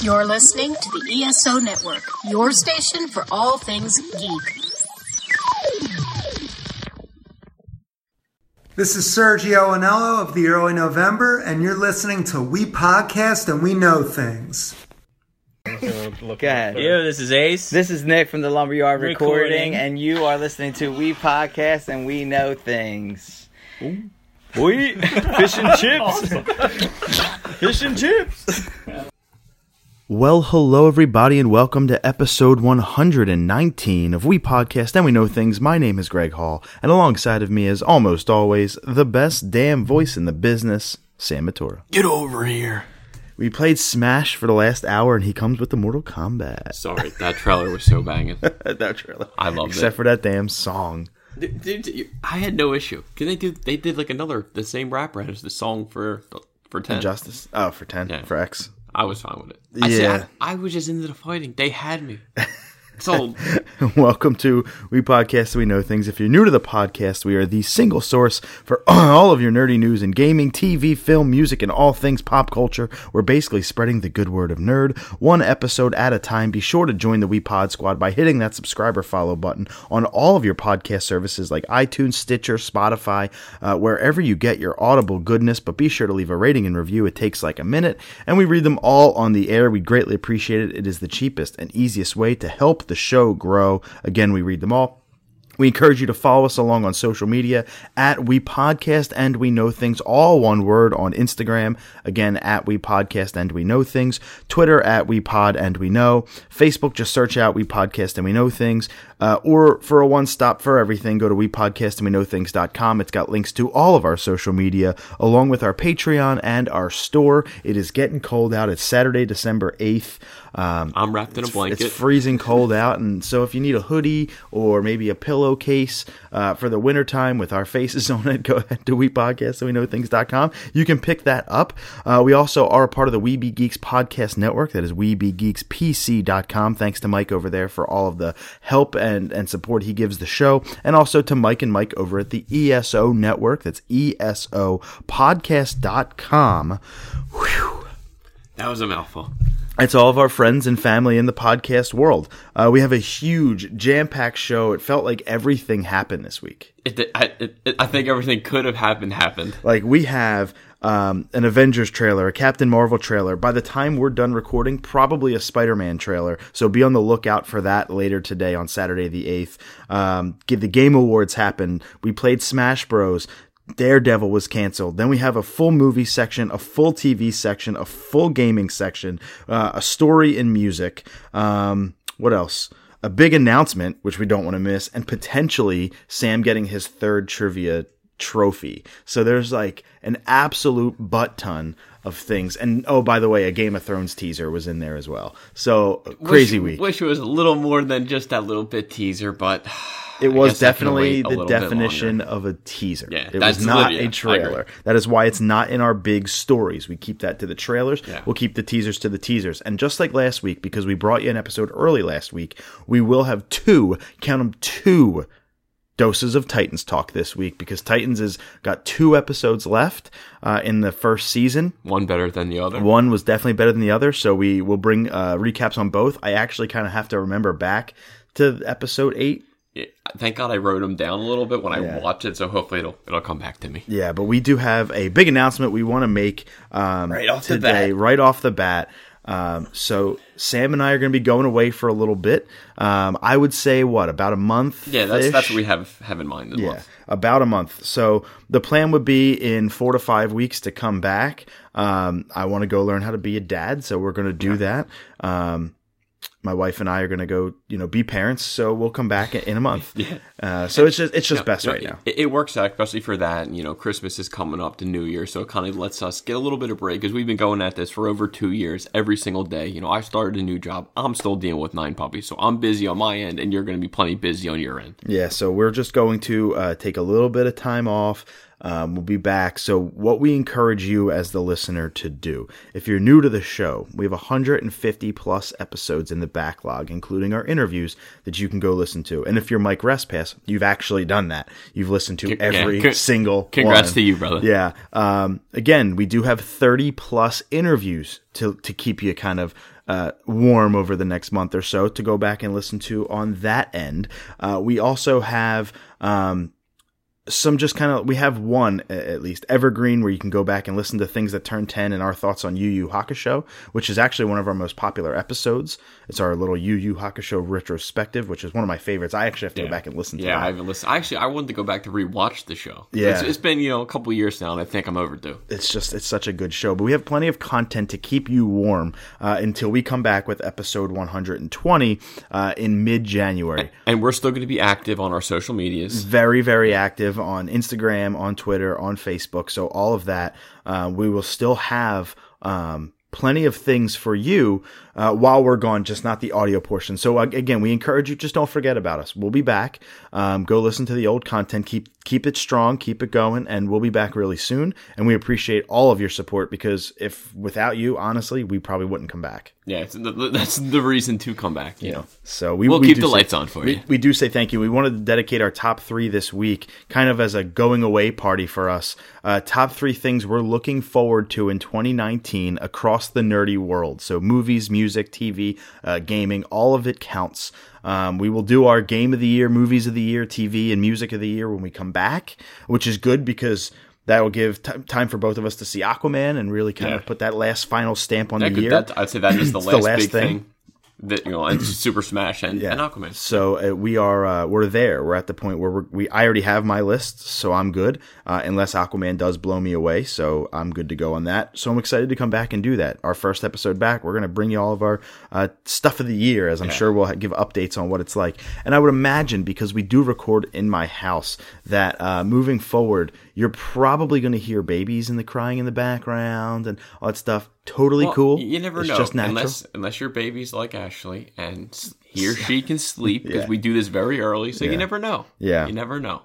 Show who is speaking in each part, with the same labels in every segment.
Speaker 1: You're listening to the ESO Network, your station for all things geek.
Speaker 2: This is Sergio Anello of the Early November, and you're listening to We Podcast and We Know Things.
Speaker 3: God.
Speaker 4: Yo, this is Ace.
Speaker 3: This is Nick from the Lumberyard Recording,
Speaker 4: Recording.
Speaker 3: and you are listening to We Podcast and We Know Things. We fish and chips. fish and chips.
Speaker 5: Well, hello everybody, and welcome to episode 119 of We Podcast and We Know Things. My name is Greg Hall, and alongside of me, as almost always, the best damn voice in the business, Sam Matura.
Speaker 6: Get over here.
Speaker 5: We played Smash for the last hour, and he comes with the Mortal Kombat.
Speaker 6: Sorry, that trailer was so banging.
Speaker 5: that trailer.
Speaker 6: I loved
Speaker 5: Except
Speaker 6: it.
Speaker 5: for that damn song.
Speaker 6: Dude, dude, you- I had no issue. Cause they did they did like another the same rapper as the song for for ten.
Speaker 5: Justice. Oh, for 10.
Speaker 6: Yeah.
Speaker 5: For X.
Speaker 6: I was fine with it. I said,
Speaker 5: Yeah.
Speaker 6: I, I was just into the fighting. They had me. So
Speaker 5: Welcome to We Podcast We Know Things. If you're new to the podcast, we are the single source for all of your nerdy news in gaming, TV, film, music, and all things pop culture. We're basically spreading the good word of nerd one episode at a time. Be sure to join the We Pod Squad by hitting that subscribe or follow button on all of your podcast services like iTunes, Stitcher, Spotify, uh, wherever you get your audible goodness. But be sure to leave a rating and review. It takes like a minute, and we read them all on the air. We greatly appreciate it. It is the cheapest and easiest way to help the show grow. Again, we read them all. We encourage you to follow us along on social media at We Podcast and We Know Things, all one word on Instagram. Again, at We Podcast and We Know Things. Twitter at We Pod and We Know. Facebook, just search out We Podcast and We Know Things. Uh, or for a one stop for everything, go to We Podcast and We Know Things.com. It's got links to all of our social media, along with our Patreon and our store. It is getting cold out. It's Saturday, December 8th. Um,
Speaker 6: I'm wrapped in a blanket.
Speaker 5: it's freezing cold out, and so if you need a hoodie or maybe a pillowcase uh, for the wintertime with our faces on it, go ahead to WePodcastSoWeKnowThings.com. You can pick that up. Uh, we also are a part of the Weeby Geeks Podcast Network. That is WeebyGeeksPC.com. Thanks to Mike over there for all of the help and, and support he gives the show, and also to Mike and Mike over at the ESO Network. That's E ESOPodcast.com.
Speaker 6: that was a mouthful.
Speaker 5: It's all of our friends and family in the podcast world. Uh, we have a huge jam packed show. It felt like everything happened this week.
Speaker 6: It, did- I, it, it, I think everything could have happened happened.
Speaker 5: Like, we have um, an Avengers trailer, a Captain Marvel trailer. By the time we're done recording, probably a Spider Man trailer. So be on the lookout for that later today on Saturday the 8th. Um, get- the Game Awards happened. We played Smash Bros. Daredevil was canceled. Then we have a full movie section, a full TV section, a full gaming section, uh, a story in music. Um, what else? A big announcement, which we don't want to miss, and potentially Sam getting his third trivia trophy. So there's like an absolute butt ton of things. And oh, by the way, a Game of Thrones teaser was in there as well. So uh, crazy
Speaker 6: wish,
Speaker 5: week.
Speaker 6: Wish it was a little more than just that little bit teaser, but
Speaker 5: It
Speaker 6: I
Speaker 5: was
Speaker 6: guess I can
Speaker 5: definitely
Speaker 6: wait a
Speaker 5: the
Speaker 6: little bit
Speaker 5: definition
Speaker 6: longer.
Speaker 5: of a teaser.
Speaker 6: Yeah,
Speaker 5: it
Speaker 6: that's
Speaker 5: was not
Speaker 6: Olivia. I
Speaker 5: a trailer.
Speaker 6: agree.
Speaker 5: That is why it's not in our big stories. We keep that to the trailers.
Speaker 6: Yeah.
Speaker 5: We'll keep the teasers to the teasers. And just like last week, because we brought you an episode early last week, we will have two, count them two doses of Titans talk this week because Titans has got two episodes left uh, in the first season.
Speaker 6: one better than the other.
Speaker 5: One was definitely better than the other, so we will bring uh, recaps on both. I actually kind of have to remember back to episode eight
Speaker 6: Yeah, Thank God I wrote them down a little bit when
Speaker 5: Yeah.
Speaker 6: I watched it, so hopefully it'll it'll come back to me.
Speaker 5: Yeah, but we do have a big announcement we want to make um,
Speaker 6: Right off the
Speaker 5: today,
Speaker 6: bat.
Speaker 5: right off the bat. Um, so Sam and I are going to be going away for a little bit. Um, I would say what about a month?
Speaker 6: Yeah, that's that's what we have have in mind. as well.
Speaker 5: Yeah, about a month. So the plan would be in four to five weeks to come back. Um, I want to go learn how to be a dad, so we're going to do that. Um, my wife and I are going to go, you know, be parents. So we'll come back in a month. yeah. Uh, so it's just it's just best
Speaker 6: You know,
Speaker 5: right now.
Speaker 6: It, it works out, especially for that. and, You know, Christmas is coming up to New Year, so it kind of lets us get a little bit of break because we've been going at this for over two years, every single day. You know, I started a new job. I'm still dealing with nine puppies, so I'm busy on my end, and you're going to be plenty busy on your end.
Speaker 5: Yeah, so we're just going to uh, take a little bit of time off. Um, we'll be back. So, what we encourage you as the listener to do, if you're new to the show, we have 150 plus episodes in the backlog, including our interviews that you can go listen to. And if you're Mike Respass, you've actually done that. You've listened to
Speaker 6: Con-
Speaker 5: every
Speaker 6: yeah, con-
Speaker 5: single
Speaker 6: Congrats
Speaker 5: one.
Speaker 6: to you, brother.
Speaker 5: Yeah. Um, again, we do have 30 plus interviews to, to keep you kind of uh, warm over the next month or so to go back and listen to on that end. Uh, we also have. Um, some just kind of we have one a- at least evergreen where you can go back and listen to things that turn 10 and our thoughts on Yu Yu Hakusho which is actually one of our most popular episodes it's our little Yu Yu Hakusho retrospective which is one of my favorites I actually have to go back and listen to
Speaker 6: Yeah,
Speaker 5: that.
Speaker 6: I haven't listened. Actually, I wanted to go back to rewatch the show.
Speaker 5: Yeah.
Speaker 6: It's- it's been you know a couple years now, and I think I'm overdue.
Speaker 5: it's just it's such a good show but we have plenty of content to keep you warm uh, until we come back with episode 120 uh, in mid-january
Speaker 6: And we're still going to be active on our social medias.
Speaker 5: very very active on instagram on twitter on facebook so all of that uh, we will still have um, plenty of things for you uh, while we're gone just not the audio portion so uh, again we encourage you just don't forget about us we'll be back um, go listen to the old content keep keep it strong keep it going and we'll be back really soon and we appreciate all of your support because if without you honestly we probably wouldn't come back
Speaker 6: Yeah, it's, th- th- that's the reason to come back. You know,
Speaker 5: so we
Speaker 6: we'll
Speaker 5: we
Speaker 6: keep
Speaker 5: do
Speaker 6: the
Speaker 5: say-
Speaker 6: lights on for you.
Speaker 5: we, we do say thank you. We wanted to dedicate our top three this week, kind of as a going away party for us. Uh, top three things we're looking forward to in 2019 across the nerdy world. So movies, music, TV, uh, gaming, all of it counts. Um, we will do our game of the year, movies of the year, TV, and music of the year when we come back, which is good because. That will give t- time for both of us to see Aquaman and really kind
Speaker 6: Yeah.
Speaker 5: of put that last final stamp on the
Speaker 6: That could,
Speaker 5: year.
Speaker 6: that, I'd say that is the
Speaker 5: It's
Speaker 6: last, big thing. that you know, and Super Smash and, and Aquaman.
Speaker 5: So uh, we are uh, we're there. We're at the point where we're, we I already have my list, so I'm good. Uh, unless Aquaman does blow me away, so I'm good to go on that. So I'm excited to come back and do that. Our first episode back, we're gonna bring you all of our uh, stuff of the year, as I'm sure we'll ha- give updates on what it's like. And I would imagine because we do record in my house that uh, moving forward, you're probably gonna hear babies and the crying in the background and all that stuff. Totally
Speaker 6: Well,
Speaker 5: cool.
Speaker 6: You never
Speaker 5: It's
Speaker 6: know,
Speaker 5: Just natural.
Speaker 6: unless unless your baby's like Ashley and s- he or she can sleep because we do this very early. So you never know.
Speaker 5: Yeah.
Speaker 6: you never know.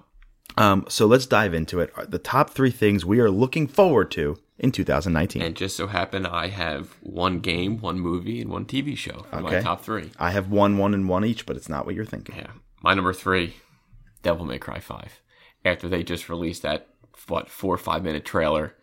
Speaker 5: Um, so let's dive into it. The top three things we are looking forward to in 2019.
Speaker 6: And just so happen, I have one game, one movie, and one TV show in my
Speaker 5: Okay.
Speaker 6: top three.
Speaker 5: I have one, one, and one each, but it's not what you're thinking.
Speaker 6: Yeah, my number three, Devil May Cry Five. After they just released that what four or five minute trailer,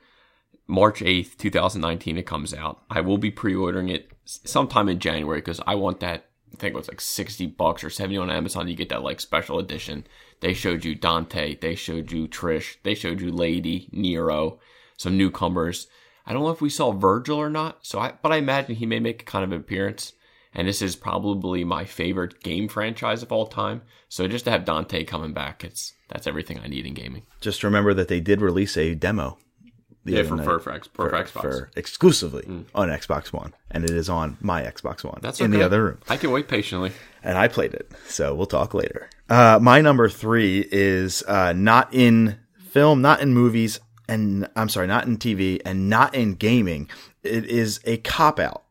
Speaker 6: March eighth, two thousand nineteen, it comes out. I will be pre ordering it s- sometime in January because I want that. I think it was like sixty bucks or seventy on Amazon. You get that like special edition. They showed you Dante. They showed you Trish. They showed you Lady Nero. Some newcomers. I don't know if we saw Virgil or not. So I, but I imagine he may make a kind of appearance and this is probably my favorite game franchise of all time. So just to have Dante coming back, it's that's everything I need in gaming.
Speaker 5: Just remember that they did release a demo. the
Speaker 6: Yeah,
Speaker 5: other
Speaker 6: for,
Speaker 5: night
Speaker 6: for, for, X- for, Xbox. Mm.
Speaker 5: for exclusively on Xbox One, and it is on my Xbox One
Speaker 6: that's
Speaker 5: in the
Speaker 6: okay.
Speaker 5: other room.
Speaker 6: I can wait patiently.
Speaker 5: and I played it. So we'll talk later. Uh, my number three is uh, not in film, not in movies, and I'm sorry, not in TV, and not in gaming. It is a cop out,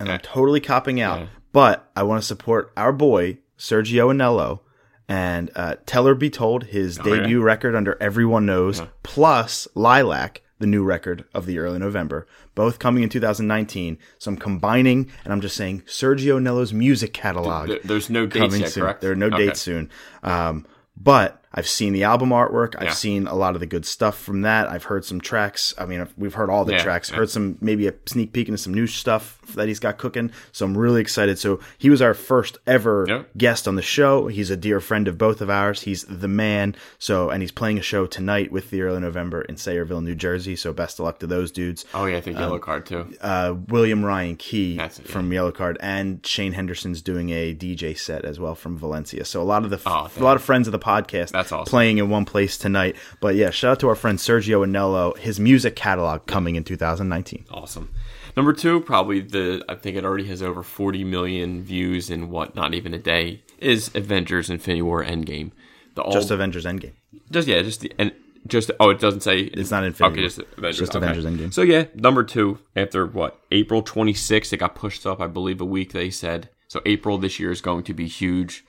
Speaker 5: and I'm totally copping out. But I want to support our boy Sergio Anello and uh, Teller Be Told, his
Speaker 6: Oh,
Speaker 5: debut record under Everyone Knows, plus Lilac. The new record of the early November, both coming in 2019. So I'm combining, and I'm just saying Sergio Nello's music catalog
Speaker 6: There- there's no dates
Speaker 5: coming
Speaker 6: yet,
Speaker 5: soon.
Speaker 6: correct?
Speaker 5: There are no
Speaker 6: Okay.
Speaker 5: dates soon. Um, but I've seen the album artwork. I've
Speaker 6: Yeah.
Speaker 5: seen a lot of the good stuff from that. I've heard some tracks. I mean, I've- we've heard all the
Speaker 6: Yeah,
Speaker 5: tracks.
Speaker 6: yeah.
Speaker 5: Heard some maybe a sneak peek into some new stuff that he's got cooking. So I'm really excited. So he was our first ever
Speaker 6: Yeah.
Speaker 5: guest on the show. He's a dear friend of both of ours. He's the man. So and he's playing a show tonight with the early November in Sayreville, New Jersey. So best of luck to those dudes
Speaker 6: Oh yeah, I think yellow card too.
Speaker 5: uh, William Ryan Key
Speaker 6: That's it,
Speaker 5: from Yellow Card, and Shane Henderson's doing a DJ set as well from Valencia. So a lot of the
Speaker 6: Oh,
Speaker 5: f-
Speaker 6: thank
Speaker 5: a lot of friends of the podcast
Speaker 6: That's awesome.
Speaker 5: playing in one place tonight. But yeah, shout out to our friend Sergio Anello, his music catalog coming in 2019.
Speaker 6: awesome. Number two, probably the I think it already has over 40 million views in what not even a day is Avengers: Infinity War Endgame. The all
Speaker 5: Just Avengers Endgame.
Speaker 6: Just yeah, just the and just oh, it doesn't say it's
Speaker 5: not Infinity
Speaker 6: Okay,
Speaker 5: War.
Speaker 6: just Avengers.
Speaker 5: Just
Speaker 6: okay.
Speaker 5: Avengers Endgame.
Speaker 6: So yeah, number two after what April twenty sixth, it got pushed up, I believe, a week. They said so. April this year is going to be huge.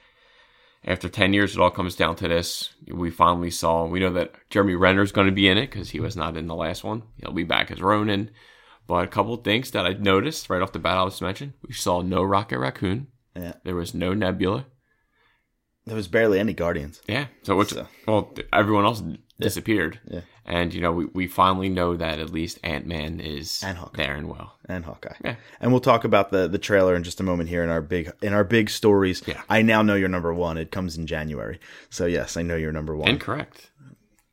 Speaker 6: After ten years, it all comes down to this. We finally saw. We know that Jeremy Renner is going to be in it because he was not in the last one. He'll be back as Ronan. But a couple of things that I noticed right off the bat, I'll just mention: we saw no Rocket Raccoon.
Speaker 5: Yeah.
Speaker 6: There was no Nebula.
Speaker 5: There was barely any Guardians.
Speaker 6: Yeah. So which
Speaker 5: So-
Speaker 6: well, th- everyone else disappeared.
Speaker 5: Yeah.
Speaker 6: And you know we, we finally know that at least Ant Man is
Speaker 5: And Hawkeye.
Speaker 6: there and well.
Speaker 5: and Hawkeye.
Speaker 6: Yeah.
Speaker 5: And we'll talk about the the trailer in just a moment here in our big in our big stories.
Speaker 6: Yeah.
Speaker 5: I now know you're number one. It comes in January. So yes, I know you're number one.
Speaker 6: Incorrect.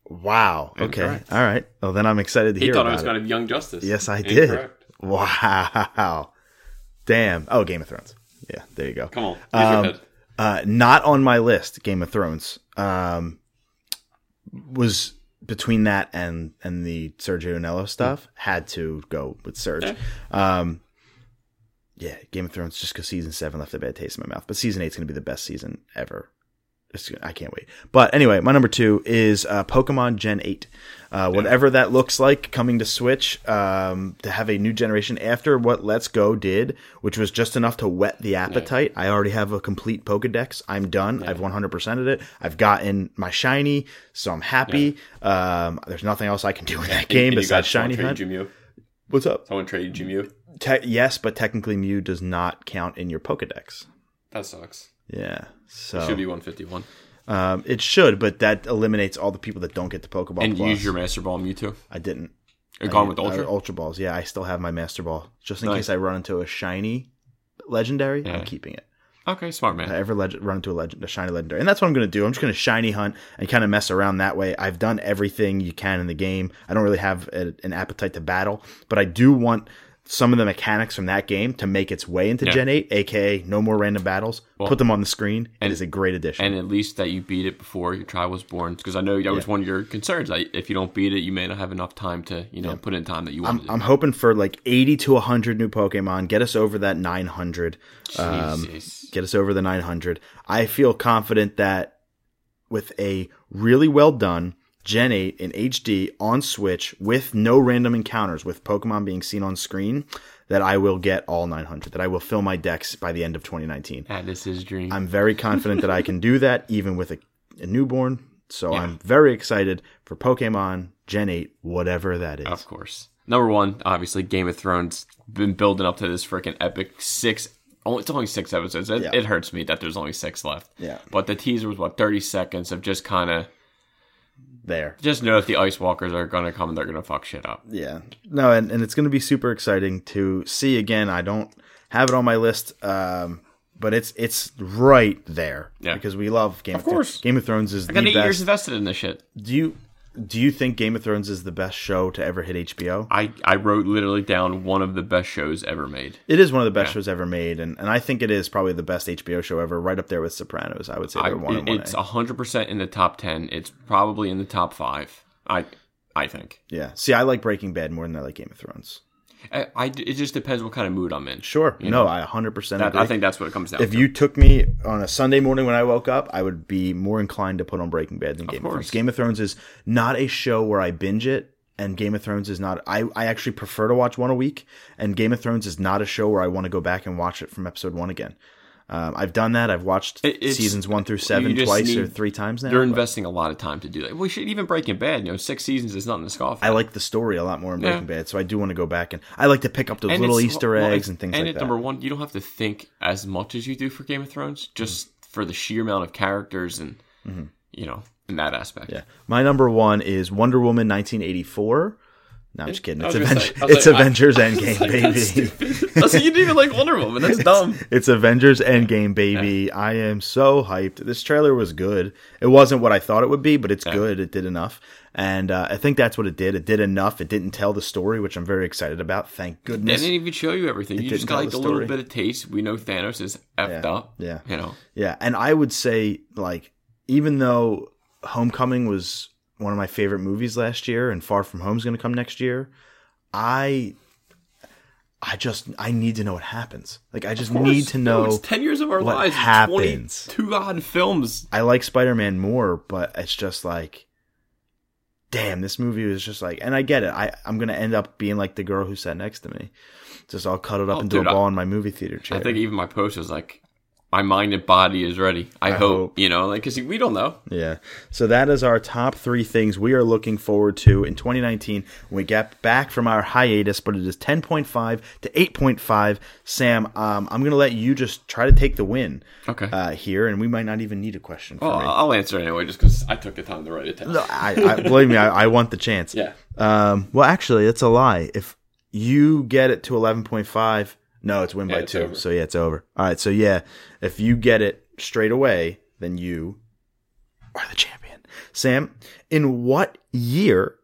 Speaker 5: wow. Okay.
Speaker 6: Incorrect.
Speaker 5: All right. Well then I'm excited to
Speaker 6: He
Speaker 5: hear
Speaker 6: thought
Speaker 5: about
Speaker 6: I was
Speaker 5: it.
Speaker 6: kind of Young Justice.
Speaker 5: Yes, I did.
Speaker 6: Incorrect.
Speaker 5: Wow. Damn. Oh, Game of Thrones. Yeah, there you go.
Speaker 6: Come on. Use
Speaker 5: Um,
Speaker 6: your head.
Speaker 5: Uh, not on my list, Game of Thrones. Um, was between that and and the Sergio Nello stuff. Had to go with Serge. Um, yeah, Game of Thrones just because season seven left a bad taste in my mouth, but season eight's gonna be the best season ever. It's, I can't wait. But anyway, my number two is uh, Pokemon Gen eight. Uh, whatever that looks like coming to Switch um, to have a new generation after what Let's Go did, which was just enough to whet the appetite. I already have a complete Pokedex. I'm done. I've 100%ed it. I've gotten my shiny, so I'm happy. Um, there's nothing else I can do in that game
Speaker 6: And you
Speaker 5: besides
Speaker 6: guys, someone
Speaker 5: shiny hunt.
Speaker 6: traded Jimmy.
Speaker 5: What's up?
Speaker 6: Someone traded Jimmy.
Speaker 5: Te- yes, but technically Mew does not count in your Pokedex.
Speaker 6: That sucks.
Speaker 5: Yeah, so
Speaker 6: Should be 151.
Speaker 5: um, it should, but that eliminates all the people that don't get the Pokeball.
Speaker 6: and
Speaker 5: Plus.
Speaker 6: use your Master Ball Mewtwo.
Speaker 5: I didn't.
Speaker 6: You're
Speaker 5: I didn't-
Speaker 6: gone with
Speaker 5: uh,
Speaker 6: Ultra.
Speaker 5: Ultra Balls. Yeah, I still have my Master Ball just in
Speaker 6: Nice.
Speaker 5: case I run into a shiny legendary.
Speaker 6: Yeah.
Speaker 5: I'm keeping it.
Speaker 6: Okay, smart man.
Speaker 5: I uh, ever leg- run into a legend, a shiny legendary, and that's what I'm going to do. I'm just going to shiny hunt and kind of mess around that way. I've done everything you can in the game. I don't really have a, an appetite to battle, but I do want some of the mechanics from that game to make its way into
Speaker 6: Yeah.
Speaker 5: Gen 8, aka no more random battles. Put them on the screen.
Speaker 6: and-
Speaker 5: it is a great addition.
Speaker 6: and at least that you beat it before your trial was born, because I know that was one of your concerns. That if you don't beat it, you may not have enough time to, you know, put in time that you wanted.
Speaker 5: I'm hoping for like 80 to 100 new Pokemon. Get us over that 900. Um,
Speaker 6: Jesus.
Speaker 5: get us over the 900. I feel confident that with a really well done Gen 8 in HD on Switch with no random encounters, with Pokemon being seen on screen, that I will get all 900, that I will fill my decks by the end of 2019.
Speaker 6: That is his dream.
Speaker 5: I'm very confident that I can do that even with a, a newborn. So I'm very excited for Pokemon Gen 8, whatever that is.
Speaker 6: Of course. Number one, obviously, Game of Thrones. Been building up to this freaking epic six. Only, it's only six episodes. It,
Speaker 5: Yeah.
Speaker 6: it hurts me that there's only six left.
Speaker 5: Yeah.
Speaker 6: But the teaser was what thirty seconds of just kind of
Speaker 5: There.
Speaker 6: just know if the Ice Walkers are gonna come, they're gonna fuck shit up.
Speaker 5: Yeah. No, and, and it's going to be super exciting to see again. I don't have it on my list, um, but it's it's right there
Speaker 6: Yeah.
Speaker 5: because we love Game of,
Speaker 6: course.
Speaker 5: Thrones. Game of Thrones is
Speaker 6: I
Speaker 5: the
Speaker 6: got eight
Speaker 5: best.
Speaker 6: years invested in this shit.
Speaker 5: do you do you think Game of Thrones is the best show to ever hit HBO?
Speaker 6: I I wrote literally down one of the best shows ever made.
Speaker 5: It is one of the best shows ever made, and, and I think it is probably the best HBO show ever, right up there with Sopranos. I would say
Speaker 6: I,
Speaker 5: they're one and one. eh?
Speaker 6: it's
Speaker 5: A.
Speaker 6: hundred percent in the top ten. It's probably in the top five. I I think.
Speaker 5: Yeah. See, I like Breaking Bad more than I like Game of Thrones.
Speaker 6: I, I- it just depends what kind of mood I'm in.
Speaker 5: Sure. no, I 100%
Speaker 6: Mm-hmm. That-
Speaker 5: agree.
Speaker 6: I think that's what it comes down
Speaker 5: if
Speaker 6: to.
Speaker 5: you took me on a Sunday morning when I woke up, I would be more inclined to put on Breaking Bad than Game of, Thrones.
Speaker 6: course.
Speaker 5: Game of Thrones is not a show where I binge it, and Game of Thrones is not. I, I actually prefer to watch one a week, and Game of Thrones is not a show where I want to go back and watch it from episode one again. Um, I've done that. I've watched
Speaker 6: It- it's-
Speaker 5: seasons one through
Speaker 6: you
Speaker 5: seven
Speaker 6: just
Speaker 5: twice
Speaker 6: need-
Speaker 5: or three times now.
Speaker 6: You're
Speaker 5: but
Speaker 6: investing a lot of time to do that. We should even Breaking Bad. You know, six seasons is nothing to scoff
Speaker 5: I
Speaker 6: at.
Speaker 5: like the story a lot more in
Speaker 6: Yeah.
Speaker 5: Breaking Bad, so I do want to go back and I like to pick up those
Speaker 6: And
Speaker 5: little
Speaker 6: it's-
Speaker 5: Easter
Speaker 6: well,
Speaker 5: eggs
Speaker 6: it-
Speaker 5: and things
Speaker 6: And
Speaker 5: like
Speaker 6: at
Speaker 5: that.
Speaker 6: number one, you don't have to think as much as you do for Game of Thrones,
Speaker 5: Mm-hmm.
Speaker 6: just for the sheer amount of characters and you know, in that aspect.
Speaker 5: Yeah. My number one is Wonder Woman 1984. No, I'm just kidding.
Speaker 6: I
Speaker 5: It's,
Speaker 6: was gonna
Speaker 5: Aven-
Speaker 6: say- I was
Speaker 5: it's
Speaker 6: like, I-
Speaker 5: Avengers Endgame, baby.
Speaker 6: That's- you didn't even like Wonder Woman. That's dumb.
Speaker 5: It's Avengers Endgame, baby. I am so hyped. This trailer was good. It wasn't what I thought it would be, but it's good. It did enough. And uh, I think that's what it did. It did enough. It didn't tell the story, which I'm very excited about. Thank
Speaker 6: They
Speaker 5: goodness.
Speaker 6: didn't even show you everything. You just
Speaker 5: didn't
Speaker 6: got
Speaker 5: tell
Speaker 6: like
Speaker 5: the
Speaker 6: a little
Speaker 5: story.
Speaker 6: bit of taste. We know Thanos is effed
Speaker 5: Yeah,
Speaker 6: up.
Speaker 5: yeah.
Speaker 6: You know.
Speaker 5: Yeah, and I would say like even though Homecoming was one of my favorite movies last year and Far From Home's going to come next year, I I just I need to know what happens. Like I just need to
Speaker 6: No,
Speaker 5: know
Speaker 6: it's ten years of our
Speaker 5: what
Speaker 6: lives.
Speaker 5: happens.
Speaker 6: Two odd films.
Speaker 5: I like Spider Man more, but it's just like, damn, this movie was just like, and I get it. I I'm gonna end up being like the girl who sat next to me, just all cuddled up
Speaker 6: Oh,
Speaker 5: into
Speaker 6: dude,
Speaker 5: a
Speaker 6: I-
Speaker 5: ball in my movie theater chair.
Speaker 6: I think even my post was like, my mind and body is ready. I, hope,
Speaker 5: hope.
Speaker 6: you know, like because we don't know.
Speaker 5: Yeah. So that is our top three things we are looking forward to in 2019 when we get back from our hiatus, but it is 10.5 to 8.5. Sam, um, I'm going to let you just try to take the win
Speaker 6: Okay.
Speaker 5: uh, here, and we might not even need a question for
Speaker 6: Well, uh,
Speaker 5: me.
Speaker 6: I'll answer anyway, just because I took the time to write it down.
Speaker 5: No, I, I, believe me, I, I want the chance.
Speaker 6: Yeah.
Speaker 5: Um, well, actually, it's a lie. If you get it to 11.5, no, it's win by
Speaker 6: it's
Speaker 5: two.
Speaker 6: over.
Speaker 5: So yeah, it's over. All right. So yeah, if you get it straight away, then you are the champion. Sam, in what year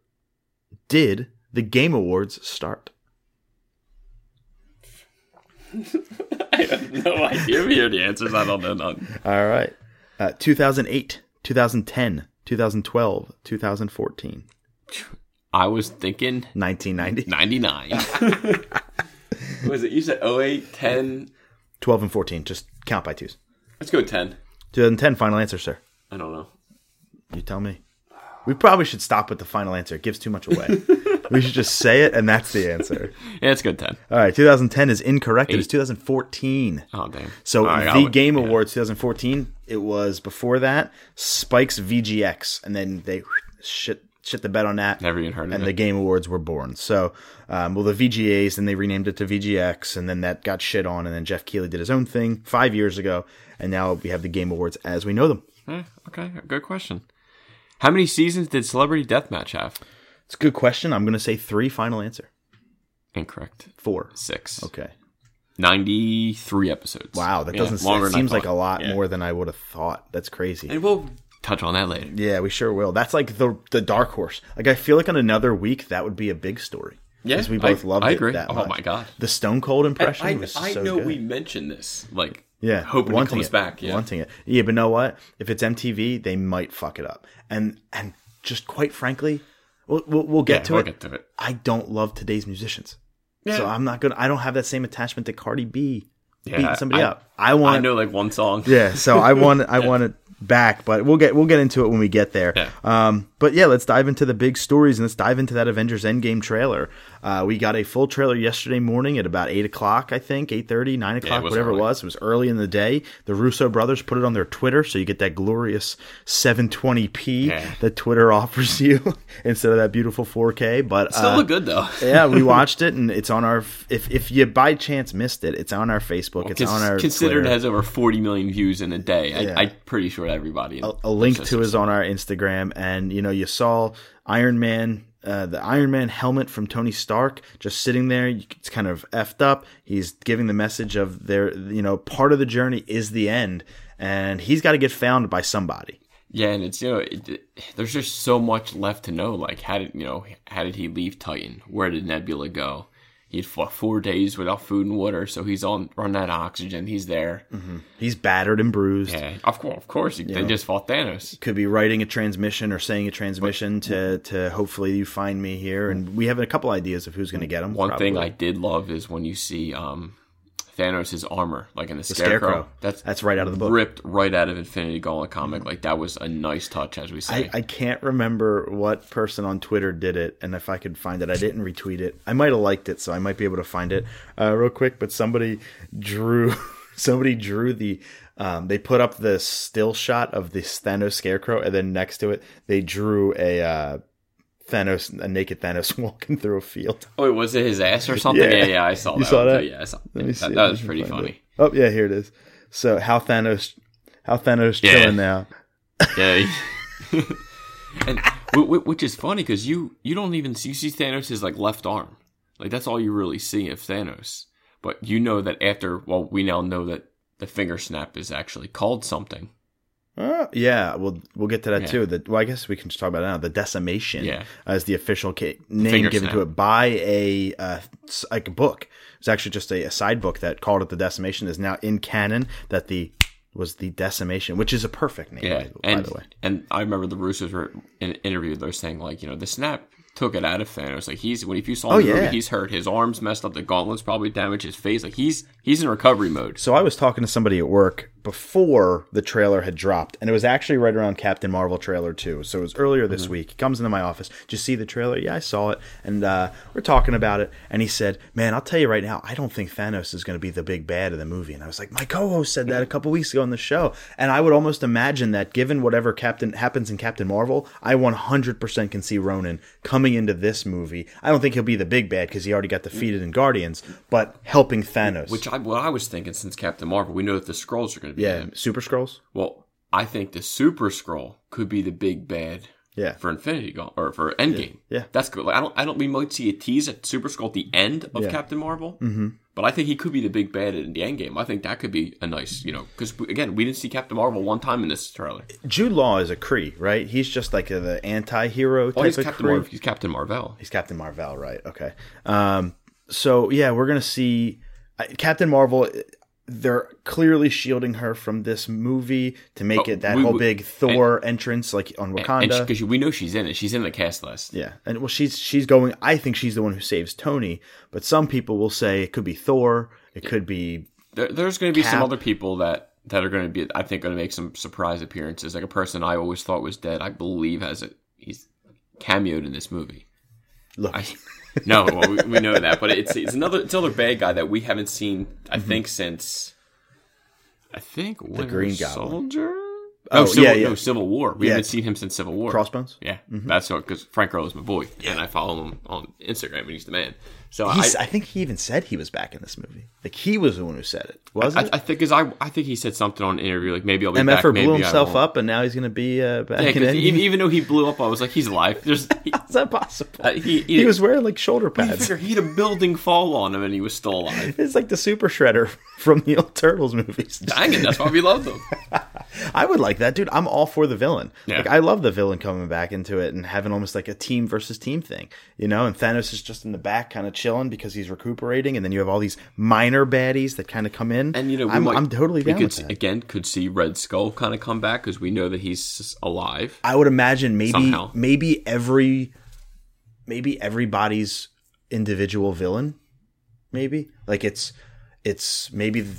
Speaker 5: did the Game Awards start?
Speaker 6: I have no idea. We hear the answers. I don't know none.
Speaker 5: All right. Uh, 2008, 2010, 2012, 2014,
Speaker 6: I was thinking
Speaker 5: 1990,
Speaker 6: 99. was it? You said 08, 10.
Speaker 5: 12, and 14. Just count by twos.
Speaker 6: Let's go 10.
Speaker 5: 2010, final answer, sir.
Speaker 6: I don't know.
Speaker 5: You tell me. We probably should stop with the final answer. It gives too much away. we should just say it, and that's the answer.
Speaker 6: Yeah, it's good 10.
Speaker 5: All right, 2010 is incorrect. It was 2014.
Speaker 6: Oh, damn.
Speaker 5: So
Speaker 6: All right,
Speaker 5: the
Speaker 6: I'll-
Speaker 5: Game
Speaker 6: yeah.
Speaker 5: Awards 2014. It was before that Spike's VGX, and then they shit shit the bet on that.
Speaker 6: Never even heard of
Speaker 5: And
Speaker 6: it.
Speaker 5: the Game Awards were born. So, um, well, the VGAs, then they renamed it to VGX, and then that got shit on, and then Jeff Keighley did his own thing five years ago, and now we have the Game Awards as we know them.
Speaker 6: Eh, okay, good question. How many seasons did Celebrity Deathmatch have?
Speaker 5: It's a good question. I'm going to say three. Final answer
Speaker 6: Incorrect.
Speaker 5: four.
Speaker 6: Six.
Speaker 5: Okay.
Speaker 6: 93 episodes.
Speaker 5: Wow, that
Speaker 6: Yeah,
Speaker 5: doesn't
Speaker 6: longer
Speaker 5: it
Speaker 6: than I
Speaker 5: seems like a
Speaker 6: thought.
Speaker 5: lot
Speaker 6: Yeah.
Speaker 5: more than I would have thought. That's crazy.
Speaker 6: And we'll touch on that later.
Speaker 5: Yeah, we sure will. That's like the the dark horse. Like I feel like on another week that would be a big story.
Speaker 6: Yeah,
Speaker 5: we
Speaker 6: I-
Speaker 5: both loved
Speaker 6: I
Speaker 5: it
Speaker 6: agree.
Speaker 5: that
Speaker 6: Oh
Speaker 5: much.
Speaker 6: my God.
Speaker 5: the Stone Cold impression
Speaker 6: I,
Speaker 5: was
Speaker 6: I
Speaker 5: so
Speaker 6: know
Speaker 5: good.
Speaker 6: we mentioned this. Like,
Speaker 5: yeah,
Speaker 6: hoping it
Speaker 5: wanting
Speaker 6: comes back. Yeah.
Speaker 5: wanting it. Yeah, but know what? If it's MTV, they might fuck it up. And and just quite frankly, we'll we'll, we'll get
Speaker 6: Yeah,
Speaker 5: to
Speaker 6: we'll
Speaker 5: it.
Speaker 6: get to it.
Speaker 5: I don't love today's musicians.
Speaker 6: Yeah.
Speaker 5: So I'm not gonna. I don't have that same attachment to Cardi B
Speaker 6: Yeah,
Speaker 5: beating somebody
Speaker 6: I-
Speaker 5: up. I want.
Speaker 6: I know like one song.
Speaker 5: Yeah, so I want I want it back, but we'll get we'll get into it when we get there.
Speaker 6: Yeah.
Speaker 5: Um, but yeah, let's dive into the big stories and let's dive into that Avengers Endgame trailer. Uh, we got a full trailer yesterday morning at about eight o'clock, I think, 8.30, 9 o'clock,
Speaker 6: was
Speaker 5: whatever it
Speaker 6: early.
Speaker 5: was. It was early in the day. The Russo brothers put it on their Twitter, so you get that glorious 720p
Speaker 6: Yeah.
Speaker 5: that Twitter offers you instead of that beautiful 4K. But
Speaker 6: Still
Speaker 5: uh,
Speaker 6: look good though.
Speaker 5: yeah, we watched it, and it's on our. If if you by chance missed it, it's on our Facebook. it's
Speaker 6: Cons-
Speaker 5: on our
Speaker 6: considered
Speaker 5: Twitter.
Speaker 6: it has over 40 million views in a day. I,
Speaker 5: Yeah.
Speaker 6: I'm pretty sure everybody.
Speaker 5: a, a link to is on our Instagram, and you know you saw Iron Man, uh, the Iron Man helmet from Tony Stark, just sitting there. You- It's kind of effed up. He's giving the message of their, you know, part of the journey is the end, and he's got to get found by somebody.
Speaker 6: Yeah, and it's you know, it, it- there's just so much left to know. Like, how did you know? How did he leave Titan? Where did Nebula go? He had fought four days without food and water, so he's on run that oxygen. He's there.
Speaker 5: Mm-hmm. He's battered and bruised.
Speaker 6: Yeah, of course, of course. he- They just fought Thanos.
Speaker 5: Could be writing a transmission or saying a transmission to to hopefully you find me here, and we have a couple ideas of who's going to get him.
Speaker 6: One thing
Speaker 5: probably.
Speaker 6: I did love is when you see um, Thanos' armor, like in the,
Speaker 5: Scarecrow.
Speaker 6: Scarecrow. That's
Speaker 5: That's right out of the book.
Speaker 6: ripped right out of Infinity Gauntlet comic. Like that was a nice touch, as we say.
Speaker 5: I, I can't remember what person on Twitter did it, and if I could find it, I didn't retweet it. I might have liked it, so I might be able to find it uh, real quick. But somebody drew, somebody drew the. Um, they put up the still shot of the Thanos scarecrow, and then next to it, they drew a uh, Thanos, a naked Thanos walking through a field.
Speaker 6: oh, wait, was it his ass or something?
Speaker 5: Yeah.
Speaker 6: Yeah, yeah, I saw
Speaker 5: You
Speaker 6: that.
Speaker 5: saw
Speaker 6: one,
Speaker 5: that?
Speaker 6: too. Yeah, I saw
Speaker 5: Let me
Speaker 6: that.
Speaker 5: see if
Speaker 6: That,
Speaker 5: I
Speaker 6: was
Speaker 5: can
Speaker 6: pretty
Speaker 5: find
Speaker 6: funny.
Speaker 5: it. Oh yeah, here it is. So how Thanos, how Thanos
Speaker 6: Yeah.
Speaker 5: chilling now?
Speaker 6: Yeah. and wh- wh- which is funny because you you don't even see, you see Thanos' like left arm, like that's all you really see of Thanos. But you know that after well, we now know that the finger snap is actually called something.
Speaker 5: Uh, yeah, we'll we'll get to that
Speaker 6: Yeah.
Speaker 5: too. The, well, I guess we can just talk about it now. The decimation
Speaker 6: Yeah.
Speaker 5: as the official ca- name
Speaker 6: finger
Speaker 5: given to
Speaker 6: snap.
Speaker 5: it by a uh, s- like a book. It was actually just a, a side book that called it the decimation. Is now in canon that the was the decimation, which is a perfect name.
Speaker 6: Yeah,
Speaker 5: by, by
Speaker 6: and
Speaker 5: the way,
Speaker 6: and I remember the Russos were in an interview. They're saying like, you know, the snap took it out of Thanos. Like he's when if you saw him,
Speaker 5: Oh, yeah.
Speaker 6: he's hurt. His arms messed up. The gauntlets probably damaged his face. Like he's he's in recovery mode.
Speaker 5: So I was talking to somebody at work before the trailer had dropped, and it was actually right around Captain Marvel trailer too. So it was earlier this week. He comes into my office, "Did you see the trailer? Yeah, I saw it, and uh, we're talking about it. And he said, "Man, I'll tell you right now, I don't think Thanos is going to be the big bad of the movie." And I was like, "My co-host said that a couple weeks ago on the show, and I would almost imagine that given whatever Captain happens in Captain Marvel, I 100% can see Ronan coming into this movie. I don't think he'll be the big bad because he already got defeated in Guardians, but helping Thanos."
Speaker 6: Which I, what I was thinking since Captain Marvel, we know that the scrolls are going to be
Speaker 5: yeah,
Speaker 6: bad.
Speaker 5: Super Scrolls.
Speaker 6: Well, I think the Super Scroll could be the big bad
Speaker 5: Yeah.
Speaker 6: for Infinity Gaunt or for Endgame.
Speaker 5: Yeah, yeah.
Speaker 6: that's good. Like, I don't, I don't. We might see a tease at Super Scroll at the end of
Speaker 5: Yeah.
Speaker 6: Captain Marvel, mm-hmm. but I think he could be the big bad in the Endgame. I think that could be a nice, you know, because again, we didn't see Captain Marvel one time in this trailer.
Speaker 5: Jude Law is a Cree, right? He's just like a, the anti-hero
Speaker 6: Oh,
Speaker 5: type
Speaker 6: he's
Speaker 5: of
Speaker 6: Captain
Speaker 5: Kree.
Speaker 6: Marvel. He's Captain Marvel.
Speaker 5: He's Captain Marvel, right? Okay. Um, so yeah, we're gonna see I- Captain Marvel. They're clearly shielding her from this movie to make
Speaker 6: Oh,
Speaker 5: it that
Speaker 6: we-
Speaker 5: whole
Speaker 6: we-
Speaker 5: big Thor entrance, like on
Speaker 6: And
Speaker 5: Wakanda.
Speaker 6: because we know she's in it, she's in the cast list.
Speaker 5: yeah, and well, she's she's going. I think she's the one who saves Tony, but some people will say it could be Thor. It could be
Speaker 6: There, there's going to be some
Speaker 5: Cap.
Speaker 6: other people that that are going to be, I think, going to make some surprise appearances. Like a person I always thought was dead, I believe has a he's cameoed in this movie.
Speaker 5: look.
Speaker 6: I, no, well, we, we know that, but it's it's another it's another bad guy that we haven't seen. I
Speaker 5: Mm-hmm.
Speaker 6: think since I think Winter
Speaker 5: Green Goblin.
Speaker 6: Soldier.
Speaker 5: Oh,
Speaker 6: no, Civil,
Speaker 5: yeah, yeah.
Speaker 6: no, Civil War. We
Speaker 5: Yeah.
Speaker 6: haven't seen him since Civil War.
Speaker 5: Crossbones? Mm-hmm.
Speaker 6: Yeah, that's because Frank Earl is my boy, and I follow him on Instagram, and he's the man. So I,
Speaker 5: He's, I, think he even said he was back in this movie. Like he was the one who said it. Was
Speaker 6: I,
Speaker 5: it?
Speaker 6: I think is I I think he said something on an interview like maybe I'll be back.
Speaker 5: MFR
Speaker 6: maybe
Speaker 5: blew
Speaker 6: I
Speaker 5: himself
Speaker 6: won't.
Speaker 5: up, and now he's going to be uh, back
Speaker 6: Yeah,
Speaker 5: in
Speaker 6: 'cause
Speaker 5: Endgame.
Speaker 6: even, even though he blew up, I was like, he's alive. There's he,
Speaker 5: How's that possible?
Speaker 6: Uh,
Speaker 5: he,
Speaker 6: he- he-
Speaker 5: was wearing like shoulder
Speaker 6: you
Speaker 5: pads.
Speaker 6: figure he had a building fall on him, and he was still alive.
Speaker 5: It's like the Super Shredder from the old Turtles movies.
Speaker 6: Dang it, that's why we loved him.
Speaker 5: I would like that, dude. I'm all for the villain.
Speaker 6: Yeah.
Speaker 5: Like I love the villain coming back into it and having almost like a team versus team thing, you know. And Thanos is just in the back, kind of chilling because he's recuperating, and then you have all these minor baddies that kind of come in.
Speaker 6: And you know, we
Speaker 5: I'm,
Speaker 6: might-
Speaker 5: I'm totally
Speaker 6: we
Speaker 5: down
Speaker 6: could
Speaker 5: with
Speaker 6: see-
Speaker 5: that.
Speaker 6: again could see Red Skull kind of come back because we know that he's alive.
Speaker 5: I would imagine maybe
Speaker 6: Somehow.
Speaker 5: maybe every maybe everybody's individual villain. Maybe like it's it's maybe th-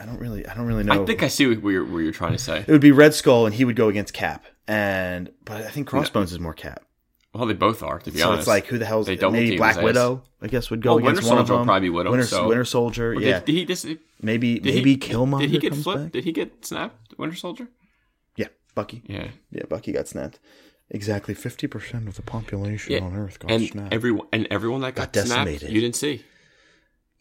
Speaker 5: I don't really I don't really know.
Speaker 6: I think I see what you're, what you're trying to say.
Speaker 5: it would be Red Skull and he would go against Cap and but I think Crossbones is more Cap.
Speaker 6: Well, they both are to be
Speaker 5: So
Speaker 6: honest.
Speaker 5: it's like who the hell's
Speaker 6: They double
Speaker 5: maybe
Speaker 6: team
Speaker 5: Black
Speaker 6: his ass.
Speaker 5: Widow I guess would go
Speaker 6: Well,
Speaker 5: against
Speaker 6: Winter
Speaker 5: one of
Speaker 6: Soldier will
Speaker 5: them.
Speaker 6: probably be Widow,
Speaker 5: Winter,
Speaker 6: so-
Speaker 5: Winter Soldier
Speaker 6: Well,
Speaker 5: yeah
Speaker 6: Did, did he just? Did
Speaker 5: maybe
Speaker 6: he-
Speaker 5: maybe Killmonger
Speaker 6: Did he get
Speaker 5: comes
Speaker 6: flipped?
Speaker 5: back.
Speaker 6: Did he get snapped? Winter Soldier?
Speaker 5: yeah Bucky
Speaker 6: Yeah.
Speaker 5: yeah Bucky got snapped exactly fifty percent of the population
Speaker 6: Yeah.
Speaker 5: on Earth got
Speaker 6: and
Speaker 5: snapped.
Speaker 6: everyone and everyone that
Speaker 5: Got
Speaker 6: got, snapped,
Speaker 5: decimated.
Speaker 6: you didn't see.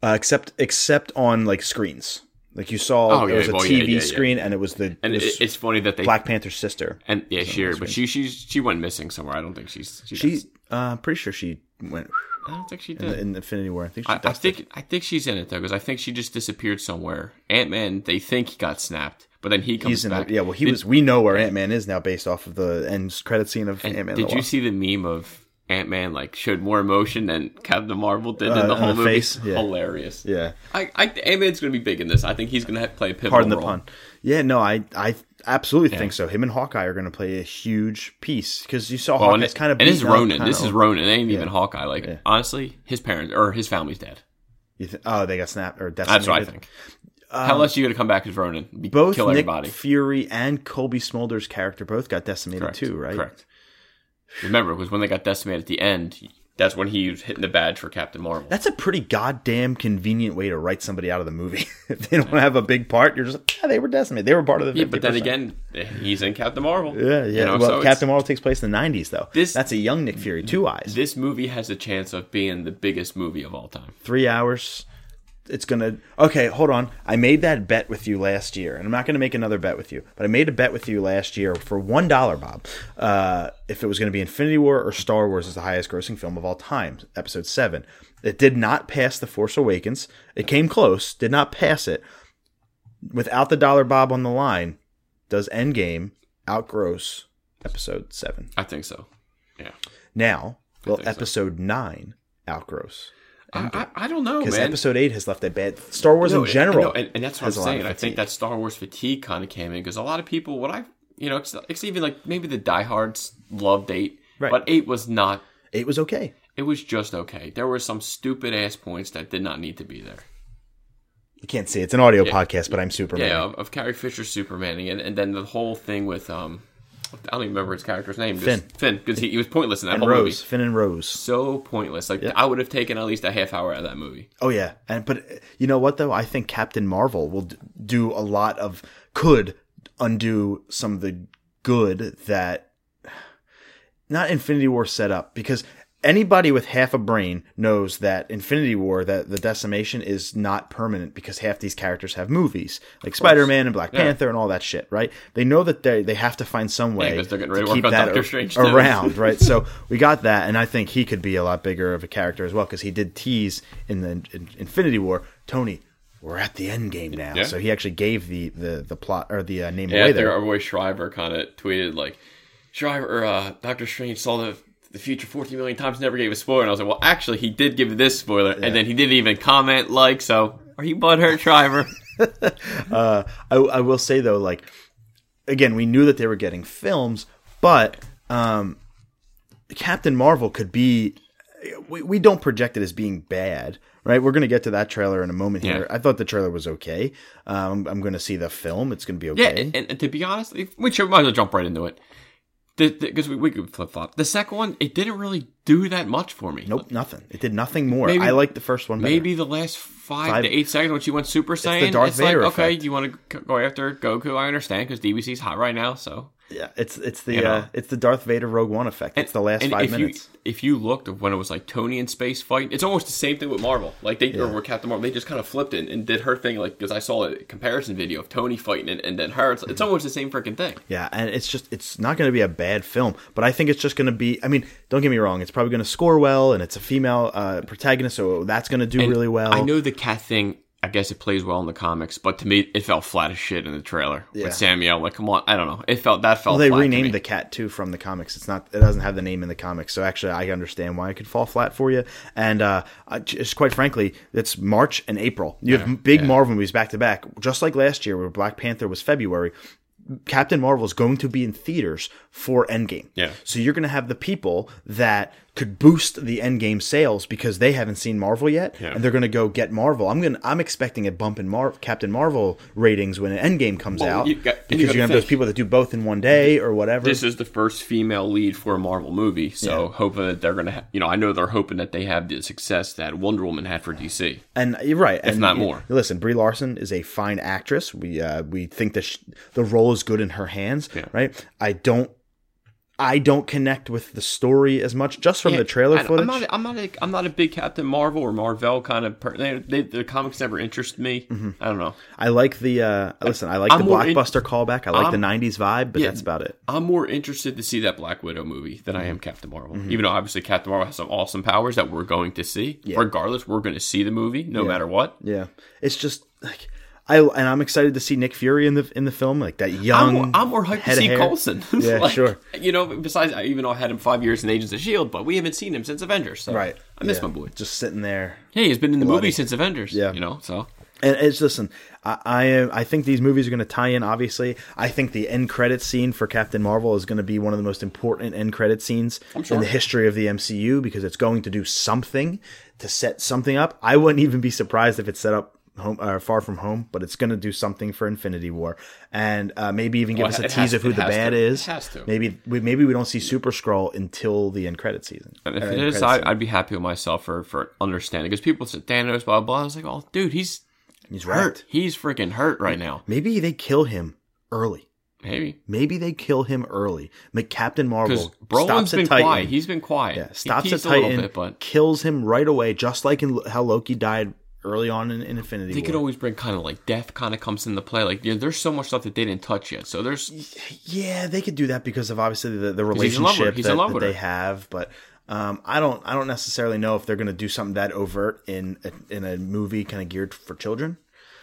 Speaker 5: uh, except except on like screens. Like you saw,
Speaker 6: Oh,
Speaker 5: it was
Speaker 6: yeah,
Speaker 5: a
Speaker 6: well, yeah,
Speaker 5: TV
Speaker 6: yeah, yeah.
Speaker 5: screen, and it was the
Speaker 6: And
Speaker 5: it was
Speaker 6: it, it's funny that they
Speaker 5: Black Panther's sister.
Speaker 6: and yeah, sure, but she she she went missing somewhere. I don't think she's she.
Speaker 5: She,
Speaker 6: does.
Speaker 5: uh, I'm pretty sure she went
Speaker 6: I don't think she
Speaker 5: in,
Speaker 6: did.
Speaker 5: the, in Infinity War. I think she
Speaker 6: I, I
Speaker 5: dusted.
Speaker 6: think I think she's in it though because I think she just disappeared somewhere. Ant Man, they think he got snapped, but then he comes
Speaker 5: he's in.
Speaker 6: back.
Speaker 5: The, yeah, well, he
Speaker 6: Did-
Speaker 5: was. We know where Ant Man is now based off of the end credit scene of
Speaker 6: and
Speaker 5: Ant Man.
Speaker 6: did you see the meme of Ant Man like showed more emotion than Captain Marvel did in
Speaker 5: Uh,
Speaker 6: the
Speaker 5: on
Speaker 6: whole
Speaker 5: the
Speaker 6: movie?
Speaker 5: face, yeah.
Speaker 6: Hilarious.
Speaker 5: Yeah.
Speaker 6: I, I Ant Man's gonna be big in this. I think he's gonna have, play a pivotal
Speaker 5: Pardon the
Speaker 6: role.
Speaker 5: pun. Yeah, no, I I absolutely think so. Him and Hawkeye are going to play a huge piece because you saw
Speaker 6: Oh, and
Speaker 5: Hawkeye's
Speaker 6: it,
Speaker 5: kind of
Speaker 6: and it's
Speaker 5: beaten up,
Speaker 6: Ronan.
Speaker 5: kinda-
Speaker 6: This is Ronan. It ain't even Hawkeye. Like
Speaker 5: Yeah.
Speaker 6: honestly, his parents or his family's dead.
Speaker 5: You thi- oh, they got snapped or decimated.
Speaker 6: That's what I think. How else you gonna come back as Ronan? Be,
Speaker 5: Um, both
Speaker 6: kill
Speaker 5: Nick
Speaker 6: everybody.
Speaker 5: Fury and Colby Smolder's character both got decimated too, right?
Speaker 6: Correct. Remember, because when they got decimated at the end, that's when he was hitting the badge for Captain Marvel.
Speaker 5: That's a pretty goddamn convenient way to write somebody out of the movie. if they don't have a big part, you're just like, yeah, they were decimated. They were part of the. 50%.
Speaker 6: yeah, but then again, he's in Captain Marvel.
Speaker 5: yeah, yeah.
Speaker 6: You know,
Speaker 5: well,
Speaker 6: so it's-
Speaker 5: Captain Marvel takes place in the '90s, though.
Speaker 6: This-
Speaker 5: That's a young Nick Fury, two eyes,
Speaker 6: This movie has a chance of being the biggest movie of all time.
Speaker 5: three hours. It's gonna. Okay, hold on. I made that bet with you last year, and I'm not gonna make another bet with you. But I made a bet with you last year for one dollar, Bob. Uh, if it was gonna be Infinity War or Star Wars as the highest-grossing film of all time, Episode Seven. It did not pass The Force Awakens. It came close, did not pass it. Without the dollar, Bob, on the line, does Endgame outgross Episode Seven?
Speaker 6: I think so. Yeah.
Speaker 5: Now, will
Speaker 6: think so.
Speaker 5: Episode Nine outgross?
Speaker 6: I, I, I don't know,
Speaker 5: Because
Speaker 6: man.
Speaker 5: Episode Eight has left a bad. Star Wars
Speaker 6: No,
Speaker 5: in
Speaker 6: and-
Speaker 5: general,
Speaker 6: no, and, and that's what I'm
Speaker 5: has a lot
Speaker 6: saying.
Speaker 5: of
Speaker 6: I think
Speaker 5: fatigue.
Speaker 6: that Star Wars fatigue kind of came in because a lot of people, what I, you know, it's, it's even like maybe the diehards loved eight,
Speaker 5: Right.
Speaker 6: but eight was not.
Speaker 5: Eight was okay.
Speaker 6: It was just okay. There were some stupid ass points that did not need to be there.
Speaker 5: You can't see it. it's an audio podcast, but I'm Superman.
Speaker 6: Yeah, of, of Carrie Fisher Supermaning, and, and then the whole thing with um, I don't even remember his character's name. just
Speaker 5: Finn.
Speaker 6: Finn, because he, he was pointless in that
Speaker 5: and
Speaker 6: whole
Speaker 5: Rose,
Speaker 6: movie.
Speaker 5: Finn and Rose.
Speaker 6: So pointless. Like I would have taken at least a half hour out of that movie.
Speaker 5: Oh yeah, and but uh, you know what though? I think Captain Marvel will d- do a lot of could undo some of the good that not Infinity War set up because anybody with half a brain knows that Infinity War that the decimation is not permanent because half these characters have movies like Spider Man and Black Panther and all that shit, right? They know that they they have to find some way
Speaker 6: 'cause they're getting
Speaker 5: to
Speaker 6: ready to work
Speaker 5: keep
Speaker 6: on
Speaker 5: that
Speaker 6: Doctor
Speaker 5: a-
Speaker 6: Strange too.
Speaker 5: around around, right? So we got that, and I think he could be a lot bigger of a character as well because he did tease in the in Infinity War, Tony. We're at the end game now,
Speaker 6: Yeah.
Speaker 5: so he actually gave the the the plot or the uh, name
Speaker 6: Yeah, I
Speaker 5: away
Speaker 6: think
Speaker 5: there.
Speaker 6: our boy Shriver kind of tweeted like, Shriver, uh, Doctor Strange saw the the future 14 million times, never gave a spoiler. And I was like, well, actually, he did give this spoiler, and then he didn't even comment like. So, are you butthurt, Shriver?
Speaker 5: I, I will say though, like again, we knew that they were getting films, but um, Captain Marvel could be. We, we don't project it as being bad, right? We're going to get to that trailer in a moment here. I thought the trailer was okay. Um, I'm going to see the film; it's going to be
Speaker 6: yeah,
Speaker 5: okay.
Speaker 6: and, and to be honest, if- we should might as well jump right into it. Because we, we could flip flop. The second one, it didn't really do that much for me.
Speaker 5: Nope, nothing. It did nothing more.
Speaker 6: Maybe-
Speaker 5: I liked the first one better.
Speaker 6: Maybe the last five,
Speaker 5: Five-
Speaker 6: to eight seconds when she went Super Saiyan.
Speaker 5: the Darth Vader
Speaker 6: like, okay,
Speaker 5: effect.
Speaker 6: you want to go after Goku? I understand because DBC's hot right now, so
Speaker 5: Yeah, it's it's the
Speaker 6: You know?
Speaker 5: uh, it's the Darth Vader Rogue One effect. It's the last
Speaker 6: And
Speaker 5: five
Speaker 6: if
Speaker 5: minutes.
Speaker 6: You, if you looked at when it was like Tony in space fight, it's almost the same thing with Marvel. Like they or with Captain Marvel, they just kind of flipped it and did her thing. Like because I saw a comparison video of Tony fighting it and then her. It's, it's almost the same freaking thing.
Speaker 5: yeah, and it's just it's not going to be a bad film, but I think it's just going to be. I mean, don't get me wrong; it's probably going to score well, and it's a female uh, protagonist, so that's going to do really well.
Speaker 6: I know the cat thing. I guess it plays well in the comics, but to me, it felt flat as shit in the trailer
Speaker 5: Yeah.
Speaker 6: with Samuel. Like, come on, I don't know. It felt that felt.
Speaker 5: Well, they
Speaker 6: flat to me.
Speaker 5: renamed the cat too from the comics. It's not; it doesn't have the name in the comics. So actually, I understand why it could fall flat for you. And uh, I just quite frankly, it's March and April. You have big Marvel movies back to back, just like last year where Black Panther was February. Captain Marvel is going to be in theaters for Endgame.
Speaker 6: Yeah.
Speaker 5: So you're going to have the people that could boost the Endgame sales because they haven't seen Marvel yet, and they're going to go get Marvel. I'm going. to I'm expecting a bump in Mar- Captain Marvel ratings when Endgame comes
Speaker 6: Well,
Speaker 5: out
Speaker 6: you got- and you
Speaker 5: because you're going
Speaker 6: gotta
Speaker 5: to have those
Speaker 6: think-
Speaker 5: people that do both in one day or whatever.
Speaker 6: This is the first female lead for a Marvel movie, so hoping that they're gonna, ha- you know, I know they're hoping that they have the success that Wonder Woman had for DC.
Speaker 5: and uh, you're right, if
Speaker 6: not more.
Speaker 5: Listen, Brie Larson is a fine actress. We uh, we think that sh- the role is good in her hands, right? I don't. I don't connect with the story as much just from
Speaker 6: Yeah,
Speaker 5: the trailer
Speaker 6: I-
Speaker 5: footage.
Speaker 6: I'm not, a, I'm not a, I'm not a big Captain Marvel or Marvel kind of person. They, they, the comics never interest me.
Speaker 5: Mm-hmm.
Speaker 6: I don't know.
Speaker 5: I like the uh, listen. I like
Speaker 6: I'm
Speaker 5: the
Speaker 6: more in-
Speaker 5: blockbuster callback. I like the
Speaker 6: I'm-
Speaker 5: '90s vibe, but that's about it.
Speaker 6: I'm more interested to see that Black Widow movie than I am
Speaker 5: Mhm.
Speaker 6: Captain Marvel. Even though obviously Captain Marvel has some awesome powers that we're going to see. Regardless, we're going to see the movie no matter what.
Speaker 5: Yeah, it's just like I and I'm excited to see Nick Fury in the in the film, like that
Speaker 6: I'm,
Speaker 5: young.
Speaker 6: more- I'm more hyped
Speaker 5: head
Speaker 6: to
Speaker 5: of
Speaker 6: see
Speaker 5: hair.
Speaker 6: Coulson.
Speaker 5: Yeah,
Speaker 6: Like,
Speaker 5: sure.
Speaker 6: You know, besides, I even though I had him five years in Agents of Shield, E but we haven't seen him since Avengers. So
Speaker 5: Right,
Speaker 6: I miss
Speaker 5: yeah.
Speaker 6: my boy.
Speaker 5: Just sitting there,
Speaker 6: Hey, he's been in the movie since Avengers.
Speaker 5: Yeah.
Speaker 6: you know. So
Speaker 5: And it's listen, I, I am. I think these movies are going to tie in. Obviously, I think the end credit scene for Captain Marvel is going to be one of the most important end credit scenes in the history of the MCU because it's going to do something to set something up. I wouldn't even be surprised if it's set up home or far from home, but it's going to do something for Infinity War and uh, maybe even give
Speaker 6: Well,
Speaker 5: us a
Speaker 6: it
Speaker 5: tease
Speaker 6: has-
Speaker 5: of who
Speaker 6: it
Speaker 5: the
Speaker 6: has
Speaker 5: bad
Speaker 6: to. It
Speaker 5: is.
Speaker 6: has to.
Speaker 5: Maybe we maybe we don't see Super Scroll until the end credit season.
Speaker 6: And
Speaker 5: or
Speaker 6: if it
Speaker 5: end
Speaker 6: is,
Speaker 5: credit
Speaker 6: I,
Speaker 5: scene.
Speaker 6: I'd be happy with myself for, for understanding because people said Thanos, blah, blah blah. I was like, oh, dude, he's
Speaker 5: He's
Speaker 6: hurt.
Speaker 5: wrecked.
Speaker 6: He's freaking hurt right now.
Speaker 5: Maybe they kill him early.
Speaker 6: Maybe
Speaker 5: Maybe they kill him early. Make Captain
Speaker 6: because
Speaker 5: Marvel
Speaker 6: Brolin's
Speaker 5: stops
Speaker 6: been
Speaker 5: at Titan.
Speaker 6: quiet. He's been quiet.
Speaker 5: yeah,
Speaker 6: He
Speaker 5: stops at
Speaker 6: teased a
Speaker 5: Titan,
Speaker 6: little bit, but
Speaker 5: kills him right away, just like in how Loki died early on in, in Infinity
Speaker 6: they
Speaker 5: War.
Speaker 6: could always bring kind of like death kind of comes into play. Like, you know, there's so much stuff that they didn't touch yet. So there's
Speaker 5: yeah, they could do that because of obviously the, the
Speaker 6: he's in love with her.
Speaker 5: relationship that,
Speaker 6: He's in love
Speaker 5: that
Speaker 6: with
Speaker 5: they
Speaker 6: her.
Speaker 5: have, but. Um, I don't. I don't necessarily know if they're going to do something that overt in a, in a movie kind of geared for children.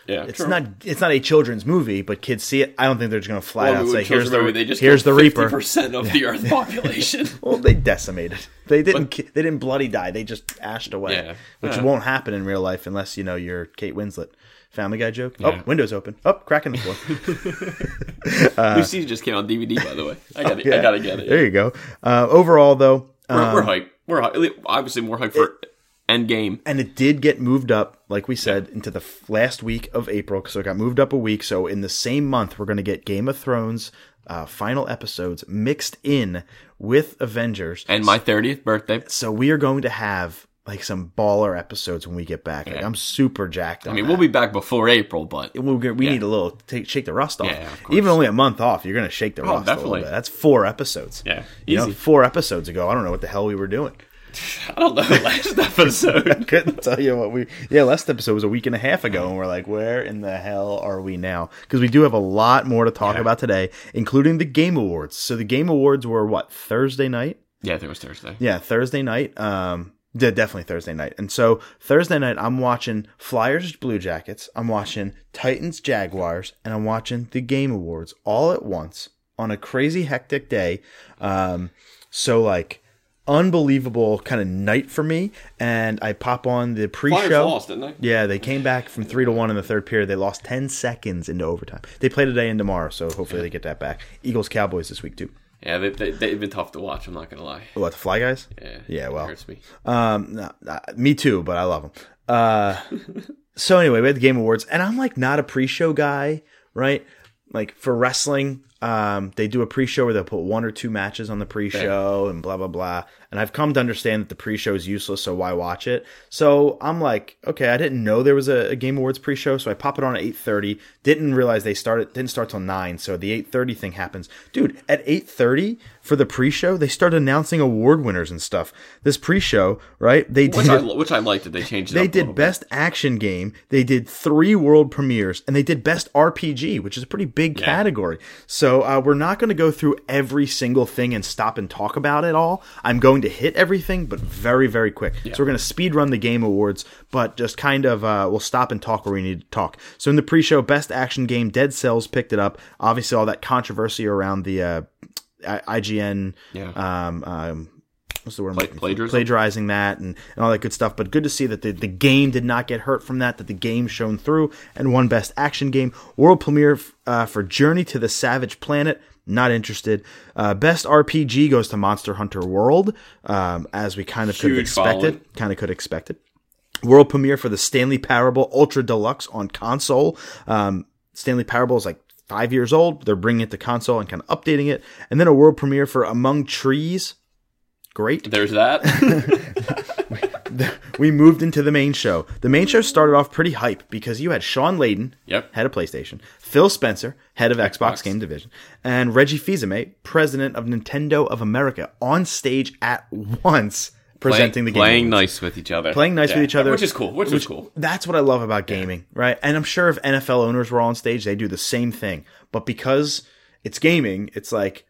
Speaker 6: yeah,
Speaker 5: It's not. It's not a children's movie, but kids see it. I don't think they're just going to flat out say, "Here's the
Speaker 6: they just
Speaker 5: here's the Reaper."
Speaker 6: percent of the Earth population.
Speaker 5: Well, they decimated. They didn't. ki- they didn't bloody die. They just ashed away,
Speaker 6: Yeah.
Speaker 5: which
Speaker 6: Yeah.
Speaker 5: won't happen in real life unless you know you're Kate Winslet. Family Guy joke.
Speaker 6: Yeah.
Speaker 5: Oh, windows open. Oh, crack in the floor.
Speaker 6: Lucy just came on DVD, by the way. I got
Speaker 5: Yeah.
Speaker 6: I gotta get it.
Speaker 5: There you go. Uh, overall, though,
Speaker 6: Um, We're, we're hyped. We're hyped. Obviously more hyped for End game.
Speaker 5: and it did get moved up, like we said, into the f- last week of April. So it got moved up a week. So in the same month, we're going to get Game of Thrones uh, final episodes mixed in with Avengers.
Speaker 6: And my 30th birthday.
Speaker 5: so we are going to have like some baller episodes when we get back. Like, I'm super jacked.
Speaker 6: I mean, we'll be back before April, but
Speaker 5: We'll get, we need a little take, shake the rust off.
Speaker 6: Yeah, yeah, of course. Oh,
Speaker 5: Even only a month off, you're gonna shake the rust a
Speaker 6: definitely.
Speaker 5: little bit. That's four episodes.
Speaker 6: Yeah,
Speaker 5: you know,
Speaker 6: easy.
Speaker 5: four episodes ago, I don't know what the hell we were doing.
Speaker 6: I don't know. Last episode.
Speaker 5: couldn't tell you what we yeah last episode was a week and a half ago and we're like where in the hell are we now because we do have a lot more to talk about today including the game awards so the game awards were what thursday night
Speaker 6: Yeah, I think it was Thursday.
Speaker 5: yeah thursday night um yeah, definitely Thursday night. And so Thursday night, I'm watching Flyers Blue Jackets, I'm watching Titans Jaguars, and I'm watching the Game Awards all at once on a crazy hectic day. Um, so like unbelievable kind of night for me. And I pop on the pre-show.
Speaker 6: Flyers lost, didn't they?
Speaker 5: Yeah, they came back from three to one in the third period. They lost ten seconds into overtime. They play today and tomorrow, so hopefully they get that back. Eagles Cowboys this week too.
Speaker 6: Yeah, they, they, they've been tough to watch. I'm not gonna lie.
Speaker 5: Oh, What the Fly Guys?
Speaker 6: Yeah,
Speaker 5: Yeah,
Speaker 6: it
Speaker 5: well.
Speaker 6: hurts me.
Speaker 5: Um, no, uh, me too, but I love them. Uh, so anyway, we had the Game Awards, and I'm like not a pre-show guy, right? Like for wrestling, um, they do a pre-show where they'll put one or two matches on the pre-show and blah blah blah. And I've come to understand that the pre-show is useless, so why watch it? So I'm like, okay, I didn't know there was a, a Game Awards pre-show, so I pop it on at 8:30. Didn't realize they started didn't start till nine, so the 8:30 thing happens, dude. At 8:30 for the pre-show, they start announcing award winners and stuff. This pre-show, right? They
Speaker 6: Which
Speaker 5: did
Speaker 6: I which I liked that they changed. It
Speaker 5: they
Speaker 6: up a little
Speaker 5: did
Speaker 6: bit.
Speaker 5: best action game they did three world premieres and they did best rpg which is a pretty big category so uh, we're not going to go through every single thing and stop and talk about it all i'm going to hit everything but very very quick so we're going to speed run the game awards but just kind of uh, we'll stop and talk where we need to talk so in the pre-show best action game dead cells picked it up obviously all that controversy around the uh, I- ign
Speaker 6: Yeah.
Speaker 5: um, um, what's the word? I'm looking for?
Speaker 6: plagiarism?
Speaker 5: Plagiarizing that and, and all that good stuff. But good to see that the, the game did not get hurt from that, that the game shone through and won Best Action Game. World premiere f- uh, for Journey to the Savage Planet. Not interested. Uh, best RPG goes to Monster Hunter World, um, as we kind of could have
Speaker 6: Huge
Speaker 5: expected.
Speaker 6: following.
Speaker 5: Kind of could have expected. World premiere for the Stanley Parable Ultra Deluxe on console. Um, Stanley Parable is like five years old. They're bringing it to console and kind of updating it. And then a world premiere for Among Trees. Great
Speaker 6: There's that.
Speaker 5: we moved into the main show. The main show started off pretty hype because you had Sean Layden,
Speaker 6: Yep.
Speaker 5: head of PlayStation, Phil Spencer, head of Xbox, Game Division, and Reggie Fils-Aimé, president of Nintendo of America, on stage at once presenting the game.
Speaker 6: playing nice with each other.
Speaker 5: Playing nice with
Speaker 6: Yeah,
Speaker 5: each other,
Speaker 6: which is cool. Which, is cool.
Speaker 5: That's what I love about gaming, right? And I'm sure if NFL owners were on stage, they do the same thing. But because it's gaming, it's like,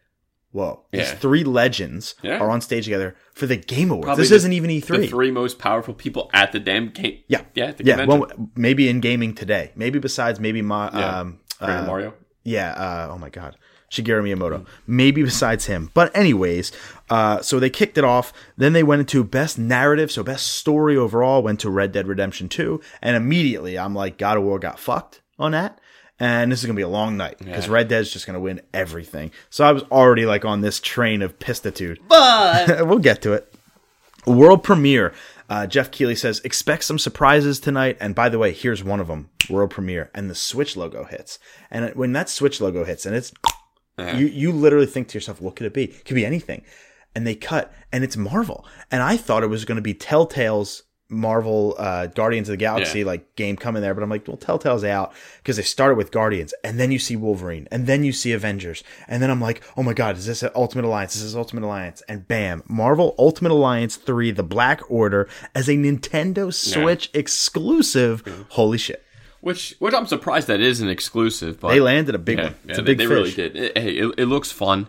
Speaker 5: whoa, these
Speaker 6: Yeah.
Speaker 5: three legends
Speaker 6: Yeah.
Speaker 5: are on stage together for the Game Awards.
Speaker 6: Probably
Speaker 5: this
Speaker 6: the-
Speaker 5: isn't even E3.
Speaker 6: The three most powerful people at the damn game.
Speaker 5: Yeah,
Speaker 6: yeah, at the
Speaker 5: yeah.
Speaker 6: convention.
Speaker 5: Well, maybe in gaming today. Maybe besides maybe my
Speaker 6: Yeah.
Speaker 5: um
Speaker 6: Grand
Speaker 5: uh,
Speaker 6: Mario.
Speaker 5: yeah. Uh, oh my God, Shigeru Miyamoto. Maybe besides him. But anyways, uh, so they kicked it off. Then they went into best narrative. So best story overall went to Red Dead Redemption Two, and immediately I'm like, God of War got fucked on that. And this is gonna be a long night because Red Dead's just gonna win everything. So I was already like on this train of pistitude. But we'll get to it world premiere. Uh, Jeff Keighley says, expect some surprises tonight. And by the way, here's one of them world premiere. And the Switch logo hits. And when that Switch logo hits, and it's, you, you literally think to yourself, what could it be? It could be anything. And they cut, and it's Marvel. And I thought it was going to be Telltale's Marvel uh, Guardians of the Galaxy
Speaker 6: Yeah.
Speaker 5: like game coming there, but I'm like, well, Telltale's out because they started with Guardians, and then you see Wolverine, and then you see Avengers, and then I'm like, oh my god, is this an Ultimate Alliance? Is this Ultimate Alliance? And bam, Marvel Ultimate Alliance Three: The Black Order as a Nintendo Switch exclusive.
Speaker 6: Mm-hmm.
Speaker 5: Holy shit!
Speaker 6: Which, which I'm surprised that isn't exclusive. But
Speaker 5: They landed a big
Speaker 6: yeah,
Speaker 5: one. It's
Speaker 6: yeah,
Speaker 5: a big
Speaker 6: they,
Speaker 5: fish.
Speaker 6: they really did. It- hey, it, it looks fun.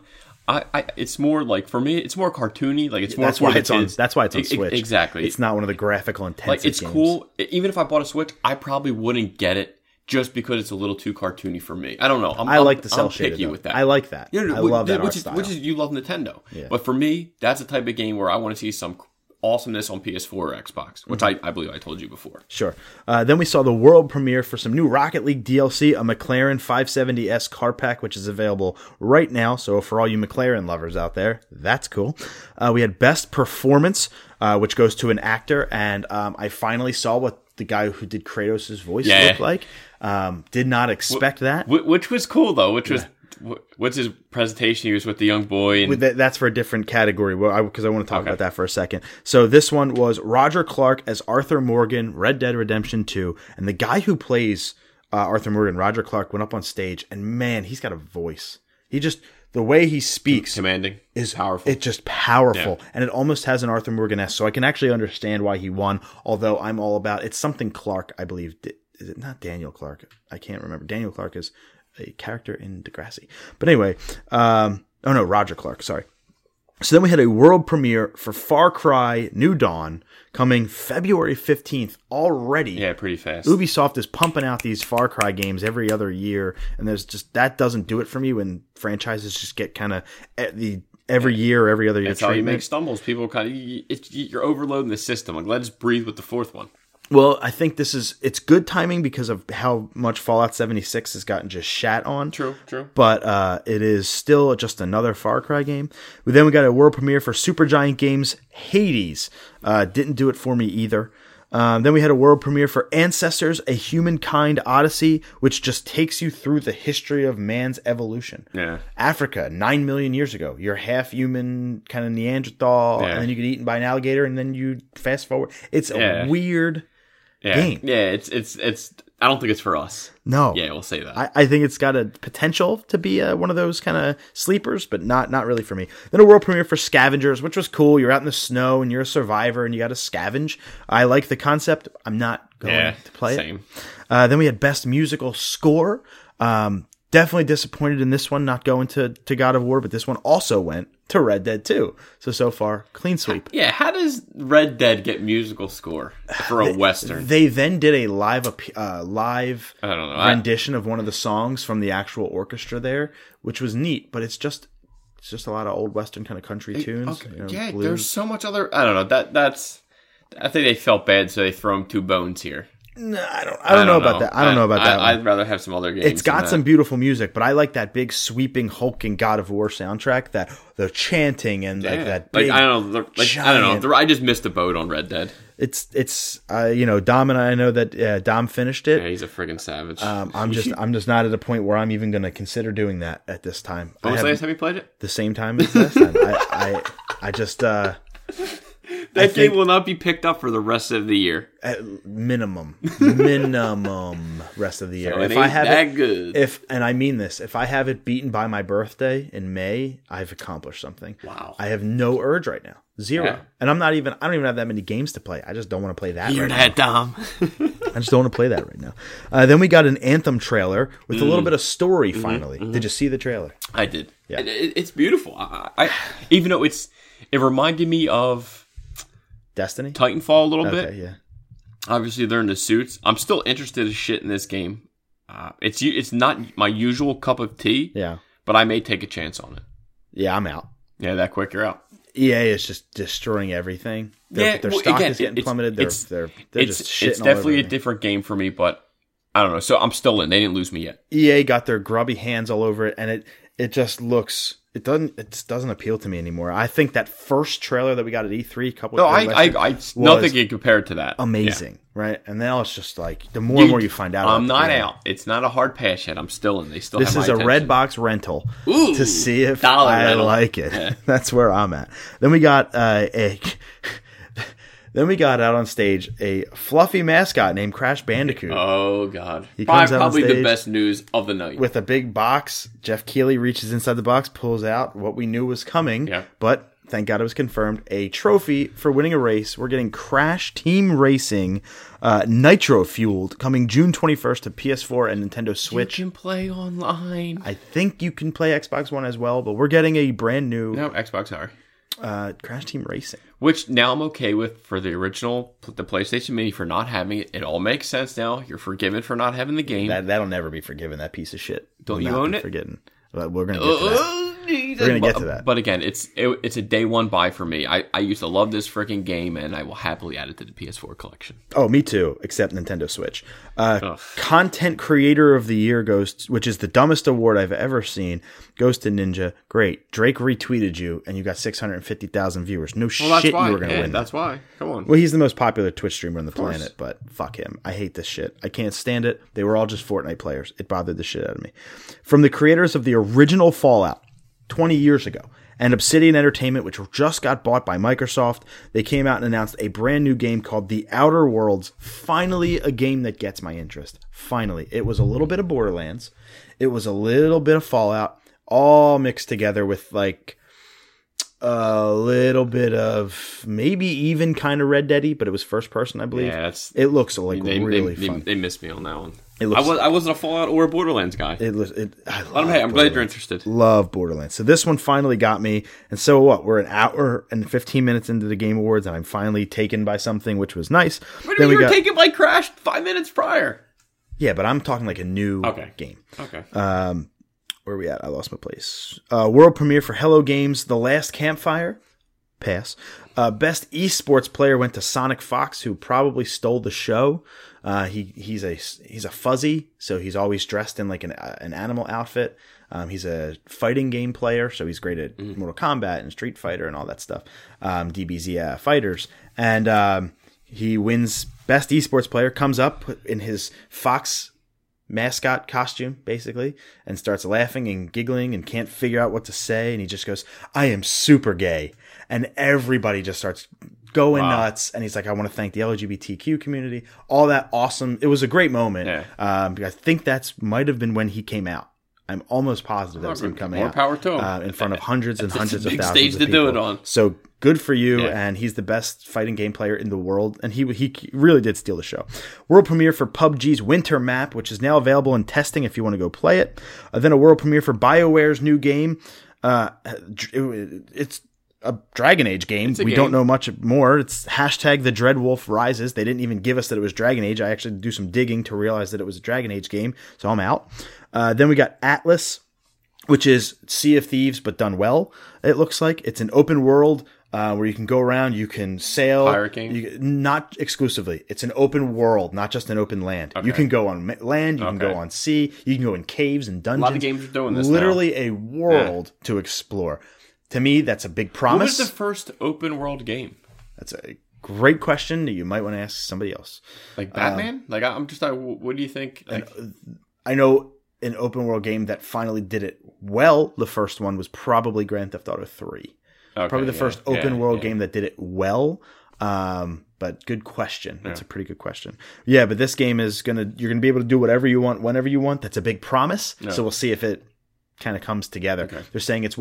Speaker 6: I, I, it's more like for me, it's more cartoony. Like it's more.
Speaker 5: That's
Speaker 6: for
Speaker 5: why
Speaker 6: the
Speaker 5: it's on.
Speaker 6: kids.
Speaker 5: That's why it's on
Speaker 6: E- e-
Speaker 5: Switch.
Speaker 6: Exactly.
Speaker 5: It's not one of the graphical intensive.
Speaker 6: like it's
Speaker 5: games.
Speaker 6: cool. E- Even if I bought a Switch, I probably wouldn't get it just because it's a little too cartoony for me. I don't know. I'm,
Speaker 5: I
Speaker 6: I'm-
Speaker 5: like the cell
Speaker 6: I'm
Speaker 5: shaded.
Speaker 6: picky
Speaker 5: though.
Speaker 6: with that.
Speaker 5: I like that.
Speaker 6: You know,
Speaker 5: I
Speaker 6: which-
Speaker 5: love that
Speaker 6: which
Speaker 5: art
Speaker 6: is,
Speaker 5: style.
Speaker 6: Which is you love Nintendo, but for me, that's the type of game where I want to see some awesomeness on PS4 or Xbox, which
Speaker 5: Mm-hmm.
Speaker 6: I, I believe I told you before.
Speaker 5: Sure. Uh, then we saw the world premiere for some new Rocket League DLC, a McLaren 570S car pack, which is available right now. So for all you McLaren lovers out there, that's cool. Uh, we had Best Performance, uh, which goes to an actor, and um, I finally saw what the guy who did Kratos' voice
Speaker 6: Yeah.
Speaker 5: looked like. Um, did not expect that.
Speaker 6: Wh- Which was cool though. Which was wh- what's his presentation he was with the young boy and
Speaker 5: But that, that's for a different category because I, want to talk about that for a second. So this one was Roger Clark as Arthur Morgan, Red Dead Redemption 2. And the guy who plays uh, Arthur Morgan, Roger Clark, went up on stage and man, he's got a voice. He just, the way he speaks
Speaker 6: commanding
Speaker 5: is
Speaker 6: powerful.
Speaker 5: It's just powerful, and it almost has an Arthur Morgan esque. So I can actually understand why he won. Although I'm all about it's something Clark, I believe. Di- Is it not Daniel Clark? I can't remember. Daniel Clark is a character in Degrassi. But anyway, um, oh no, Roger Clark. Sorry. So then we had a world premiere for Far Cry New Dawn coming February 15th already.
Speaker 6: yeah, pretty fast.
Speaker 5: Ubisoft is pumping out these Far Cry games every other year, and there's just that doesn't do it for me when franchises just get kind of at the every year, every other year
Speaker 6: That's how you
Speaker 5: treatment.
Speaker 6: make stumbles. People kind of it's, you're overloading the system. Like let's breathe with the fourth one.
Speaker 5: Well, I think this is it's good timing because of how much Fallout 76 has gotten just shat on.
Speaker 6: True, true.
Speaker 5: But uh, it is still just another Far Cry game. But then we got a world premiere for Supergiant Games Hades. Uh, didn't do it for me either. Um, then we had a world premiere for Ancestors: A Humankind Odyssey, which just takes you through the history of man's evolution.
Speaker 6: Yeah.
Speaker 5: Africa, nine million years ago. You're half human, kind of Neanderthal,
Speaker 6: Yeah.
Speaker 5: and then you get eaten by an alligator, and then you fast forward. It's a
Speaker 6: Yeah.
Speaker 5: weird.
Speaker 6: Yeah,
Speaker 5: Game.
Speaker 6: Uh, yeah. It's it's it's. I don't think it's for us.
Speaker 5: No.
Speaker 6: Yeah, we'll say that.
Speaker 5: I, I think it's got a potential to be uh one of those kind of sleepers, but not not really for me. Then a world premiere for Scavengers, which was cool. You're out in the snow and you're a survivor and you got to scavenge. I like the concept. I'm not going
Speaker 6: yeah,
Speaker 5: to play it.
Speaker 6: same.
Speaker 5: Uh, then we had best musical score. Um, definitely disappointed in this one not going to to God of War, but this one also went to Red Dead 2. So so far, clean sweep.
Speaker 6: Yeah, how does Red Dead get musical score for a western?
Speaker 5: They then did a live ap- uh, live
Speaker 6: I don't know. I-
Speaker 5: rendition of one of the songs from the actual orchestra there, which was neat. But it's just it's just a lot of old western kind of country tunes. you know,
Speaker 6: yeah,
Speaker 5: blues.
Speaker 6: there's so much other. I don't know. That that's. I think they felt bad, so they throw him two bones here.
Speaker 5: No, I don't. I don't, know about that. I don't know about that.
Speaker 6: I,
Speaker 5: one.
Speaker 6: would rather have some other games.
Speaker 5: it's
Speaker 6: than
Speaker 5: got
Speaker 6: that.
Speaker 5: some beautiful music, but I like that big sweeping hulking God of War soundtrack. That the chanting and like
Speaker 6: Yeah.
Speaker 5: that.
Speaker 6: Like
Speaker 5: big-
Speaker 6: I don't know. Like I don't
Speaker 5: giant-
Speaker 6: know. The- I just missed the boat on Red Dead.
Speaker 5: It's it's uh, you know Dom and I know that uh, Dom finished it.
Speaker 6: Yeah, he's a friggin' savage.
Speaker 5: Um, I'm just I'm just not at a point where I'm even going to consider doing that at this time. I
Speaker 6: when was the
Speaker 5: haven't-
Speaker 6: last time you played it?
Speaker 5: the same time as last time. I, I, I just uh,
Speaker 6: That game
Speaker 5: think-
Speaker 6: will not be picked up for the rest of the year.
Speaker 5: at minimum, minimum rest of the year.
Speaker 6: So it
Speaker 5: if I
Speaker 6: ain't
Speaker 5: have
Speaker 6: that
Speaker 5: it,
Speaker 6: good.
Speaker 5: if and I mean this, if I have it beaten by my birthday in May, I've accomplished something.
Speaker 6: Wow.
Speaker 5: I have no urge right now, zero.
Speaker 6: Yeah.
Speaker 5: And I'm not even. I don't even have that many games to play. I just don't want to play that.
Speaker 6: You're
Speaker 5: right
Speaker 6: that dumb.
Speaker 5: now. I just don't want to play that right now. Uh, then we got an anthem trailer with a
Speaker 6: Mm.
Speaker 5: little bit of story.
Speaker 6: Mm-hmm.
Speaker 5: Finally, did you see the trailer?
Speaker 6: I did.
Speaker 5: Yeah.
Speaker 6: It, it- it's beautiful. I, I even though it's it reminded me of
Speaker 5: Destiny.
Speaker 6: Titanfall a little bit.
Speaker 5: Okay, yeah.
Speaker 6: Obviously, they're in the suits. I'm still interested as shit in this game. Uh, it's u- it's not my usual cup of tea,
Speaker 5: Yeah.
Speaker 6: but I may take a chance on it.
Speaker 5: Yeah, I'm out.
Speaker 6: Yeah, that quick you're out.
Speaker 5: EA E is just destroying everything. Their,
Speaker 6: Yeah,
Speaker 5: their
Speaker 6: well,
Speaker 5: stock
Speaker 6: again,
Speaker 5: is getting
Speaker 6: it's-
Speaker 5: plummeted. They're,
Speaker 6: it's-
Speaker 5: they're, they're
Speaker 6: it's
Speaker 5: just shitting
Speaker 6: it's
Speaker 5: all over
Speaker 6: definitely a
Speaker 5: everything.
Speaker 6: different game for me, but I don't know. So I'm still in. They didn't lose me yet.
Speaker 5: EA E got their grubby hands all over it, and it it just looks it doesn't it just doesn't appeal to me anymore. I think that first trailer that we got at E E3 a couple
Speaker 6: No,
Speaker 5: of
Speaker 6: I I, I nothing
Speaker 5: was
Speaker 6: can compare to that.
Speaker 5: amazing, right? And now it's just like the more
Speaker 6: Yeah.
Speaker 5: and more you find out,
Speaker 6: I'm
Speaker 5: about
Speaker 6: not
Speaker 5: the game,
Speaker 6: out. It's not a hard pass yet. I'm still in. They still.
Speaker 5: This
Speaker 6: have
Speaker 5: is
Speaker 6: my
Speaker 5: a
Speaker 6: attention.
Speaker 5: red box rental
Speaker 6: Ooh,
Speaker 5: to see if
Speaker 6: dollar
Speaker 5: I
Speaker 6: rental.
Speaker 5: like it. That's where I'm at. Then we got uh, a. Then we got out on stage a fluffy mascot named Crash Bandicoot.
Speaker 6: Oh God!
Speaker 5: comes
Speaker 6: Probably,
Speaker 5: out on
Speaker 6: probably the
Speaker 5: stage
Speaker 6: best news of the night.
Speaker 5: with a big box. Jeff Keeley reaches inside the box, pulls out what we knew was coming,
Speaker 6: Yeah.
Speaker 5: but thank God it was confirmed a trophy for winning a race. We're getting Crash Team Racing uh, Nitro Fueled coming June 21st to PS4 and Nintendo Switch.
Speaker 6: you can play online.
Speaker 5: I think you can play Xbox One as well, but we're getting a brand new
Speaker 6: No Xbox sorry.
Speaker 5: uh, Crash Team Racing.
Speaker 6: Which now I'm okay with for the original, the PlayStation Mini for not having it. It all makes sense now. You're forgiven for not having the game.
Speaker 5: That, that'll never be forgiven, that piece of shit.
Speaker 6: Don't
Speaker 5: Will
Speaker 6: you
Speaker 5: not
Speaker 6: own
Speaker 5: be
Speaker 6: it?
Speaker 5: Forgetting. But we're going to get to that.
Speaker 6: oh, geez,
Speaker 5: We're gonna get
Speaker 6: but,
Speaker 5: to that.
Speaker 6: But again, it's it, it's a day one buy for me. I, I used to love this freaking game, and I will happily add it to the PS4 collection.
Speaker 5: Oh, me too, except Nintendo Switch. Uh,
Speaker 6: Ugh.
Speaker 5: Content Creator of the Year goes, t- which is the dumbest award I've ever seen, goes to Ninja. Great. Drake retweeted you, and you got 650,000 viewers. No shit you were going to win. that.
Speaker 6: That's why. Come on.
Speaker 5: Well, he's the most popular Twitch streamer on the planet, but fuck him. I hate this shit. I can't stand it. They were all just Fortnite players. It bothered the shit out of me. From the creators of the original Fallout 20 years ago and Obsidian Entertainment, which just got bought by Microsoft, they came out and announced a brand new game called The Outer Worlds. Finally, a game that gets my interest. Finally. It was a little bit of Borderlands, it was a little bit of Fallout, all mixed together with like a little bit of maybe even kind of Red Deady, but it was first person, I believe.
Speaker 6: Yeah, that's-
Speaker 5: it looks like
Speaker 6: they,
Speaker 5: really
Speaker 6: they,
Speaker 5: fun.
Speaker 6: They, they missed me on that one.
Speaker 5: It looks-
Speaker 6: I, was, I wasn't a Fallout or a Borderlands guy.
Speaker 5: it, looks- it, I love
Speaker 6: but I'm, hey, I'm glad
Speaker 5: Borderlands.
Speaker 6: you're interested.
Speaker 5: Love Borderlands. So this one finally got me. And so what? We're an hour and 15 minutes into the Game Awards, and I'm finally taken by something, which was nice.
Speaker 6: Wait a minute, you were taken by Crash five minutes prior.
Speaker 5: yeah, but I'm talking like a new
Speaker 6: Okay.
Speaker 5: game.
Speaker 6: Okay.
Speaker 5: Uh, where we at? I lost my place. Uh, world premiere for Hello Games, The Last Campfire. Pass. Uh, best esports player went to Sonic Fox, who probably stole the show. Uh, he he's a he's a fuzzy, so he's always dressed in like an uh, an animal outfit. Um, he's a fighting game player, so he's great at Mortal Kombat and Street Fighter and all that stuff. Um, DBZ uh, fighters, and um, he wins best esports player. Comes up in his Fox mascot costume, basically, and starts laughing and giggling and can't figure out what to say. And he just goes, I am super gay. And everybody just starts going nuts. And he's like, I want to thank the LGBTQ community. All that awesome. It was a great moment.
Speaker 6: Yeah.
Speaker 5: Um, I think that's might have been when he came out. I'm almost positive that was him coming
Speaker 6: More
Speaker 5: out.
Speaker 6: power to him.
Speaker 5: Uh, in front of hundreds and hundreds of
Speaker 6: big
Speaker 5: thousands
Speaker 6: stage
Speaker 5: of
Speaker 6: to do it
Speaker 5: people.
Speaker 6: on.
Speaker 5: So good for you,
Speaker 6: Yeah.
Speaker 5: and he's the best fighting game player in the world, and he he really did steal the show. World premiere for PUBG's Winter Map, which is now available in testing if you want to go play it. Uh, then a world premiere for BioWare's new game. Uh, it- it's a Dragon Age game.
Speaker 6: a
Speaker 5: we don't
Speaker 6: game.
Speaker 5: know much more. It's hashtag the Dread Wolf Rises. They didn't even give us that it was Dragon Age. I actually had to do some digging to realize that it was a Dragon Age game, so I'm out. Uh, then we got Atlas, which is Sea of Thieves but done well. It looks like it's an open world uh, where you can go around, you can sail,
Speaker 6: Pirate game?
Speaker 5: you- not exclusively. It's an open world, not just an open land. You can go on ma- land, you can go
Speaker 6: Okay.
Speaker 5: on sea, you can go in caves and dungeons.
Speaker 6: games are doing this now.
Speaker 5: Literally a world to explore. To me, that's a big
Speaker 6: what
Speaker 5: promise.
Speaker 6: was the first open world game?
Speaker 5: that's a great question that you might want to ask somebody else.
Speaker 6: Like Batman? like I- I'm just like, wh- what do you think? Like,
Speaker 5: I know an open world game that finally did it well. The first one was probably Grand Theft Auto Three.
Speaker 6: okay,
Speaker 5: probably the
Speaker 6: yeah,
Speaker 5: first
Speaker 6: yeah,
Speaker 5: open world
Speaker 6: yeah.
Speaker 5: game that did it well. Um, but good question. That's a pretty good question. Yeah, but this game is gonna you're gonna be able to do whatever you want, whenever you want. That's a big promise. So we'll see if it kind of comes together. They're saying it's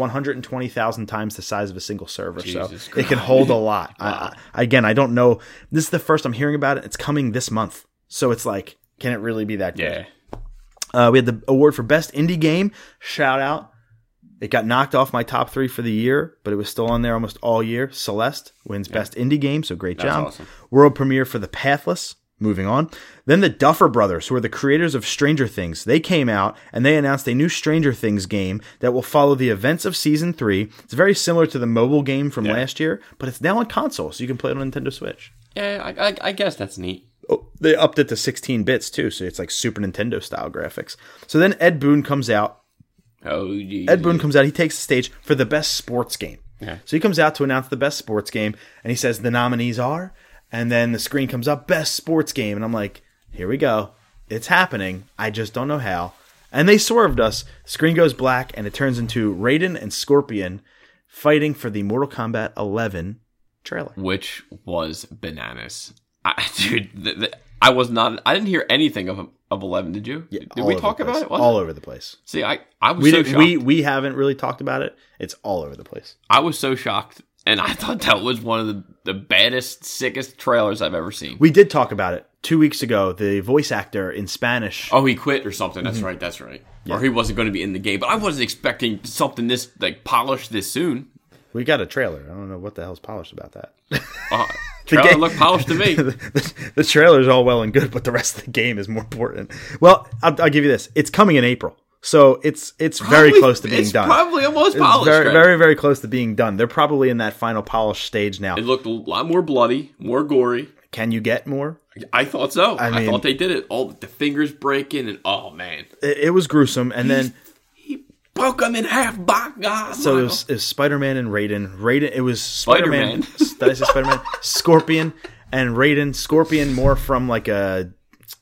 Speaker 5: 120,000 times the size of a single server,
Speaker 6: Jesus
Speaker 5: so it can hold a lot. I, I, again, I don't know. This is the first I'm hearing about it. It's coming this month, so it's like, can it really be that? good?
Speaker 6: Yeah.
Speaker 5: Uh, we had the award for best indie game. Shout out. It got knocked off my top three for the year, but it was still on there almost all year. Celeste wins best indie game, so great job.
Speaker 6: awesome.
Speaker 5: World premiere for The Pathless. Moving on. Then the Duffer Brothers, who are the creators of Stranger Things, they came out and they announced a new Stranger Things game that will follow the events of season three. It's very similar to the mobile game from last year, but it's now on console, so you can play it on Nintendo Switch.
Speaker 6: Yeah, I, I, I guess that's neat.
Speaker 5: Oh, they upped it to 16 bits too, so it's like Super Nintendo style graphics. So then Ed Boon comes out.
Speaker 6: Oh, geez.
Speaker 5: Ed Boon comes out. He takes the stage for the best sports game.
Speaker 6: Yeah.
Speaker 5: So he comes out to announce the best sports game, and he says the nominees are, and then the screen comes up best sports game, and I'm like, here we go, it's happening. I just don't know how. And they swerved us. Screen goes black, and it turns into Raiden and Scorpion fighting for the Mortal Kombat 11 trailer.
Speaker 6: which was bananas. I, dude, th th I was not. I didn't hear anything of of Eleven. Did you? did
Speaker 5: All
Speaker 6: we
Speaker 5: over
Speaker 6: talk
Speaker 5: the place.
Speaker 6: about it? Was
Speaker 5: all
Speaker 6: it?
Speaker 5: over the place?
Speaker 6: See, I I was
Speaker 5: we
Speaker 6: so
Speaker 5: didn't,
Speaker 6: shocked.
Speaker 5: we we haven't really talked about it. It's all over the place.
Speaker 6: I was so shocked, and I thought that was one of the the baddest, sickest trailers I've ever seen.
Speaker 5: We did talk about it two weeks ago. The voice actor in Spanish.
Speaker 6: Oh, he quit or something.
Speaker 5: Mm-hmm.
Speaker 6: That's right. That's right. Or he wasn't going to be in the game. But I wasn't expecting something this like polished this soon.
Speaker 5: We got a trailer. I don't know what the hell's polished about that.
Speaker 6: Uh, trailer
Speaker 5: game-
Speaker 6: looked polished to me.
Speaker 5: the, the trailer's all well and good, but the rest of the game is more important. Well, I'll, I'll give you this. It's coming in April. So it's it's very
Speaker 6: Probably-
Speaker 5: close to being
Speaker 6: it's
Speaker 5: done.
Speaker 6: Probably almost
Speaker 5: it's
Speaker 6: polished.
Speaker 5: very
Speaker 6: right?
Speaker 5: very very close to being done. They're probably in that final polish stage now.
Speaker 6: It looked a lot more bloody, more gory.
Speaker 5: Can you get more?
Speaker 6: I thought so. I,
Speaker 5: mean-
Speaker 6: thought they did it. All the fingers breaking and oh man,
Speaker 5: It, it was gruesome, and then
Speaker 6: he broke them in half. By God,
Speaker 5: so it
Speaker 6: Michael.
Speaker 5: was, it was Spider-Man and Raiden. Raiden. It was Spider-Man.
Speaker 6: Spider-Man.
Speaker 5: did I say Spider-Man? Scorpion and Raiden. Scorpion more from like a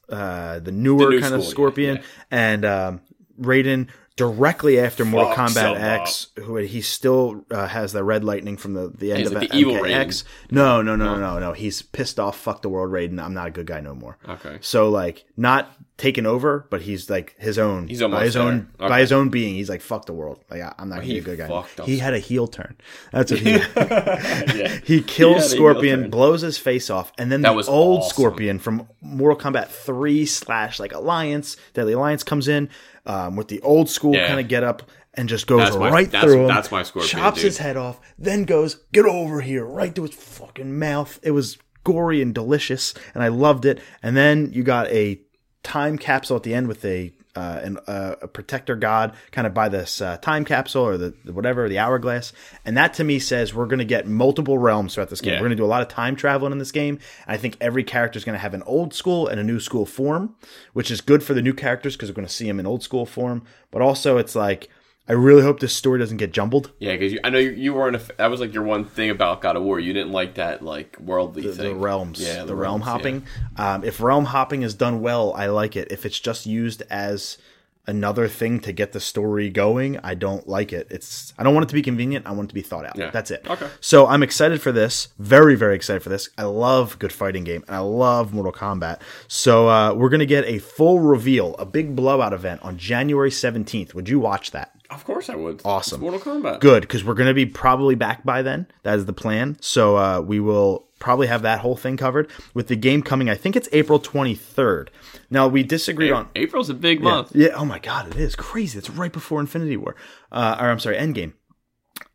Speaker 5: uh, the newer
Speaker 6: The new
Speaker 5: kind of
Speaker 6: school, yeah,
Speaker 5: Scorpion,
Speaker 6: yeah.
Speaker 5: and um, Raiden directly after Mortal
Speaker 6: Fuck
Speaker 5: Kombat
Speaker 6: some
Speaker 5: X, who he still uh, has the red lightning from the the end
Speaker 6: He's
Speaker 5: of
Speaker 6: like the
Speaker 5: MKX.
Speaker 6: evil Raiden.
Speaker 5: No, no, no, no, no, no. He's pissed off. Fuck the world, Raiden. I'm not a good guy no more.
Speaker 6: Okay.
Speaker 5: So like not taken over, but he's like his own.
Speaker 6: He's
Speaker 5: by
Speaker 6: almost
Speaker 5: his own
Speaker 6: there.
Speaker 5: by
Speaker 6: Okay.
Speaker 5: his own being. He's like fuck the world. Like I, I'm not gonna be
Speaker 6: He
Speaker 5: a good guy.
Speaker 6: fucked up
Speaker 5: He had a heel turn. That's what he.
Speaker 6: Yeah.
Speaker 5: He kills
Speaker 6: had a heel
Speaker 5: Scorpion,
Speaker 6: turn.
Speaker 5: blows his face off, and then
Speaker 6: That
Speaker 5: the
Speaker 6: was
Speaker 5: old
Speaker 6: awesome.
Speaker 5: Scorpion from Mortal Kombat Three slash like Alliance, Deadly Alliance comes in um, with the old school
Speaker 6: Yeah.
Speaker 5: kind of get up and just goes
Speaker 6: That's my-
Speaker 5: right
Speaker 6: that's-
Speaker 5: through him.
Speaker 6: that's my Scorpion,
Speaker 5: Chops
Speaker 6: dude.
Speaker 5: his head off, then goes get over here right to his fucking mouth. It was gory and delicious, and I loved it. And then you got a time capsule at the end with a uh, an, uh, a protector god kind of by this uh, time capsule or the, the whatever the hourglass and that to me says we're going to get multiple realms throughout this game
Speaker 6: Yeah.
Speaker 5: we're going to do a lot of time traveling in this game and i think every character is going to have an old school and a new school form which is good for the new characters because we're going to see them in old school form but also it's like i really hope this story doesn't get jumbled
Speaker 6: yeah, because I know you, you weren't. A, f- that was like your one thing about God of War. You didn't like that like worldly
Speaker 5: the, the
Speaker 6: thing.
Speaker 5: realms,
Speaker 6: Yeah,
Speaker 5: the,
Speaker 6: the
Speaker 5: realm
Speaker 6: realms,
Speaker 5: hopping. Um, if realm hopping is done well, I like it. If it's just used as another thing to get the story going, I don't like it. It's I don't want it to be convenient. I want it to be thought out.
Speaker 6: Yeah.
Speaker 5: That's it.
Speaker 6: Okay.
Speaker 5: So I'm excited for this. Very very excited for this. I love good fighting game and I love Mortal Kombat. So uh, we're gonna get a full reveal, a big blowout event on January 17th. Would you watch that?
Speaker 6: Of course, I would.
Speaker 5: Awesome.
Speaker 6: It's Mortal Kombat.
Speaker 5: good because we're going to be probably back by then that is the plan so uh, we will probably have that whole thing covered with the game coming i think it's april 23rd now we disagreed on
Speaker 6: April's a big month.
Speaker 5: yeah oh my god it is crazy it's right before infinity war uh, or i'm sorry endgame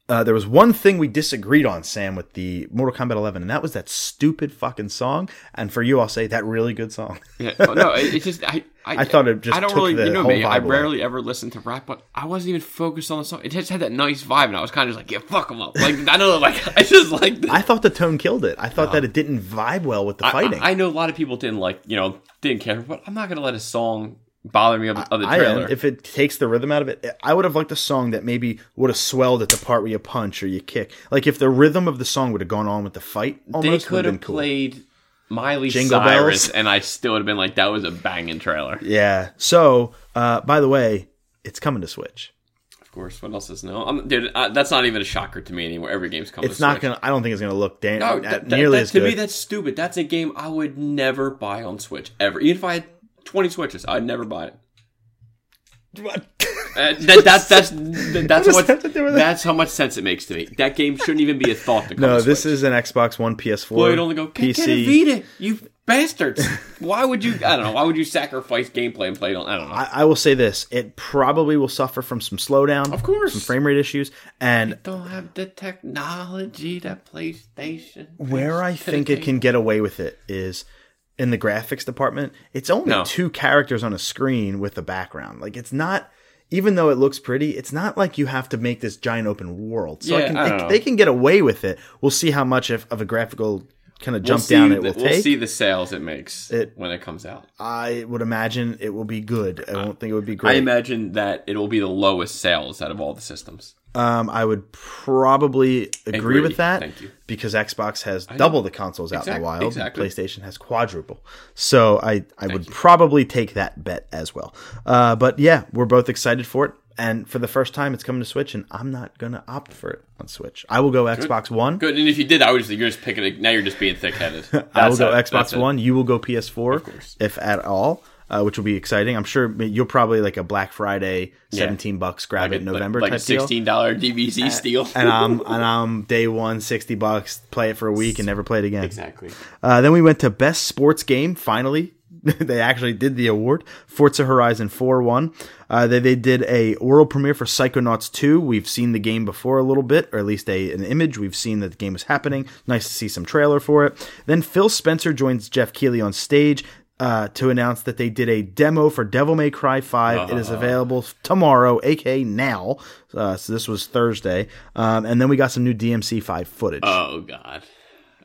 Speaker 5: uh, there was one thing we disagreed on, Sam, with the Mortal Kombat 11, and that was that stupid fucking song. And for you, I'll say that really good song.
Speaker 6: Yeah, but no, it, it's just I, I.
Speaker 5: I thought it just
Speaker 6: I don't
Speaker 5: took
Speaker 6: really.
Speaker 5: the
Speaker 6: you know
Speaker 5: whole
Speaker 6: me. I
Speaker 5: vibe away.
Speaker 6: rarely ever listen to rap, but I wasn't even focused on the song. It just had that nice vibe, and I was kind of just like, yeah, fuck them up. Like I don't know, like I just like.
Speaker 5: I thought the tone killed it. I thought that it didn't vibe well with the fighting.
Speaker 6: I, I know a lot of people didn't like, you know, didn't care, but I'm not gonna let a song bother me of, of the
Speaker 5: I
Speaker 6: trailer.
Speaker 5: am. If it takes the rhythm out of it, I would have liked a song that maybe would have swelled at the part where you punch or you kick. Like if the rhythm of the song would have gone on with the fight,
Speaker 6: they
Speaker 5: almost would
Speaker 6: could
Speaker 5: have been
Speaker 6: have
Speaker 5: cool.
Speaker 6: played Miley
Speaker 5: Jingle
Speaker 6: Cyrus,
Speaker 5: Bells.
Speaker 6: and I still would have been like, that was a banging trailer.
Speaker 5: Yeah. So, uh, by the way, it's coming to Switch.
Speaker 6: Of course, what else is no? I'm, dude, uh, that's not even a shocker to me anymore. Every game's coming.
Speaker 5: It's not gonna. I don't think it's gonna look damn
Speaker 6: Oh, No,
Speaker 5: at
Speaker 6: that, that-
Speaker 5: nearly
Speaker 6: that-
Speaker 5: as
Speaker 6: to
Speaker 5: good.
Speaker 6: me, that's stupid. That's a game I would never buy on Switch ever. Even if I had 20 Switches, I'd never buy it. Uh, that, that's that's that's
Speaker 5: does
Speaker 6: what,
Speaker 5: that have to do with it?
Speaker 6: that's how much sense it makes to me. That game shouldn't even be a thought to come.
Speaker 5: no,
Speaker 6: to
Speaker 5: this
Speaker 6: Switch.
Speaker 5: is an Xbox One, PS4,
Speaker 6: Boy, would only go get, get a
Speaker 5: PC.
Speaker 6: Vita, you bastards! why would you? I don't know. Why would you sacrifice gameplay and play it on? I don't know.
Speaker 5: I I will say this: it probably will suffer from some slowdown,
Speaker 6: Of course.
Speaker 5: some frame rate issues, and
Speaker 6: don't have the technology that PlayStation.
Speaker 5: Where I think it can get away with it is in the graphics department. It's only
Speaker 6: No.
Speaker 5: two characters on a screen with a background. Like it's not even though it looks pretty, it's not like you have to make this giant open world. So I
Speaker 6: Yeah,
Speaker 5: can,
Speaker 6: I
Speaker 5: they,
Speaker 6: don't know.
Speaker 5: they can get away with it. We'll see how much of, of a graphical kind of
Speaker 6: We'll
Speaker 5: jump
Speaker 6: see
Speaker 5: down
Speaker 6: the-
Speaker 5: it will
Speaker 6: we'll
Speaker 5: take.
Speaker 6: see the sales it makes
Speaker 5: It-
Speaker 6: when it comes out.
Speaker 5: I would imagine it will be good. I don't think it would be
Speaker 6: I
Speaker 5: great.
Speaker 6: imagine that it will be the lowest sales out of all the systems.
Speaker 5: um, I would probably agree
Speaker 6: Agree.
Speaker 5: with that
Speaker 6: Thank you.
Speaker 5: because Xbox has double the consoles out in
Speaker 6: Exact-
Speaker 5: the wild.
Speaker 6: exactly.
Speaker 5: And PlayStation has quadruple. So I, I would probably take that bet as well. Uh, but yeah, we're both excited for it. And for the first time, it's coming to Switch, and I'm not going to opt for it on Switch. I will go Xbox One.
Speaker 6: Good, and if you did, I would just you're just picking. A, now you're just being thick-headed.
Speaker 5: I will
Speaker 6: That's
Speaker 5: go
Speaker 6: it. That's
Speaker 5: Xbox
Speaker 6: it.
Speaker 5: One. You will go PS4, if at all, uh, which will be exciting. I'm sure you'll probably like a Black Friday, 17 bucks, grab it
Speaker 6: Like-
Speaker 5: in November
Speaker 6: like,
Speaker 5: type
Speaker 6: a
Speaker 5: deal.
Speaker 6: sixteen dollar DVC steal.
Speaker 5: and I'm and I'm day one, 60 bucks, play it for a week and never play it again.
Speaker 6: exactly.
Speaker 5: Uh, then we went to best sports game. Finally, they actually did the award. Forza Horizon 4 won. Uh, they they did a world premiere for Psychonauts 2. We've seen the game before a little bit, or at least a an image. We've seen that the game was happening. Nice to see some trailer for it. Then Phil Spencer joins Jeff Keighley on stage. uh, to announce that they did a demo for Devil May Cry 5. It is available tomorrow, aka now. Uh, so this was Thursday. Um, and then we got some new DMC5 footage.
Speaker 6: Oh God.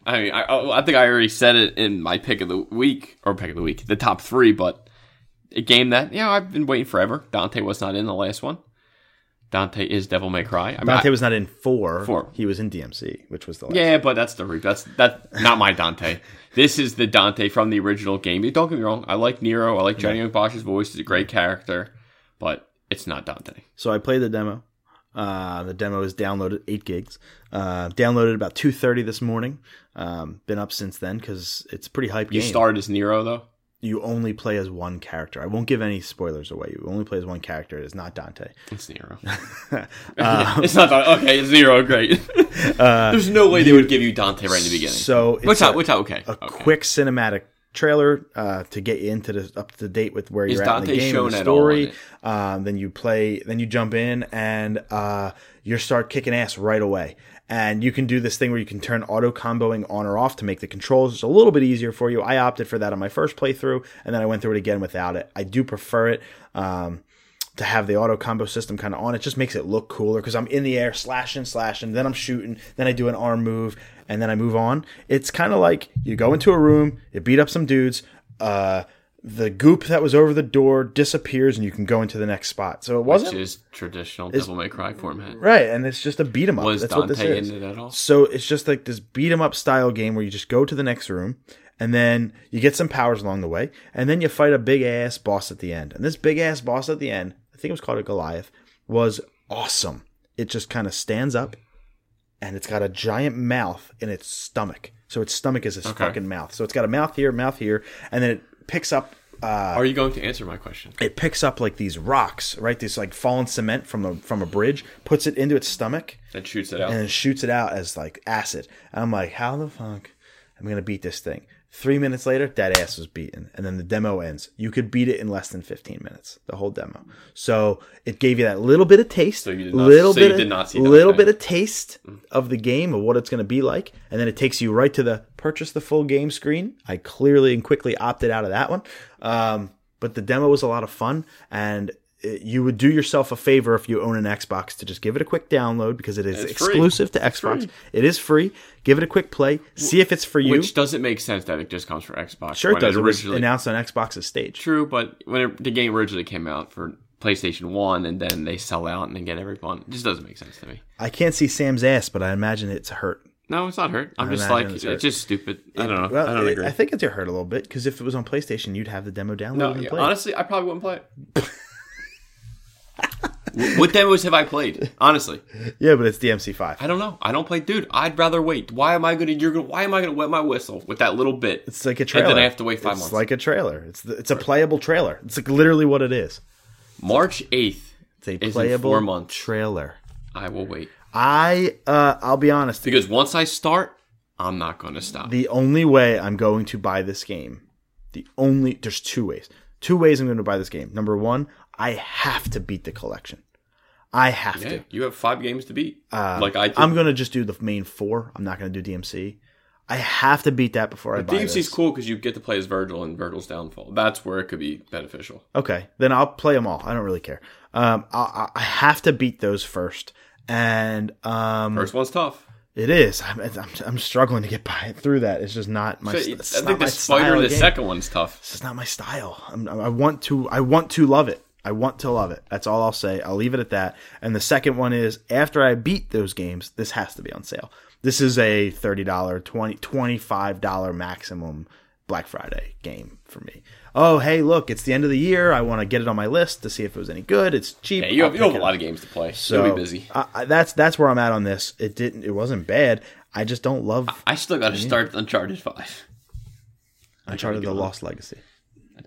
Speaker 6: I mean, I, oh, I think I already said it in my pick of the week or pick of the week, the top three. But a game that you know I've been waiting forever. Dante was not in the last one. Dante is Devil May Cry. I mean,
Speaker 5: Dante
Speaker 6: I-
Speaker 5: was not in 4.
Speaker 6: Four.
Speaker 5: He was in DMC, which was the last.
Speaker 6: Yeah, but that's the re- that's that's not my Dante. This is the Dante from the original game. Don't get me wrong. I like Nero. I like Johnny Bosch's voice. He's a great character, but it's not Dante.
Speaker 5: So I played the demo. Uh, the demo is downloaded, eight gigs. Uh, downloaded about two thirty this morning. Um, been up since then because it's a pretty hype
Speaker 6: You
Speaker 5: game.
Speaker 6: starred as Nero though.
Speaker 5: you only play as one character. I won't give any spoilers away. You only play as one character. It is not Dante.
Speaker 6: It's Nero. it's not Dante. Okay, it's Nero. Great. There's no way they would give you Dante right in the beginning.
Speaker 5: Uh, So it's
Speaker 6: which I,
Speaker 5: a,
Speaker 6: which I, okay.
Speaker 5: a
Speaker 6: okay.
Speaker 5: quick cinematic trailer uh, to get you into the up to date with where
Speaker 6: Is
Speaker 5: you're at in
Speaker 6: Dante
Speaker 5: the game and
Speaker 6: shown
Speaker 5: the
Speaker 6: at all in
Speaker 5: story. Um, then you play, then you jump in, and uh, you start kicking ass right away. And you can do this thing where you can turn auto comboing on or off to make the controls a little bit easier for you. I opted for that on my first playthrough, and then I went through it again without it. I do prefer it. Um, to have the auto combo system kind of on it just makes it look cooler because I'm in the air slashing, slashing, then I'm shooting, then I do an arm move, and then I move on. It's kind of like you go into a room, you beat up some dudes, uh, the goop that was over the door disappears, and you can go into the next spot. So it
Speaker 6: which
Speaker 5: wasn't
Speaker 6: is traditional Devil May Cry format.
Speaker 5: right, and it's just a beat 'em up.
Speaker 6: Was
Speaker 5: That's what this
Speaker 6: Dante
Speaker 5: is.
Speaker 6: in it at all?
Speaker 5: So it's just like this beat 'em up style game where you just go to the next room and then you get some powers along the way and then you fight a big ass boss at the end. And this big ass boss at the end, I think it was called a Goliath, was awesome. It just kind of stands up and it's got a giant mouth in its stomach. So its stomach is its fucking mouth. So it's got a mouth here, mouth here, and then it picks up uh
Speaker 6: Are you going to answer my question?
Speaker 5: it picks up like these rocks, right? This like fallen cement from a from a bridge, puts it into its stomach,
Speaker 6: That shoots it out.
Speaker 5: and then shoots it out as like acid. And I'm like, how the fuck am I gonna beat this thing? Three minutes later, that ass was beaten, and then the demo ends. You could beat it in less than 15 minutes, the whole demo. So it gave you that little bit of taste,
Speaker 6: you did not-
Speaker 5: little
Speaker 6: so
Speaker 5: bit,
Speaker 6: you
Speaker 5: of,
Speaker 6: did not see that,
Speaker 5: little
Speaker 6: okay.
Speaker 5: bit of taste of the game of what it's gonna be like, and then it takes you right to the purchase the full game screen. I clearly and quickly opted out of that one, um, but the demo was a lot of fun, and it, you would do yourself a favor if you own an Xbox to just give it a quick download because it is
Speaker 6: It's free.
Speaker 5: exclusive to Xbox. It is free. Give it a quick play. See if it's for you.
Speaker 6: Which doesn't make sense that it just comes for Xbox.
Speaker 5: sure, it
Speaker 6: when
Speaker 5: does. It was
Speaker 6: originally
Speaker 5: announced on Xbox's stage.
Speaker 6: true, but when it, the game originally came out for PlayStation One, and then they sell out and they get everyone, it just doesn't make sense to me.
Speaker 5: I can't see Sam's ass, but I imagine it's hurt.
Speaker 6: No, it's not hurt. I'm just
Speaker 5: imagine
Speaker 6: like
Speaker 5: it's
Speaker 6: it's,
Speaker 5: hurt.
Speaker 6: just stupid. I don't know.
Speaker 5: Well,
Speaker 6: I don't
Speaker 5: it-
Speaker 6: agree.
Speaker 5: I think it's hurt a little bit because if it was on PlayStation, you'd have the demo downloaded
Speaker 6: no,
Speaker 5: and
Speaker 6: yeah,
Speaker 5: played.
Speaker 6: honestly, I probably wouldn't play it. Wh- what demos have I played? Honestly,
Speaker 5: yeah, but it's DMC5.
Speaker 6: I don't know. I don't play, dude. I'd rather wait. Why am I gonna? You're gonna. Why am I gonna wet my whistle with that little bit?
Speaker 5: It's like a trailer.
Speaker 6: And then I have to wait five
Speaker 5: it's
Speaker 6: months.
Speaker 5: like a trailer. It's the, it's a playable trailer. It's like literally what it is.
Speaker 6: March eighth.
Speaker 5: It's a
Speaker 6: It's in
Speaker 5: playable
Speaker 6: four months.
Speaker 5: trailer.
Speaker 6: I will wait
Speaker 5: I uh, I'll be honest.
Speaker 6: because once I start, I'm not gonna stop.
Speaker 5: the only way I'm going to buy this game, the only there's two ways. Two ways I'm going to buy this game. Number one, I have to beat the collection. I have
Speaker 6: Yeah,
Speaker 5: to.
Speaker 6: you have five games to beat. like I, did.
Speaker 5: Um, I'm going to just do the main four. I'm not going to do DMC. I have to beat that before I buy
Speaker 6: DMC's
Speaker 5: this.
Speaker 6: cool because you get to play as Virgil and Virgil's downfall. That's where it could be beneficial.
Speaker 5: Okay, then I'll play them all. I don't really care. Um, I, I- I have to beat those first, and um,
Speaker 6: First one's tough.
Speaker 5: it is. I'm, I'm, I'm struggling to get by through that. It's just not my.
Speaker 6: So
Speaker 5: st-
Speaker 6: it-
Speaker 5: it's
Speaker 6: I
Speaker 5: not
Speaker 6: think the
Speaker 5: my style
Speaker 6: spider in
Speaker 5: of
Speaker 6: the
Speaker 5: game.
Speaker 6: second one's tough.
Speaker 5: It's just not my style. I'm, I want to. I want to love it. I want to love it. That's all I'll say. I'll leave it at that. And the second one is after I beat those games, this has to be on sale. This is a thirty dollar, twenty twenty five dollar maximum Black Friday game for me. Oh hey, look, it's the end of the year. I want to get it on my list to see if it was any good. It's cheap.
Speaker 6: Yeah, you
Speaker 5: I'll
Speaker 6: have, you have
Speaker 5: pick
Speaker 6: a
Speaker 5: it
Speaker 6: lot
Speaker 5: up.
Speaker 6: of games to play.
Speaker 5: So
Speaker 6: You'll be busy.
Speaker 5: I, I, that's that's where I'm at on this. It didn't. It wasn't bad. I just don't love
Speaker 6: I still got to start Uncharted Five,
Speaker 5: Uncharted: The Lost Legacy.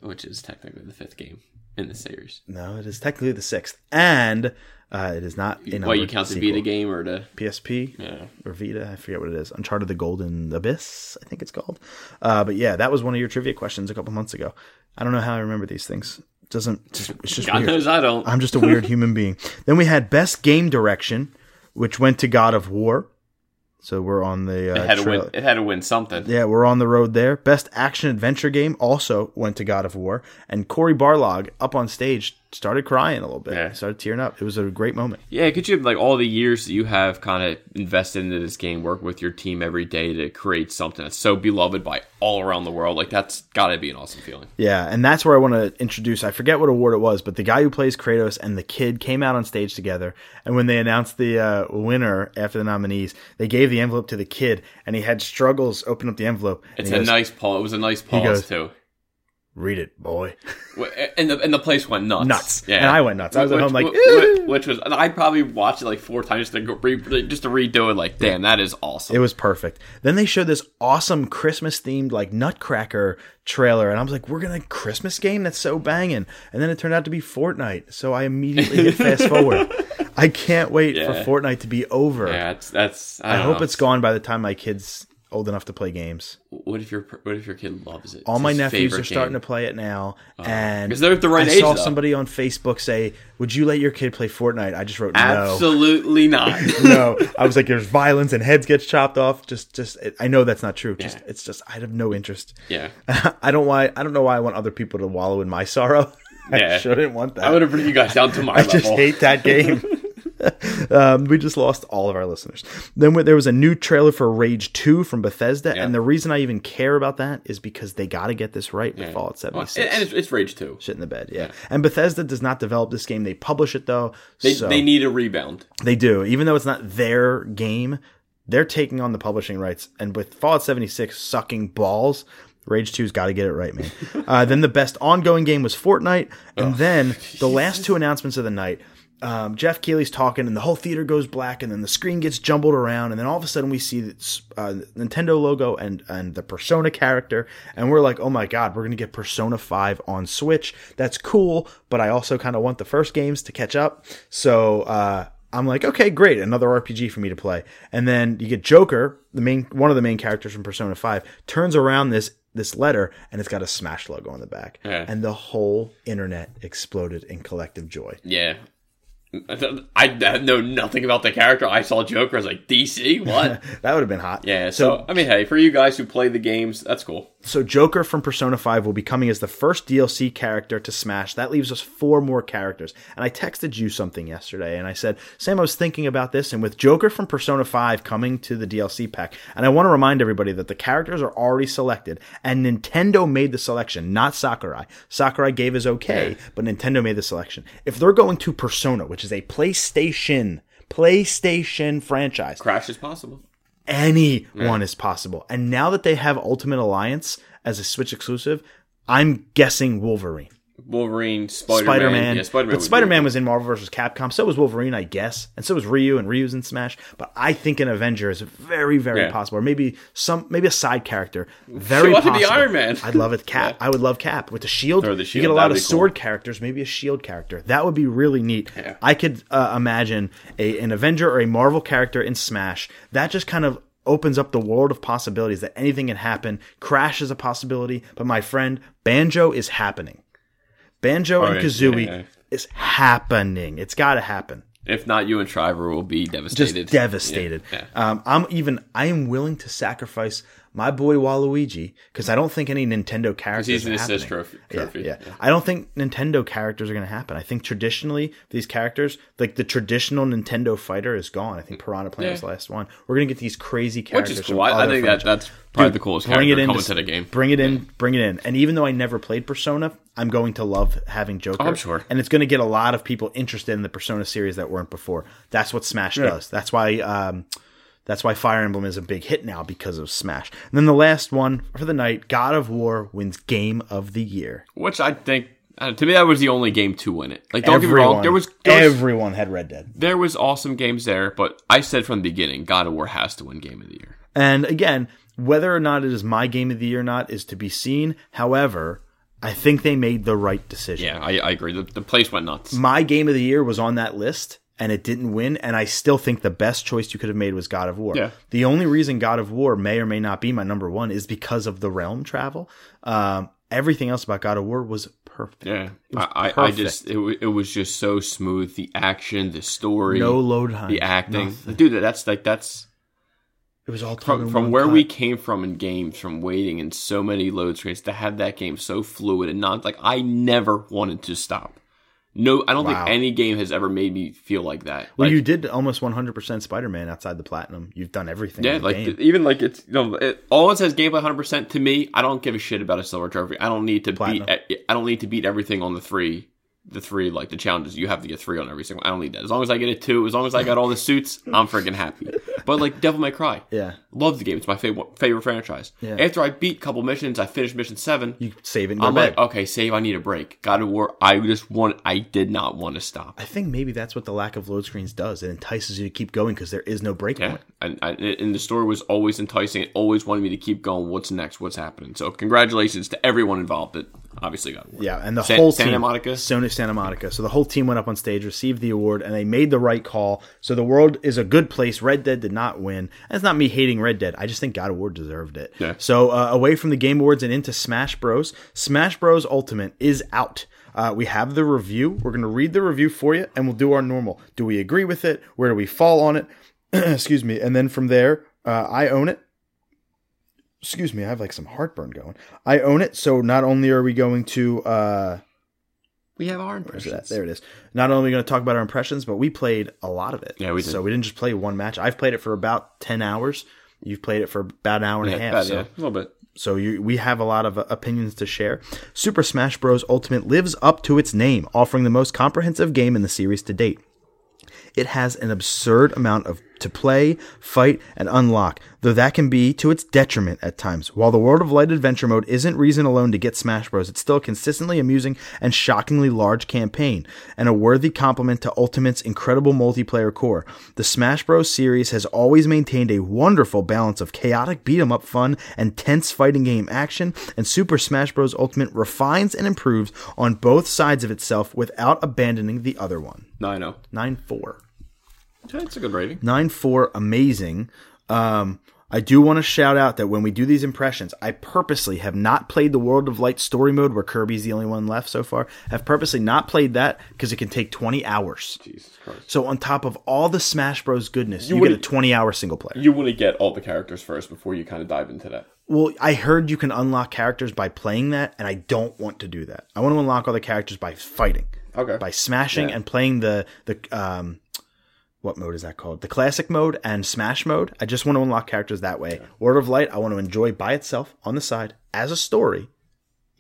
Speaker 6: which is technically the fifth game in the series.
Speaker 5: No, it is technically the sixth, and uh, it is not. in
Speaker 6: What you count the Vita game or the?
Speaker 5: PSP
Speaker 6: Yeah.
Speaker 5: or Vita? I forget what it is. Uncharted: The Golden Abyss, I think it's called. Uh, but yeah, that was one of your trivia questions a couple months ago. I don't know how I remember these things. Doesn't just, it's just
Speaker 6: God
Speaker 5: weird.
Speaker 6: knows I don't.
Speaker 5: I'm just a weird human being. Then we had best game direction, which went to God of War. So we're on the uh,
Speaker 6: It had to
Speaker 5: trail-
Speaker 6: win. It had to win something.
Speaker 5: Yeah, we're on the road there. Best action adventure game also went to God of War, and Corey Barlog up on stage started crying a little bit,
Speaker 6: Yeah.
Speaker 5: started tearing up. It was a great moment.
Speaker 6: Yeah, could you have like all the years that you have kind of invested into this game, work with your team every day to create something that's so beloved by all around the world? Like that's got to be an awesome feeling.
Speaker 5: Yeah, and that's where I want to introduce. I forget what award it was, but the guy who plays Kratos and the kid came out on stage together. And when they announced the uh, winner after the nominees, they gave the envelope to the kid, and he had struggles open up the envelope. and
Speaker 6: It's
Speaker 5: he
Speaker 6: a
Speaker 5: goes,
Speaker 6: nice pause. It was a nice pause
Speaker 5: goes-
Speaker 6: too.
Speaker 5: Read it, boy.
Speaker 6: W- And the and the place went nuts.
Speaker 5: Nuts. And I went nuts. I was at
Speaker 6: which,
Speaker 5: home like,
Speaker 6: which, which, which was and I probably watched it like four times just to go re, just to redo it. Like, damn, that is awesome.
Speaker 5: It was perfect. Then they showed this awesome Christmas themed like Nutcracker trailer, and I was like, "We're gonna Christmas game? That's so banging!" And then it turned out to be Fortnite, so I immediately hit fast forward. I can't wait
Speaker 6: Yeah.
Speaker 5: for Fortnite to be over.
Speaker 6: yeah, that's that's.
Speaker 5: I,
Speaker 6: I,
Speaker 5: hope it's gone by the time my kids old enough to play games.
Speaker 6: What if your what if your kid loves it?
Speaker 5: All my nephews are starting to play it now, and
Speaker 6: Uh, 'Cause they're at the right
Speaker 5: I
Speaker 6: age,
Speaker 5: saw
Speaker 6: though.
Speaker 5: somebody on Facebook say, "Would you let your kid play Fortnite?" I just wrote no.
Speaker 6: Absolutely not.
Speaker 5: no, I was like, "There's violence and heads gets chopped off." Just, just, I know that's not true. Just,
Speaker 6: Yeah.
Speaker 5: it's just, I have no interest.
Speaker 6: yeah.
Speaker 5: I don't why I don't know why I want other people to wallow in my sorrow. I
Speaker 6: Yeah.
Speaker 5: shouldn't want that.
Speaker 6: I would have bring you guys down to my
Speaker 5: I
Speaker 6: level.
Speaker 5: just hate that game. um, we just lost all of our listeners. Then we- there was a new trailer for Rage 2 from Bethesda, and the reason I even care about that is because they got to get this right with Fallout
Speaker 6: Well,
Speaker 5: 76.
Speaker 6: and it's, it's Rage too.
Speaker 5: Shit in the bed, yeah. And Bethesda does not develop this game; they publish it though.
Speaker 6: They,
Speaker 5: so
Speaker 6: they need a rebound.
Speaker 5: they do, even though it's not their game. They're taking on the publishing rights, and with Fallout 76 sucking balls, Rage 2's got to get it right, man. uh, then the best ongoing game was Fortnite, and then the last two announcements of the night. Um, Jeff Keighley's talking, and the whole theater goes black, and then the screen gets jumbled around, and then all of a sudden we see the uh, Nintendo logo and and the Persona character, and we're like, oh my god, we're gonna get Persona 5 on Switch. That's cool, but I also kind of want the first games to catch up. So uh, I'm like, okay, great, another RPG for me to play. And then you get Joker, the main one of the main characters from Persona 5, turns around this this letter and it's got a smash logo on the back. And the whole internet exploded in collective joy.
Speaker 6: Yeah. I, I know nothing about the character. I saw Joker. I was like, DC? What?
Speaker 5: That would have been hot.
Speaker 6: yeah. So, I mean, hey, for you guys who play the games, that's cool.
Speaker 5: So Joker from Persona 5 will be coming as the first DLC character to Smash. That leaves us four more characters. And I texted you something yesterday and I said, Sam, I was thinking about this, and with Joker from Persona 5 coming to the DLC pack, and I want to remind everybody that the characters are already selected, and Nintendo made the selection, not Sakurai. Sakurai gave his okay, but Nintendo made the selection. If they're going to Persona, which is a PlayStation, PlayStation franchise,
Speaker 6: Crash is possible.
Speaker 5: anyone is possible. And now that they have Ultimate Alliance as a Switch exclusive, I'm guessing Wolverine,
Speaker 6: Wolverine, Spider Man.
Speaker 5: Spider Man.
Speaker 6: Yeah, Spider Man.
Speaker 5: but Spider Man was in Marvel vs. Capcom. So was Wolverine, I guess, and so was Ryu, and Ryu's in Smash. But I think an Avenger is very, very
Speaker 6: Yeah.
Speaker 5: possible, or maybe some, maybe a side character. Very
Speaker 6: ought to be
Speaker 5: possible.
Speaker 6: Iron Man.
Speaker 5: I'd love it, Cap. I would love Cap with the shield.
Speaker 6: Throw the
Speaker 5: You
Speaker 6: shield,
Speaker 5: get a lot
Speaker 6: that'd
Speaker 5: of
Speaker 6: be cool.
Speaker 5: sword characters, maybe a shield character. That would be really neat. I could uh, imagine a, an Avenger or a Marvel character in Smash. That just kind of opens up the world of possibilities that anything can happen. Crash is a possibility, but my friend, Banjo is happening. Banjo and
Speaker 6: yeah,
Speaker 5: Kazooie
Speaker 6: yeah.
Speaker 5: is happening. It's got to happen
Speaker 6: If not, you and Shriver will be devastated.
Speaker 5: just devastated.
Speaker 6: Yeah, yeah.
Speaker 5: Um, I'm even I am willing to sacrifice my boy Waluigi because I don't think any Nintendo characters.
Speaker 6: he's an
Speaker 5: are
Speaker 6: assist
Speaker 5: happening.
Speaker 6: trophy-
Speaker 5: Yeah,
Speaker 6: trophy.
Speaker 5: Yeah, I don't think Nintendo characters are going to happen. I think traditionally these characters, like the traditional Nintendo fighter, is gone. I think Piranha Plant was the last one. We're going to get these crazy
Speaker 6: Hmm. Which
Speaker 5: characters.
Speaker 6: is
Speaker 5: from
Speaker 6: cool. I, I
Speaker 5: other
Speaker 6: think that,
Speaker 5: franchises.
Speaker 6: that's probably the coolest
Speaker 5: Bring
Speaker 6: character
Speaker 5: it in
Speaker 6: coming to the game.
Speaker 5: Bring it in, bring it in. And even though I never played Persona, I'm going to love having Joker.
Speaker 6: Oh, I'm sure.
Speaker 5: And it's going to get a lot of people interested in the Persona series that weren't before. That's what Smash does. That's why um that's why Fire Emblem is a big hit now because of Smash. And then the last one for the night, God of War wins game of the year.
Speaker 6: Which I think, I don't know, to me, that was the only game to win it. Like, don't get me wrong. There was, there was
Speaker 5: everyone had Red Dead.
Speaker 6: there was awesome games there, but I said from the beginning, God of War has to win Game of the Year.
Speaker 5: And again, whether or not it is my game of the year or not is to be seen. However, I think they made the right decision.
Speaker 6: Yeah, I, I agree. The, the place went nuts.
Speaker 5: my game of the year was on that list and it didn't win and i still think the best choice you could have made was god of war
Speaker 6: Yeah.
Speaker 5: the only reason god of war may or may not be my number one is because of the realm travel um, everything else about god of war was perfect
Speaker 6: Yeah, I, I, I just it, wa- it was just so smooth. The action, the story,
Speaker 5: no load time
Speaker 6: the acting, dude. That's like that's
Speaker 5: It was all
Speaker 6: from, from where we came from in games, from waiting in so many load screens to have that game so fluid and not like I never wanted to stop. No, I don't
Speaker 5: Wow.
Speaker 6: think any game has ever made me feel like that.
Speaker 5: Well,
Speaker 6: Like-
Speaker 5: you did almost 100% Spider-Man outside the platinum. You've done everything.
Speaker 6: Yeah,
Speaker 5: in the
Speaker 6: like
Speaker 5: game.
Speaker 6: th- even like it's you know it, all it says gameplay 100 percent to me. I don't give a shit about a silver trophy. I don't need to
Speaker 5: Platinum.
Speaker 6: beat. e, I don't need to beat everything on the three. The three like the challenges you have to get three on every single. I don't need that. As long as I get a two, as long as I got all the suits, I'm freaking happy. But like Devil May Cry,
Speaker 5: Yeah.
Speaker 6: love the game. It's my favorite favorite franchise.
Speaker 5: Yeah.
Speaker 6: After I beat a couple missions, I finished mission seven.
Speaker 5: you save it and go
Speaker 6: I'm
Speaker 5: back.
Speaker 6: like, okay, save. I need a break. God of War. I just want. I did not want to stop.
Speaker 5: I think maybe that's what the lack of load screens does. It entices you to keep going because there is no break
Speaker 6: Yeah,
Speaker 5: point.
Speaker 6: and, and and the story was always enticing. It always wanted me to keep going. What's next? What's happening? So congratulations to everyone involved. That obviously got awarded.
Speaker 5: Yeah, and the
Speaker 6: San-
Speaker 5: whole
Speaker 6: Santa
Speaker 5: team,
Speaker 6: Monica?
Speaker 5: Sony Santa Monica. So the whole team went up on stage, received the award, and they made the right call. So the world is a good place. Red Dead did not win. That's not me hating Red Dead. I just think God of War deserved it.
Speaker 6: Yeah.
Speaker 5: So uh, away from the Game Awards and into Smash Bros. Smash Bros. Ultimate is out. Uh, we have the review. We're going to read the review for you, and we'll do our normal. Do we agree with it? Where do we fall on it? Excuse me. And then from there, uh, I own it excuse me, I have like some heartburn going. I own it, so not only are we going to uh
Speaker 6: We have our
Speaker 5: where's that?
Speaker 6: impressions.
Speaker 5: There it is. Not only are we going to talk about our impressions, but we played a lot of it.
Speaker 6: Yeah, we did.
Speaker 5: So we didn't just play one match. I've played it for about ten hours. You've played it for about an hour and
Speaker 6: Yeah,
Speaker 5: a half.
Speaker 6: about-
Speaker 5: so
Speaker 6: yeah, a little bit.
Speaker 5: so you, we have a lot of uh, opinions to share. Super Smash Bros. Ultimate lives up to its name, offering the most comprehensive game in the series to date. It has an absurd amount of to play, fight, and unlock, though that can be to its detriment at times. While the World of Light adventure mode isn't reason alone to get Smash Bros., it's still a consistently amusing and shockingly large campaign, and a worthy complement to Ultimate's incredible multiplayer core. The Smash Bros. series has always maintained a wonderful balance of chaotic beat 'em up fun and tense fighting game action, and Super Smash Bros. Ultimate refines and improves on both sides of itself without abandoning the other one.
Speaker 6: No, I know.
Speaker 5: 9 4
Speaker 6: Yeah, it's a good rating.
Speaker 5: nine four amazing. Um, I do want to shout out that when we do these impressions, I purposely have not played the World of Light story mode where Kirby's the only one left so far. Have purposely not played that because it can take twenty hours. So on top of all the Smash Bros. goodness, you, get a
Speaker 6: wouldn't-
Speaker 5: twenty hour single player.
Speaker 6: You want to get all the characters first before you kind of dive into that.
Speaker 5: well, I heard you can unlock characters by playing that, and I don't want to do that. I want to unlock all the characters by fighting,
Speaker 6: Okay.
Speaker 5: by smashing and playing the the um, what mode is that called? The classic mode and smash mode. I just want to unlock characters that way. World of Light, I want to enjoy by itself on the side as a story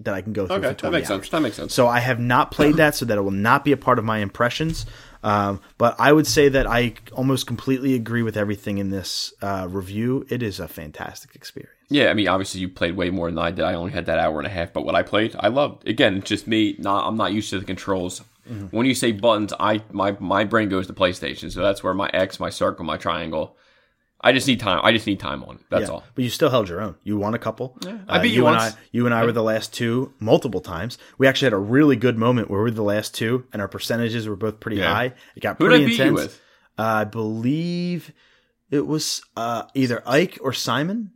Speaker 5: that I can go through
Speaker 6: Okay,
Speaker 5: for
Speaker 6: that
Speaker 5: twenty
Speaker 6: makes
Speaker 5: hours.
Speaker 6: sense. That makes sense.
Speaker 5: So I have not played that, so that it will not be a part of my impressions. Um, but I would say that I almost completely agree with everything in this uh, review. It is a fantastic experience.
Speaker 6: Yeah, I mean, obviously you played way more than I did. I only had that hour and a half, but what I played, I loved. Again, it's just me. Not, I'm not used to the controls.
Speaker 5: Mm-hmm.
Speaker 6: When you say buttons, I my my brain goes to PlayStation, so that's where my X, my circle, my triangle. I just need time. I just need time on it. That's all.
Speaker 5: But you still held your own. You won a couple.
Speaker 6: I beat you once.
Speaker 5: And I, you and I were the last two multiple times. We actually had a really good moment where we were the last two, and our percentages were both pretty
Speaker 6: Yeah.
Speaker 5: high. It got
Speaker 6: Who did I
Speaker 5: pretty
Speaker 6: beat you
Speaker 5: intense.
Speaker 6: with?
Speaker 5: Uh, I believe it was uh, either Ike or Simon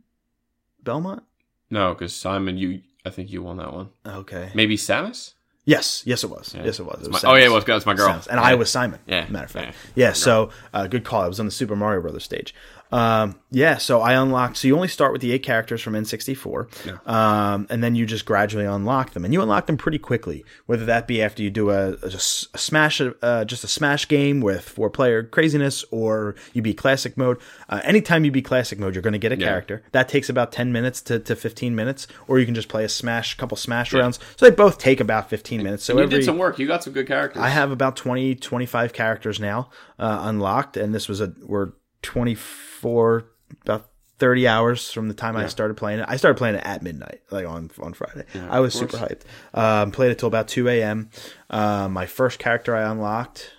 Speaker 5: Belmont.
Speaker 6: No, because Simon, you. I think you won that one.
Speaker 5: Okay.
Speaker 6: Maybe Samus.
Speaker 5: Yes. Yes, it was. Yes, it was. It
Speaker 6: My-
Speaker 5: was
Speaker 6: oh yeah,
Speaker 5: Samus.
Speaker 6: well, that's my girl.
Speaker 5: Sounds- And I was Simon.
Speaker 6: Yeah.
Speaker 5: Matter of fact. Yeah. so uh, good call. I was on the Super Mario Brothers stage. Um, yeah. So I unlocked. So you only start with the eight characters from N64, um, and then you just gradually unlock them, and you unlock them pretty quickly. Whether that be after you do a, a, s- a smash, uh, just a smash game with four player craziness, or you be classic mode. Uh, anytime you be classic mode, you're going to get a character that takes about ten minutes to, to fifteen minutes, or you can just play a smash, couple smash rounds. So they both take about fifteen minutes. So
Speaker 6: You
Speaker 5: every,
Speaker 6: did some work. You got some good characters.
Speaker 5: I have about 20, 25 characters now uh, unlocked, and this was a we're twenty four about thirty hours from the time I started playing it. I started playing it at midnight, like on on Friday. I was super hyped. Um, played it till about two a.m. Um, my first character I unlocked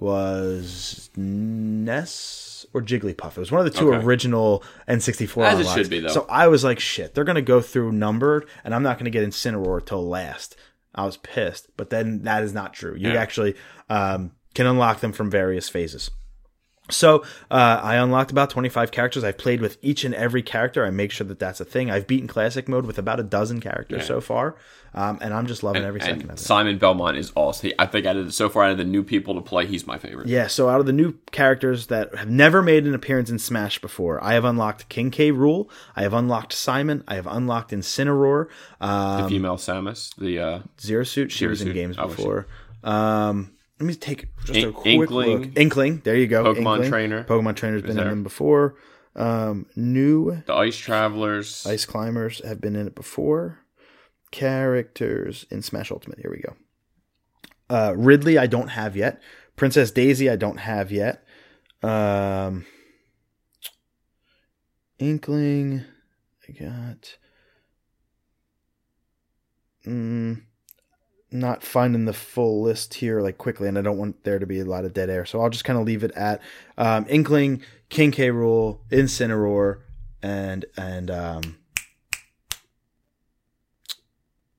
Speaker 5: was Ness or Jigglypuff. It was one of the two
Speaker 6: Okay.
Speaker 5: original N64
Speaker 6: As it
Speaker 5: unlocks.
Speaker 6: should be, though.
Speaker 5: So I was like, shit, they're going to go through numbered, and I'm not going to get Incineroar till last. I was pissed, but then that is not true. You actually um, can unlock them from various phases. So uh, I unlocked about 25 characters. I've played with each and every character. I make sure that that's a thing. I've beaten classic mode with about a dozen characters so far, um, and I'm just loving every second
Speaker 6: and
Speaker 5: of it.
Speaker 6: Simon Belmont is awesome. He- I think out of the, so far out of the new people to play, he's my favorite.
Speaker 5: Yeah, so out of the new characters that have never made an appearance in Smash before, I have unlocked King K. Rule, I have unlocked Simon, I have unlocked Incineroar,
Speaker 6: The
Speaker 5: um,
Speaker 6: female Samus, the uh,
Speaker 5: Zero Suit. She was in
Speaker 6: Suit,
Speaker 5: games
Speaker 6: obviously.
Speaker 5: before. Um, let me take just a
Speaker 6: In-
Speaker 5: quick
Speaker 6: Inkling.
Speaker 5: look. Inkling, there you go.
Speaker 6: Pokemon
Speaker 5: Inkling.
Speaker 6: Trainer.
Speaker 5: Pokemon Trainer's been in
Speaker 6: there.
Speaker 5: them before. Um, new
Speaker 6: the Ice Travelers.
Speaker 5: Ice climbers have been in it before. Characters in Smash Ultimate. Here we go. Uh, Ridley, I don't have yet. Princess Daisy, I don't have yet. Um, Inkling, I got. Mm, not finding the full list here like quickly, and I don't want there to be a lot of dead air, so I'll just kind of leave it at um, Inkling, King K. Rule, Incineroar, and and um,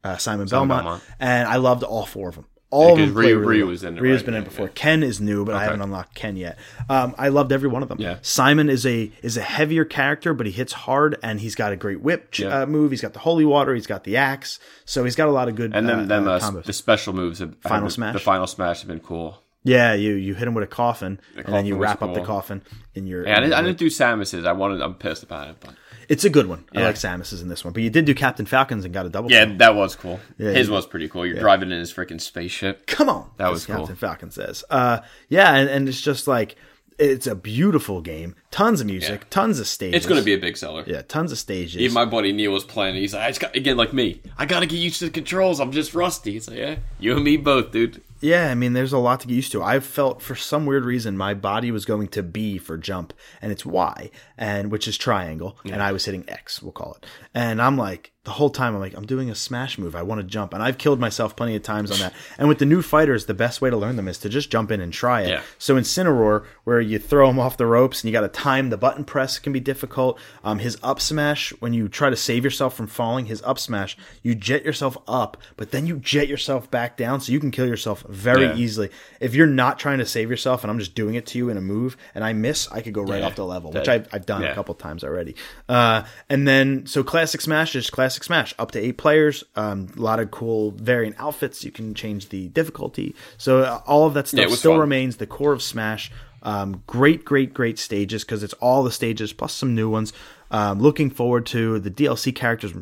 Speaker 5: uh, Simon, Belmont.
Speaker 6: Belmont.
Speaker 5: and I loved all four of them. All of
Speaker 6: Because
Speaker 5: them. play
Speaker 6: Ryu-
Speaker 5: really
Speaker 6: Ryu
Speaker 5: well.
Speaker 6: was in it,
Speaker 5: Ryu's
Speaker 6: right?
Speaker 5: been in
Speaker 6: Yeah,
Speaker 5: before.
Speaker 6: yeah.
Speaker 5: Ken is new, but I
Speaker 6: Okay.
Speaker 5: haven't unlocked Ken yet. Um, I loved every one of them.
Speaker 6: Yeah.
Speaker 5: Simon is a is a heavier character, but he hits hard, and he's got a great whip ch-
Speaker 6: Yeah.
Speaker 5: uh, move. He's got the holy water. He's got the axe. So he's got a lot of good
Speaker 6: and then,
Speaker 5: uh,
Speaker 6: then
Speaker 5: uh,
Speaker 6: uh,
Speaker 5: combos.
Speaker 6: the special moves. Have,
Speaker 5: Final
Speaker 6: the,
Speaker 5: Smash?
Speaker 6: The final smash have been cool.
Speaker 5: yeah, you you hit him with a coffin, and then
Speaker 6: coffin
Speaker 5: you
Speaker 6: was
Speaker 5: wrap up the
Speaker 6: cool.
Speaker 5: coffin in your.
Speaker 6: Yeah,
Speaker 5: in
Speaker 6: I didn't,
Speaker 5: your
Speaker 6: I didn't do Samus's. I wanted. I'm pissed about it, but
Speaker 5: It's a good one. I like Samus's in this one, but you did do Captain Falcons and got a double.
Speaker 6: yeah,
Speaker 5: kill.
Speaker 6: that was cool. His
Speaker 5: yeah.
Speaker 6: was pretty cool. You're driving in his freaking spaceship.
Speaker 5: come on.
Speaker 6: That
Speaker 5: as
Speaker 6: was cool.
Speaker 5: Captain Falcon says. Uh, yeah, and, and it's just like it's a beautiful game. Tons of music, tons of stages.
Speaker 6: It's going to be a big seller.
Speaker 5: yeah, tons of stages.
Speaker 6: Even my buddy Neil was playing. it. He's like, I just got again like me. I got to get used to the controls. I'm just rusty. It's like, yeah, you and me both, dude.
Speaker 5: yeah, I mean, there's a lot to get used to. I felt for some weird reason my body was going to B for jump, and it's Y, and which is triangle, and I was hitting X, we'll call it. And I'm like the whole time I'm like I'm doing a smash move. I want to jump, and I've killed myself plenty of times on that. And with the new fighters, the best way to learn them is to just jump in and try it.
Speaker 6: Yeah.
Speaker 5: So Incineroar, where you throw him off the ropes and you got to time the button press can be difficult. Um, his up smash, when you try to save yourself from falling, his up smash, you jet yourself up, but then you jet yourself back down, so you can kill yourself very
Speaker 6: Yeah.
Speaker 5: easily. If you're not trying to save yourself and I'm just doing it to you in a move and I miss, I could go right
Speaker 6: Yeah.
Speaker 5: off the level,
Speaker 6: That-
Speaker 5: which I've, I've done a
Speaker 6: yeah.
Speaker 5: couple times already. Uh, and then so classic smash is classic smash, up to eight players. Um, a lot of cool variant outfits. You can change the difficulty. So uh, all of that stuff
Speaker 6: it was
Speaker 5: still
Speaker 6: fun.
Speaker 5: remains the core of Smash. Um, great, great, great stages because it's all the stages plus some new ones. Um, looking forward to the DLC characters.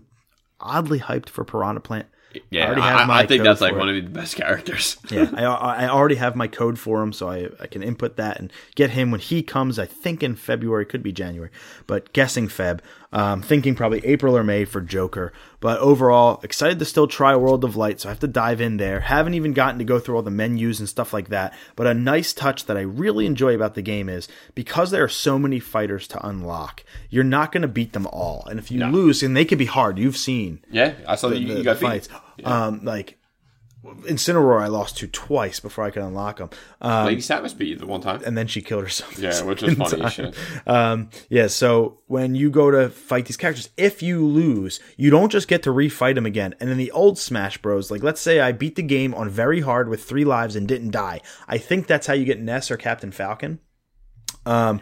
Speaker 5: Oddly hyped for Piranha Plant.
Speaker 6: Yeah, I,
Speaker 5: already have
Speaker 6: I
Speaker 5: my
Speaker 6: think
Speaker 5: code
Speaker 6: that's like
Speaker 5: for
Speaker 6: one
Speaker 5: it.
Speaker 6: of the best characters.
Speaker 5: yeah, I, I I already have my code for him, so I, I can input that and get him when he comes. I think in February, could be January, but guessing Feb. Um, thinking probably April or May for Joker. But overall, excited to still try World of Light, so I have to dive in there. Haven't even gotten to go through all the menus and stuff like that. But a nice touch that I really enjoy about the game is because there are so many fighters to unlock, you're not going to beat them all. And if you lose, and they could be hard, you've seen
Speaker 6: yeah, I saw that
Speaker 5: the,
Speaker 6: you, you
Speaker 5: the
Speaker 6: got
Speaker 5: fights.
Speaker 6: beat.
Speaker 5: Um, like Incineroar, I lost to twice before I could unlock him, uh,
Speaker 6: Lady Samus beat you the one time.
Speaker 5: and then she killed herself. the
Speaker 6: Yeah, which was
Speaker 5: second
Speaker 6: funny as
Speaker 5: time.
Speaker 6: shit.
Speaker 5: Um, yeah, so when you go to fight these characters, if you lose, you don't just get to refight them again. And in the old Smash Bros, like let's say I beat the game on very hard with three lives and didn't die. I think that's how you get Ness or Captain Falcon. Um,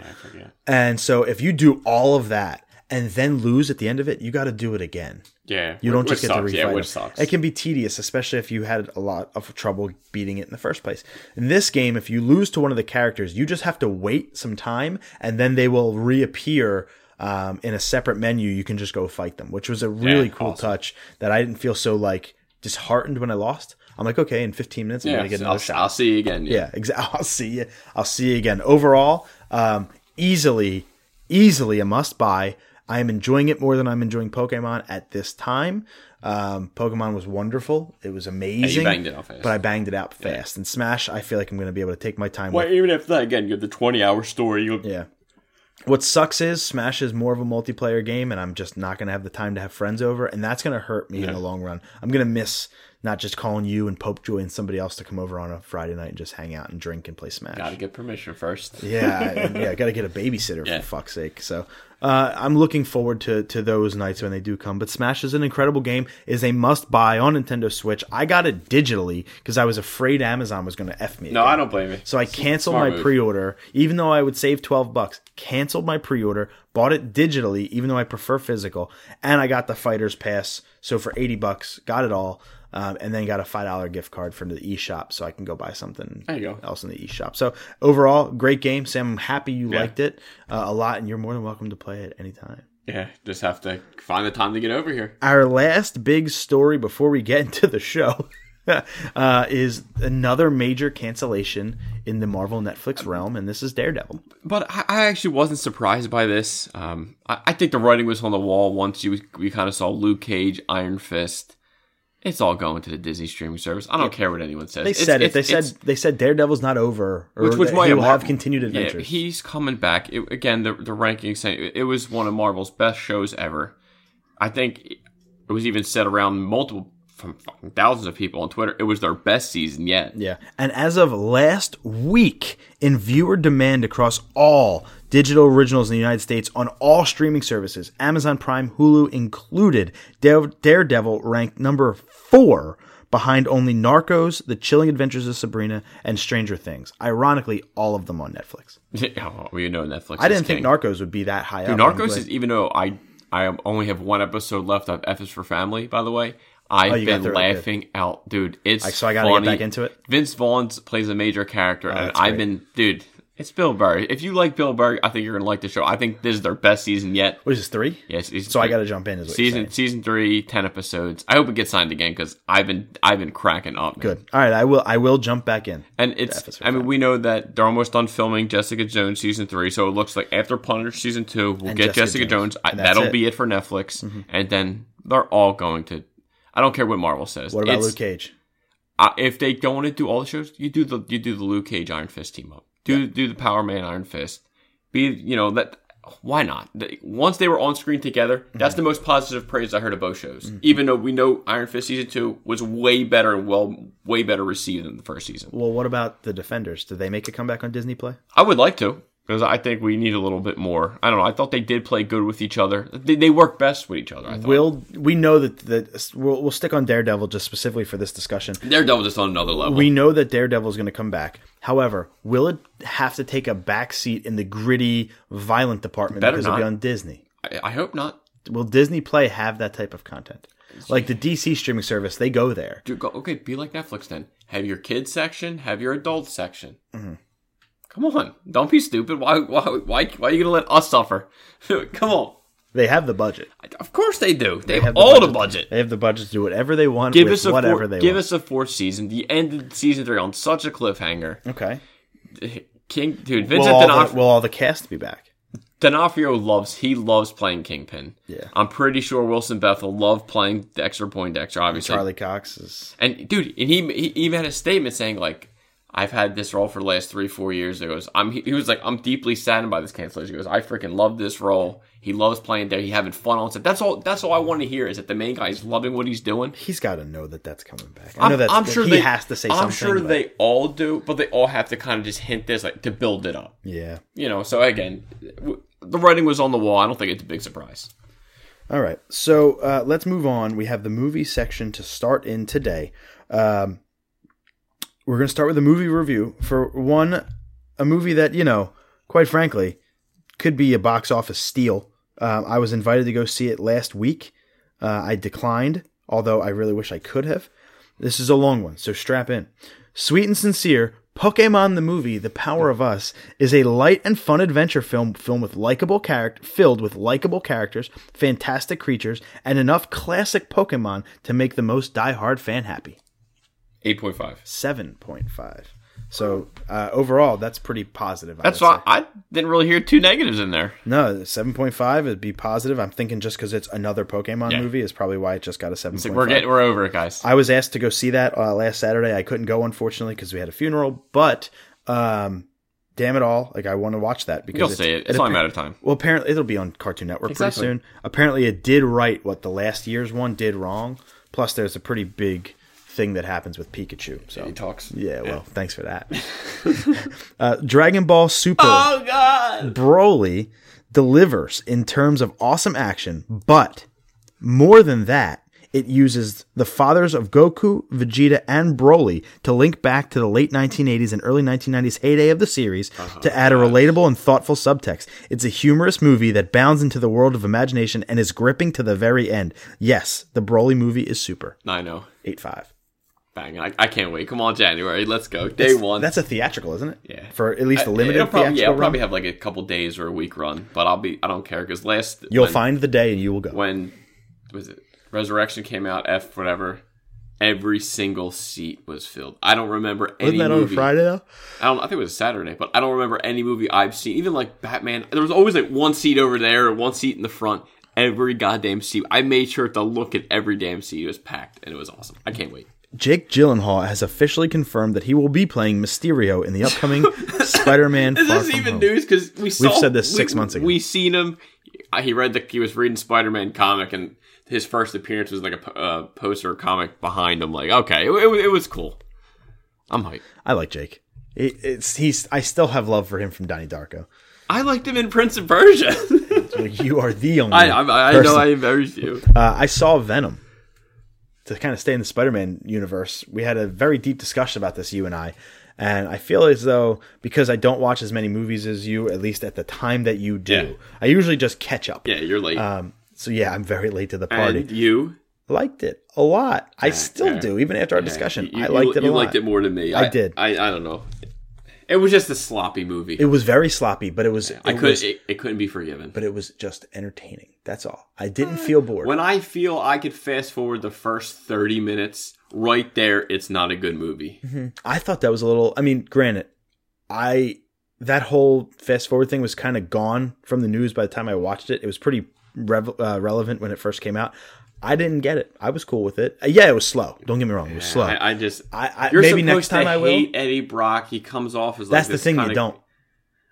Speaker 5: And so if you do all of that and then lose at the end of it, you got to do it again.
Speaker 6: Yeah,
Speaker 5: You
Speaker 6: which-
Speaker 5: don't just
Speaker 6: which
Speaker 5: get
Speaker 6: sucks.
Speaker 5: to refight
Speaker 6: Yeah,
Speaker 5: it.
Speaker 6: which sucks.
Speaker 5: It can be tedious, especially if you had a lot of trouble beating it in the first place. In this game, if you lose to one of the characters, you just have to wait some time, and then they will reappear um, in a separate menu. You can just go fight them, which was a really cool touch that I didn't feel so like disheartened when I lost. I'm like, okay, in 15 minutes, I'm
Speaker 6: yeah,
Speaker 5: gonna get
Speaker 6: so
Speaker 5: another
Speaker 6: I'll,
Speaker 5: shot.
Speaker 6: I'll see you again. Yeah.
Speaker 5: Yeah, exactly. I'll see you. I'll see you again. Overall, um, easily, easily a must buy. I am enjoying it more than I'm enjoying Pokemon at this time. Um, Pokemon was wonderful. It was amazing.
Speaker 6: banged it out fast.
Speaker 5: But I banged it out fast. And Smash, I feel like I'm going to be able to take my time.
Speaker 6: Well,
Speaker 5: with.
Speaker 6: even after that, again, you have the 20 hour story. You
Speaker 5: Yeah. What sucks is Smash is more of a multiplayer game, and I'm just not going to have the time to have friends over, and that's going to hurt me in the long run. I'm going to miss not just calling you and Popejoy and somebody else to come over on a Friday night and just hang out and drink and play Smash.
Speaker 6: Gotta get permission first.
Speaker 5: Yeah, and, yeah, got to get a babysitter
Speaker 6: Yeah.
Speaker 5: for fuck's sake. So uh, I'm looking forward to to those nights when they do come. But Smash is an incredible game, is a must buy on Nintendo Switch. I got it digitally because I was afraid Amazon was going to f me.
Speaker 6: No,
Speaker 5: again.
Speaker 6: I don't blame you.
Speaker 5: So I canceled
Speaker 6: smart
Speaker 5: my
Speaker 6: move.
Speaker 5: pre order, even though I would save twelve bucks. Canceled my pre order, bought it digitally, even though I prefer physical, and I got the Fighters Pass. So for eighty bucks, got it all. Um, and then got a five dollar gift card from the eShop, so I can go buy something
Speaker 6: There you go.
Speaker 5: else in the eShop. So overall, great game, Sam. I'm happy you liked it uh, a lot, and you're more than welcome to play it anytime.
Speaker 6: Yeah, just have to find the time to get over here.
Speaker 5: Our last big story before we get into the show uh, is another major cancellation in the Marvel Netflix realm, and this is Daredevil.
Speaker 6: But I, I actually wasn't surprised by this. Um, I, I think the writing was on the wall once you we kind of saw Luke Cage, Iron Fist. It's all going to the Disney streaming service. I don't care what anyone says.
Speaker 5: They
Speaker 6: It's-
Speaker 5: said it.
Speaker 6: it's-
Speaker 5: They said
Speaker 6: it's-
Speaker 5: they said Daredevil's not over, or
Speaker 6: which was
Speaker 5: that
Speaker 6: why
Speaker 5: he
Speaker 6: it
Speaker 5: will
Speaker 6: mar-
Speaker 5: have continued
Speaker 6: Yeah,
Speaker 5: adventures.
Speaker 6: he's coming back It- again. The the ranking saying it was one of Marvel's best shows ever. I think it was even said around multiple from fucking thousands of people on Twitter. It was their best season yet.
Speaker 5: Yeah. And as of last week, in viewer demand across all digital originals in the United States on all streaming services, Amazon Prime, Hulu included, Dare- Daredevil ranked number four behind only Narcos, The Chilling Adventures of Sabrina, and Stranger Things. Ironically, all of them on Netflix.
Speaker 6: Oh, well, you know Netflix.
Speaker 5: I
Speaker 6: is
Speaker 5: didn't think
Speaker 6: king.
Speaker 5: Narcos would be that high up.
Speaker 6: Dude,
Speaker 5: I'm
Speaker 6: Narcos
Speaker 5: glad-
Speaker 6: is even though I I am- only have one episode left of F is for Family, by the way. I've
Speaker 5: Oh, you got
Speaker 6: been
Speaker 5: through it, good.
Speaker 6: laughing out, dude. It's
Speaker 5: so I gotta get
Speaker 6: funny.
Speaker 5: back into it? Oh,
Speaker 6: Vince Vaughn plays a major character, and
Speaker 5: that's
Speaker 6: I've
Speaker 5: great.
Speaker 6: been, dude. It's Bill Burr. If you like Bill Burr, I think you're gonna like the show. I think this is their best season yet.
Speaker 5: What is this, three?
Speaker 6: Yes, e- yeah,
Speaker 5: So I gotta jump in, is what you're
Speaker 6: season
Speaker 5: saying.
Speaker 6: season three, ten episodes. I hope it gets signed again because I've been I've been cracking up. man.
Speaker 5: Good. All right, I will. I will jump back in.
Speaker 6: And it's, I mean, we know that they're almost done filming Jessica Jones season three, so it looks like after Punisher season two, we'll
Speaker 5: And
Speaker 6: get
Speaker 5: Jessica
Speaker 6: Jessica,
Speaker 5: Jones.
Speaker 6: Jones. I,
Speaker 5: And that's
Speaker 6: that'll
Speaker 5: it. Mm-hmm.
Speaker 6: be it for Netflix, and then they're all going to. I don't care what Marvel says.
Speaker 5: What about
Speaker 6: It's-
Speaker 5: Luke Cage?
Speaker 6: I, if they don't want to do all the shows, you do the you do the Luke Cage Iron Fist team up. Do do the Power Man Iron Fist. Be you know that why not? They- Once they were on screen together,
Speaker 5: Mm-hmm.
Speaker 6: that's the most positive praise I heard of both shows. Even though we know Iron Fist season two was way better and well way better received than the first season.
Speaker 5: Well, what about the Defenders? Did they make a comeback on Disney Play?
Speaker 6: I would like to because I think we need a little bit more. I don't know. I thought they did play good with each other. They, they work best with each other. I thought.
Speaker 5: Will we know that that we'll, we'll stick on Daredevil just specifically for this discussion?
Speaker 6: Daredevil just on another level.
Speaker 5: We know that Daredevil is going to come back. However, will it have to take a backseat in the gritty, violent department
Speaker 6: Better
Speaker 5: because it'll be
Speaker 6: not.
Speaker 5: on Disney?
Speaker 6: I, I hope not.
Speaker 5: Will Disney Play have that type of content? Like the DC streaming service, they go there.
Speaker 6: Do go, okay, be like Netflix then. Have your kids section, have your adult section.
Speaker 5: Mm-hmm.
Speaker 6: Come on, don't be stupid. Why, why, why, why are you gonna let us suffer? Come on.
Speaker 5: They have the budget.
Speaker 6: Of course they do. They,
Speaker 5: have
Speaker 6: have
Speaker 5: the
Speaker 6: all the
Speaker 5: They
Speaker 6: budget.
Speaker 5: have the budget to do whatever they want
Speaker 6: Give
Speaker 5: with
Speaker 6: us a
Speaker 5: whatever
Speaker 6: fourth,
Speaker 5: they
Speaker 6: give
Speaker 5: want.
Speaker 6: us a fourth season. The end of season three on such a cliffhanger.
Speaker 5: okay.
Speaker 6: King, dude,
Speaker 5: Will
Speaker 6: Vincent
Speaker 5: all,
Speaker 6: D'Onofrio.
Speaker 5: the, will all the cast be back?
Speaker 6: D'Onofrio loves he loves playing Kingpin.
Speaker 5: Yeah.
Speaker 6: I'm pretty sure Wilson Bethel loved playing Dexter Poindexter, obviously.
Speaker 5: Charlie Cox is.
Speaker 6: And dude, and he, he even had a statement saying like, "I've had this role for the last three four years." It goes, "I'm." He was like, "I'm deeply saddened by this cancellation." He goes, "I freaking love this role. He loves playing there. He having fun on set. That's all. That's all I want to hear is that the main guy is loving what he's doing."
Speaker 5: He's got to know that that's coming back. I
Speaker 6: I'm,
Speaker 5: know that's,
Speaker 6: I'm
Speaker 5: that
Speaker 6: sure
Speaker 5: he
Speaker 6: they,
Speaker 5: has to say
Speaker 6: I'm
Speaker 5: something.
Speaker 6: sure
Speaker 5: but-
Speaker 6: they all do, but they all have to kind of just hint this like to build it up.
Speaker 5: Yeah.
Speaker 6: You know. So again, w- the writing was on the wall. I don't think it's a big surprise.
Speaker 5: All right. So uh, let's move on. We have the movie section to start in today. Um, we're going to start with a movie review for one, a movie that, you know, quite frankly, could be a box office steal. Um, I was invited to go see it last week. Uh, I declined, although I really wish I could have. This is a long one, so strap in. Sweet and sincere, Pokemon the movie, The Power of Us, is a light and fun adventure film film with likable character filled with likable characters, fantastic creatures, and enough classic Pokemon to make the most diehard fan happy.
Speaker 6: Eight point five.
Speaker 5: Seven point five. So uh, overall, that's pretty positive. I
Speaker 6: That's
Speaker 5: would say.
Speaker 6: why I didn't really hear two negatives in there.
Speaker 5: No, seven point five would be positive. I'm thinking just because it's another Pokemon
Speaker 6: Yeah.
Speaker 5: movie is probably why it just got a seven
Speaker 6: It's like
Speaker 5: point
Speaker 6: we're
Speaker 5: five.
Speaker 6: getting we're over it, guys.
Speaker 5: I was asked to go see that uh, last Saturday. I couldn't go unfortunately because we had a funeral. But um, damn it all, like I want to watch that because
Speaker 6: You'll see it. It's only a matter of time.
Speaker 5: Well, apparently it'll be on Cartoon Network
Speaker 6: Exactly.
Speaker 5: pretty soon. Apparently, it did right what the last year's one did wrong. Plus, there's a pretty big thing that happens with Pikachu. So
Speaker 6: He talks.
Speaker 5: Yeah, well, thanks for that. uh, Dragon Ball Super
Speaker 6: Oh God!
Speaker 5: Broly delivers in terms of awesome action, but more than that, it uses the fathers of Goku, Vegeta, and Broly to link back to the late 1980s and early 1990s heyday of the series
Speaker 6: Uh-huh.
Speaker 5: to add a relatable and thoughtful subtext. It's a humorous movie that bounds into the world of imagination and is gripping to the very end. Yes, the Broly movie is super.
Speaker 6: I know.
Speaker 5: 8 5.
Speaker 6: Bang! I, I can't wait. Come on, January. Let's go. Day one.
Speaker 5: That's a theatrical, isn't it?
Speaker 6: Yeah.
Speaker 5: For at least a limited
Speaker 6: It'll probably,
Speaker 5: theatrical
Speaker 6: yeah, I'll
Speaker 5: run.
Speaker 6: probably have like a couple days or a week run, but I'll be. I don't care because last
Speaker 5: You'll
Speaker 6: when-
Speaker 5: find the day and you will go.
Speaker 6: when was it Resurrection came out F whatever. Every single seat was filled. I don't remember any
Speaker 5: Wasn't that on a
Speaker 6: movie.
Speaker 5: Friday, though?
Speaker 6: I don't. I think it was Saturday, but I don't remember any movie I've seen. Even like Batman, there was always like one seat over there or one seat in the front. Every goddamn seat. I made sure to look at every damn seat. It was packed, and it was awesome. I can't wait.
Speaker 5: Jake Gyllenhaal has officially confirmed that he will be playing Mysterio in the upcoming Spider-Man.
Speaker 6: Is
Speaker 5: Far
Speaker 6: this
Speaker 5: From
Speaker 6: even
Speaker 5: Home.
Speaker 6: news? Because we saw,
Speaker 5: said this six
Speaker 6: we-
Speaker 5: months ago.
Speaker 6: We seen him. I- He read the. He was reading Spider Man comic, and his first appearance was like a po- uh, poster comic behind him. Like, okay, it, wa- it was cool. I'm hyped.
Speaker 5: I like Jake. It, it's he's. I still have love for him from Donnie Darko.
Speaker 6: I liked him in Prince of Persia.
Speaker 5: Like, you are the only.
Speaker 6: I, I, I know
Speaker 5: person.
Speaker 6: I embarrassed you.
Speaker 5: Uh, I saw Venom. To kind of stay in the Spider-Man universe, we had a very deep discussion about this, you and I, and I feel as though because I don't watch as many movies as you, at least at the time that you do,
Speaker 6: Yeah.
Speaker 5: I usually just catch up.
Speaker 6: Yeah, you're late.
Speaker 5: Um, so yeah, I'm very late to the party.
Speaker 6: and you,
Speaker 5: liked it a lot. I still
Speaker 6: yeah.
Speaker 5: do, even after our discussion.
Speaker 6: you,
Speaker 5: I liked
Speaker 6: you,
Speaker 5: it a
Speaker 6: You
Speaker 5: lot.
Speaker 6: liked it more than me.
Speaker 5: I did.
Speaker 6: I, I don't know. It was just a sloppy movie.
Speaker 5: It was very sloppy, but it was.
Speaker 6: I
Speaker 5: it
Speaker 6: could.
Speaker 5: was-
Speaker 6: it, it couldn't be forgiven.
Speaker 5: but it was just entertaining. That's all. I didn't feel bored.
Speaker 6: When I feel I could fast forward the first 30 minutes, right there, it's not a good movie.
Speaker 5: Mhm. I thought that was a little. I mean, granted, I that whole fast forward thing was kind of gone from the news by the time I watched it. It was pretty rev- uh, relevant when it first came out. I didn't get it. I was cool with it. Uh, yeah, it was slow. Don't get me wrong. It was slow.
Speaker 6: I, I just.
Speaker 5: I- I-
Speaker 6: you're
Speaker 5: maybe
Speaker 6: supposed
Speaker 5: next time
Speaker 6: to
Speaker 5: I will.
Speaker 6: hate Eddie Brock. He comes off as like
Speaker 5: That's the
Speaker 6: this
Speaker 5: thing.
Speaker 6: kinda-
Speaker 5: You don't.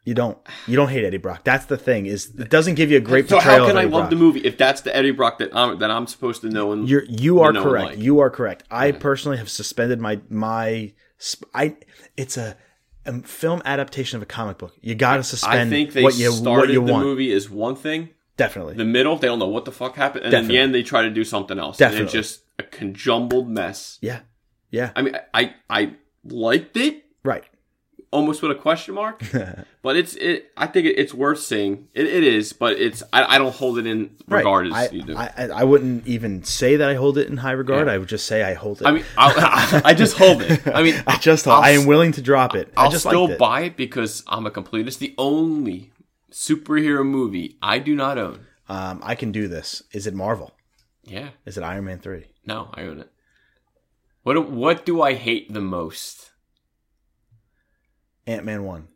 Speaker 5: You don't. You don't hate Eddie Brock. That's the thing. Is it doesn't give you a great
Speaker 6: So
Speaker 5: portrayal
Speaker 6: how
Speaker 5: of
Speaker 6: can I
Speaker 5: Eddie
Speaker 6: love
Speaker 5: Brock.
Speaker 6: the movie if that's the Eddie Brock that I'm that I'm supposed to know and
Speaker 5: You're you are
Speaker 6: no one
Speaker 5: correct.
Speaker 6: liked.
Speaker 5: You are correct. I personally have suspended my my sp- I. It's a, a film adaptation of a comic book. You got to
Speaker 6: I
Speaker 5: suspend
Speaker 6: think they
Speaker 5: what you
Speaker 6: started
Speaker 5: what you
Speaker 6: the
Speaker 5: want.
Speaker 6: movie is one thing.
Speaker 5: Definitely.
Speaker 6: The middle, they don't know what the fuck happened, and in
Speaker 5: Definitely.
Speaker 6: the end, they try to do something else. And it's
Speaker 5: Definitely.
Speaker 6: just a conjumbled mess.
Speaker 5: yeah. Yeah.
Speaker 6: I mean, I I, I liked it.
Speaker 5: right.
Speaker 6: almost with a question mark. but it's it. I think it, it's worth seeing. It, it is, but it's I, I don't hold it in
Speaker 5: Right.
Speaker 6: regard
Speaker 5: I,
Speaker 6: as you do. I,
Speaker 5: I, I I wouldn't even say that I hold it in high regard.
Speaker 6: Yeah.
Speaker 5: I would just say I hold it.
Speaker 6: mean, I, I just hold it. I mean,
Speaker 5: I just hold, I am
Speaker 6: s-
Speaker 5: willing to drop it. I
Speaker 6: I'll
Speaker 5: just
Speaker 6: still
Speaker 5: liked it.
Speaker 6: buy it because I'm a completist. The only superhero movie I do not own.
Speaker 5: Um, I can do this. Is it Marvel?
Speaker 6: Yeah,
Speaker 5: Is it Iron Man three?
Speaker 6: no, I own it. What do- what do I hate the most?
Speaker 5: Ant Man one.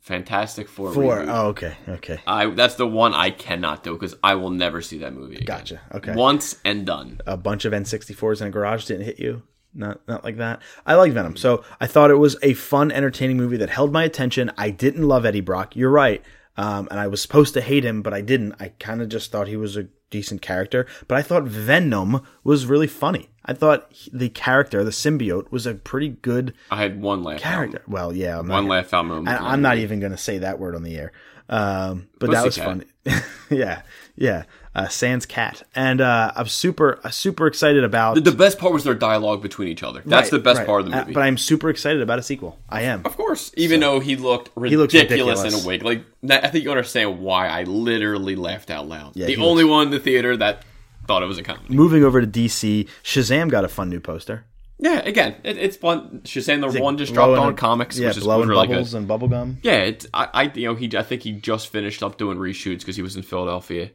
Speaker 6: Fantastic Four.
Speaker 5: Four.
Speaker 6: reboot.
Speaker 5: Oh, okay. Okay.
Speaker 6: I that's the one I cannot do because I will never see that movie. Again.
Speaker 5: Gotcha. Okay.
Speaker 6: Once and done.
Speaker 5: a bunch of N64s in a garage didn't hit you. Not not like that. I like Venom. So I thought it was a fun, entertaining movie that held my attention. I didn't love Eddie Brock. You're right. Um, and I was supposed to hate him, but I didn't. I kind of just thought he was a decent character. But I thought Venom was really funny. I thought he- the character, the symbiote, was a pretty good
Speaker 6: I had one laugh. out.
Speaker 5: character. Well, yeah, I'm
Speaker 6: One
Speaker 5: not,
Speaker 6: laugh out moment.
Speaker 5: I, I'm not even going to say that word on the air. Um, but that was fun.
Speaker 6: Pussycat.
Speaker 5: yeah, yeah. Uh, Sans cat, and uh, I'm super, uh, super excited about
Speaker 6: The best part was their dialogue between each other. That's
Speaker 5: Right,
Speaker 6: the best
Speaker 5: right.
Speaker 6: part of the
Speaker 5: Uh,
Speaker 6: movie.
Speaker 5: but I'm super excited about a sequel. I am.
Speaker 6: of course, even though he looked ridiculous,
Speaker 5: looks ridiculous.
Speaker 6: in a wig, like that- I think you understand why I literally laughed out loud.
Speaker 5: Yeah,
Speaker 6: the
Speaker 5: he
Speaker 6: only one in the theater that thought it was a comedy.
Speaker 5: Moving over to DC, Shazam got a fun new poster.
Speaker 6: Yeah, again, it, it's fun. Shazam, the one just dropped
Speaker 5: Blowing-
Speaker 6: on comics,
Speaker 5: yeah,
Speaker 6: which is was
Speaker 5: blowing
Speaker 6: really
Speaker 5: bubbles
Speaker 6: good.
Speaker 5: and bubble gum.
Speaker 6: Yeah, it's, I, I, you know, he, I think he just finished up doing reshoots because he was in Philadelphia.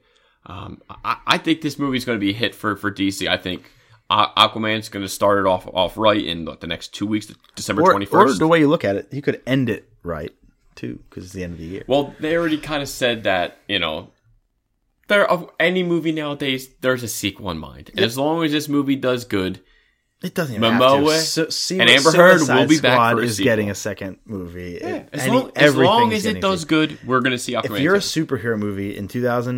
Speaker 6: Um, I, I think this movie's going to be a hit for, for DC. I think uh, Aquaman's going to start it off off right in what, the next two weeks, December
Speaker 5: Or,
Speaker 6: twenty
Speaker 5: or
Speaker 6: first.
Speaker 5: the way you look at it, you could end it right too, because it's the end of the year.
Speaker 6: Well, they already kind of said that, you know, there of any movie nowadays, there's a sequel in mind. And as long as this movie does good,
Speaker 5: It doesn't even have
Speaker 6: Momoa
Speaker 5: to. Su- Su-
Speaker 6: and Amber Heard
Speaker 5: Suicide
Speaker 6: will be back
Speaker 5: Squad
Speaker 6: for a
Speaker 5: is
Speaker 6: sequel.
Speaker 5: getting a second movie. It-
Speaker 6: As,
Speaker 5: any-
Speaker 6: long, as long
Speaker 5: everything's
Speaker 6: as
Speaker 5: getting
Speaker 6: it
Speaker 5: a
Speaker 6: does
Speaker 5: sequel.
Speaker 6: good, we're gonna see Aquaman.
Speaker 5: If you're a
Speaker 6: 2.
Speaker 5: superhero movie in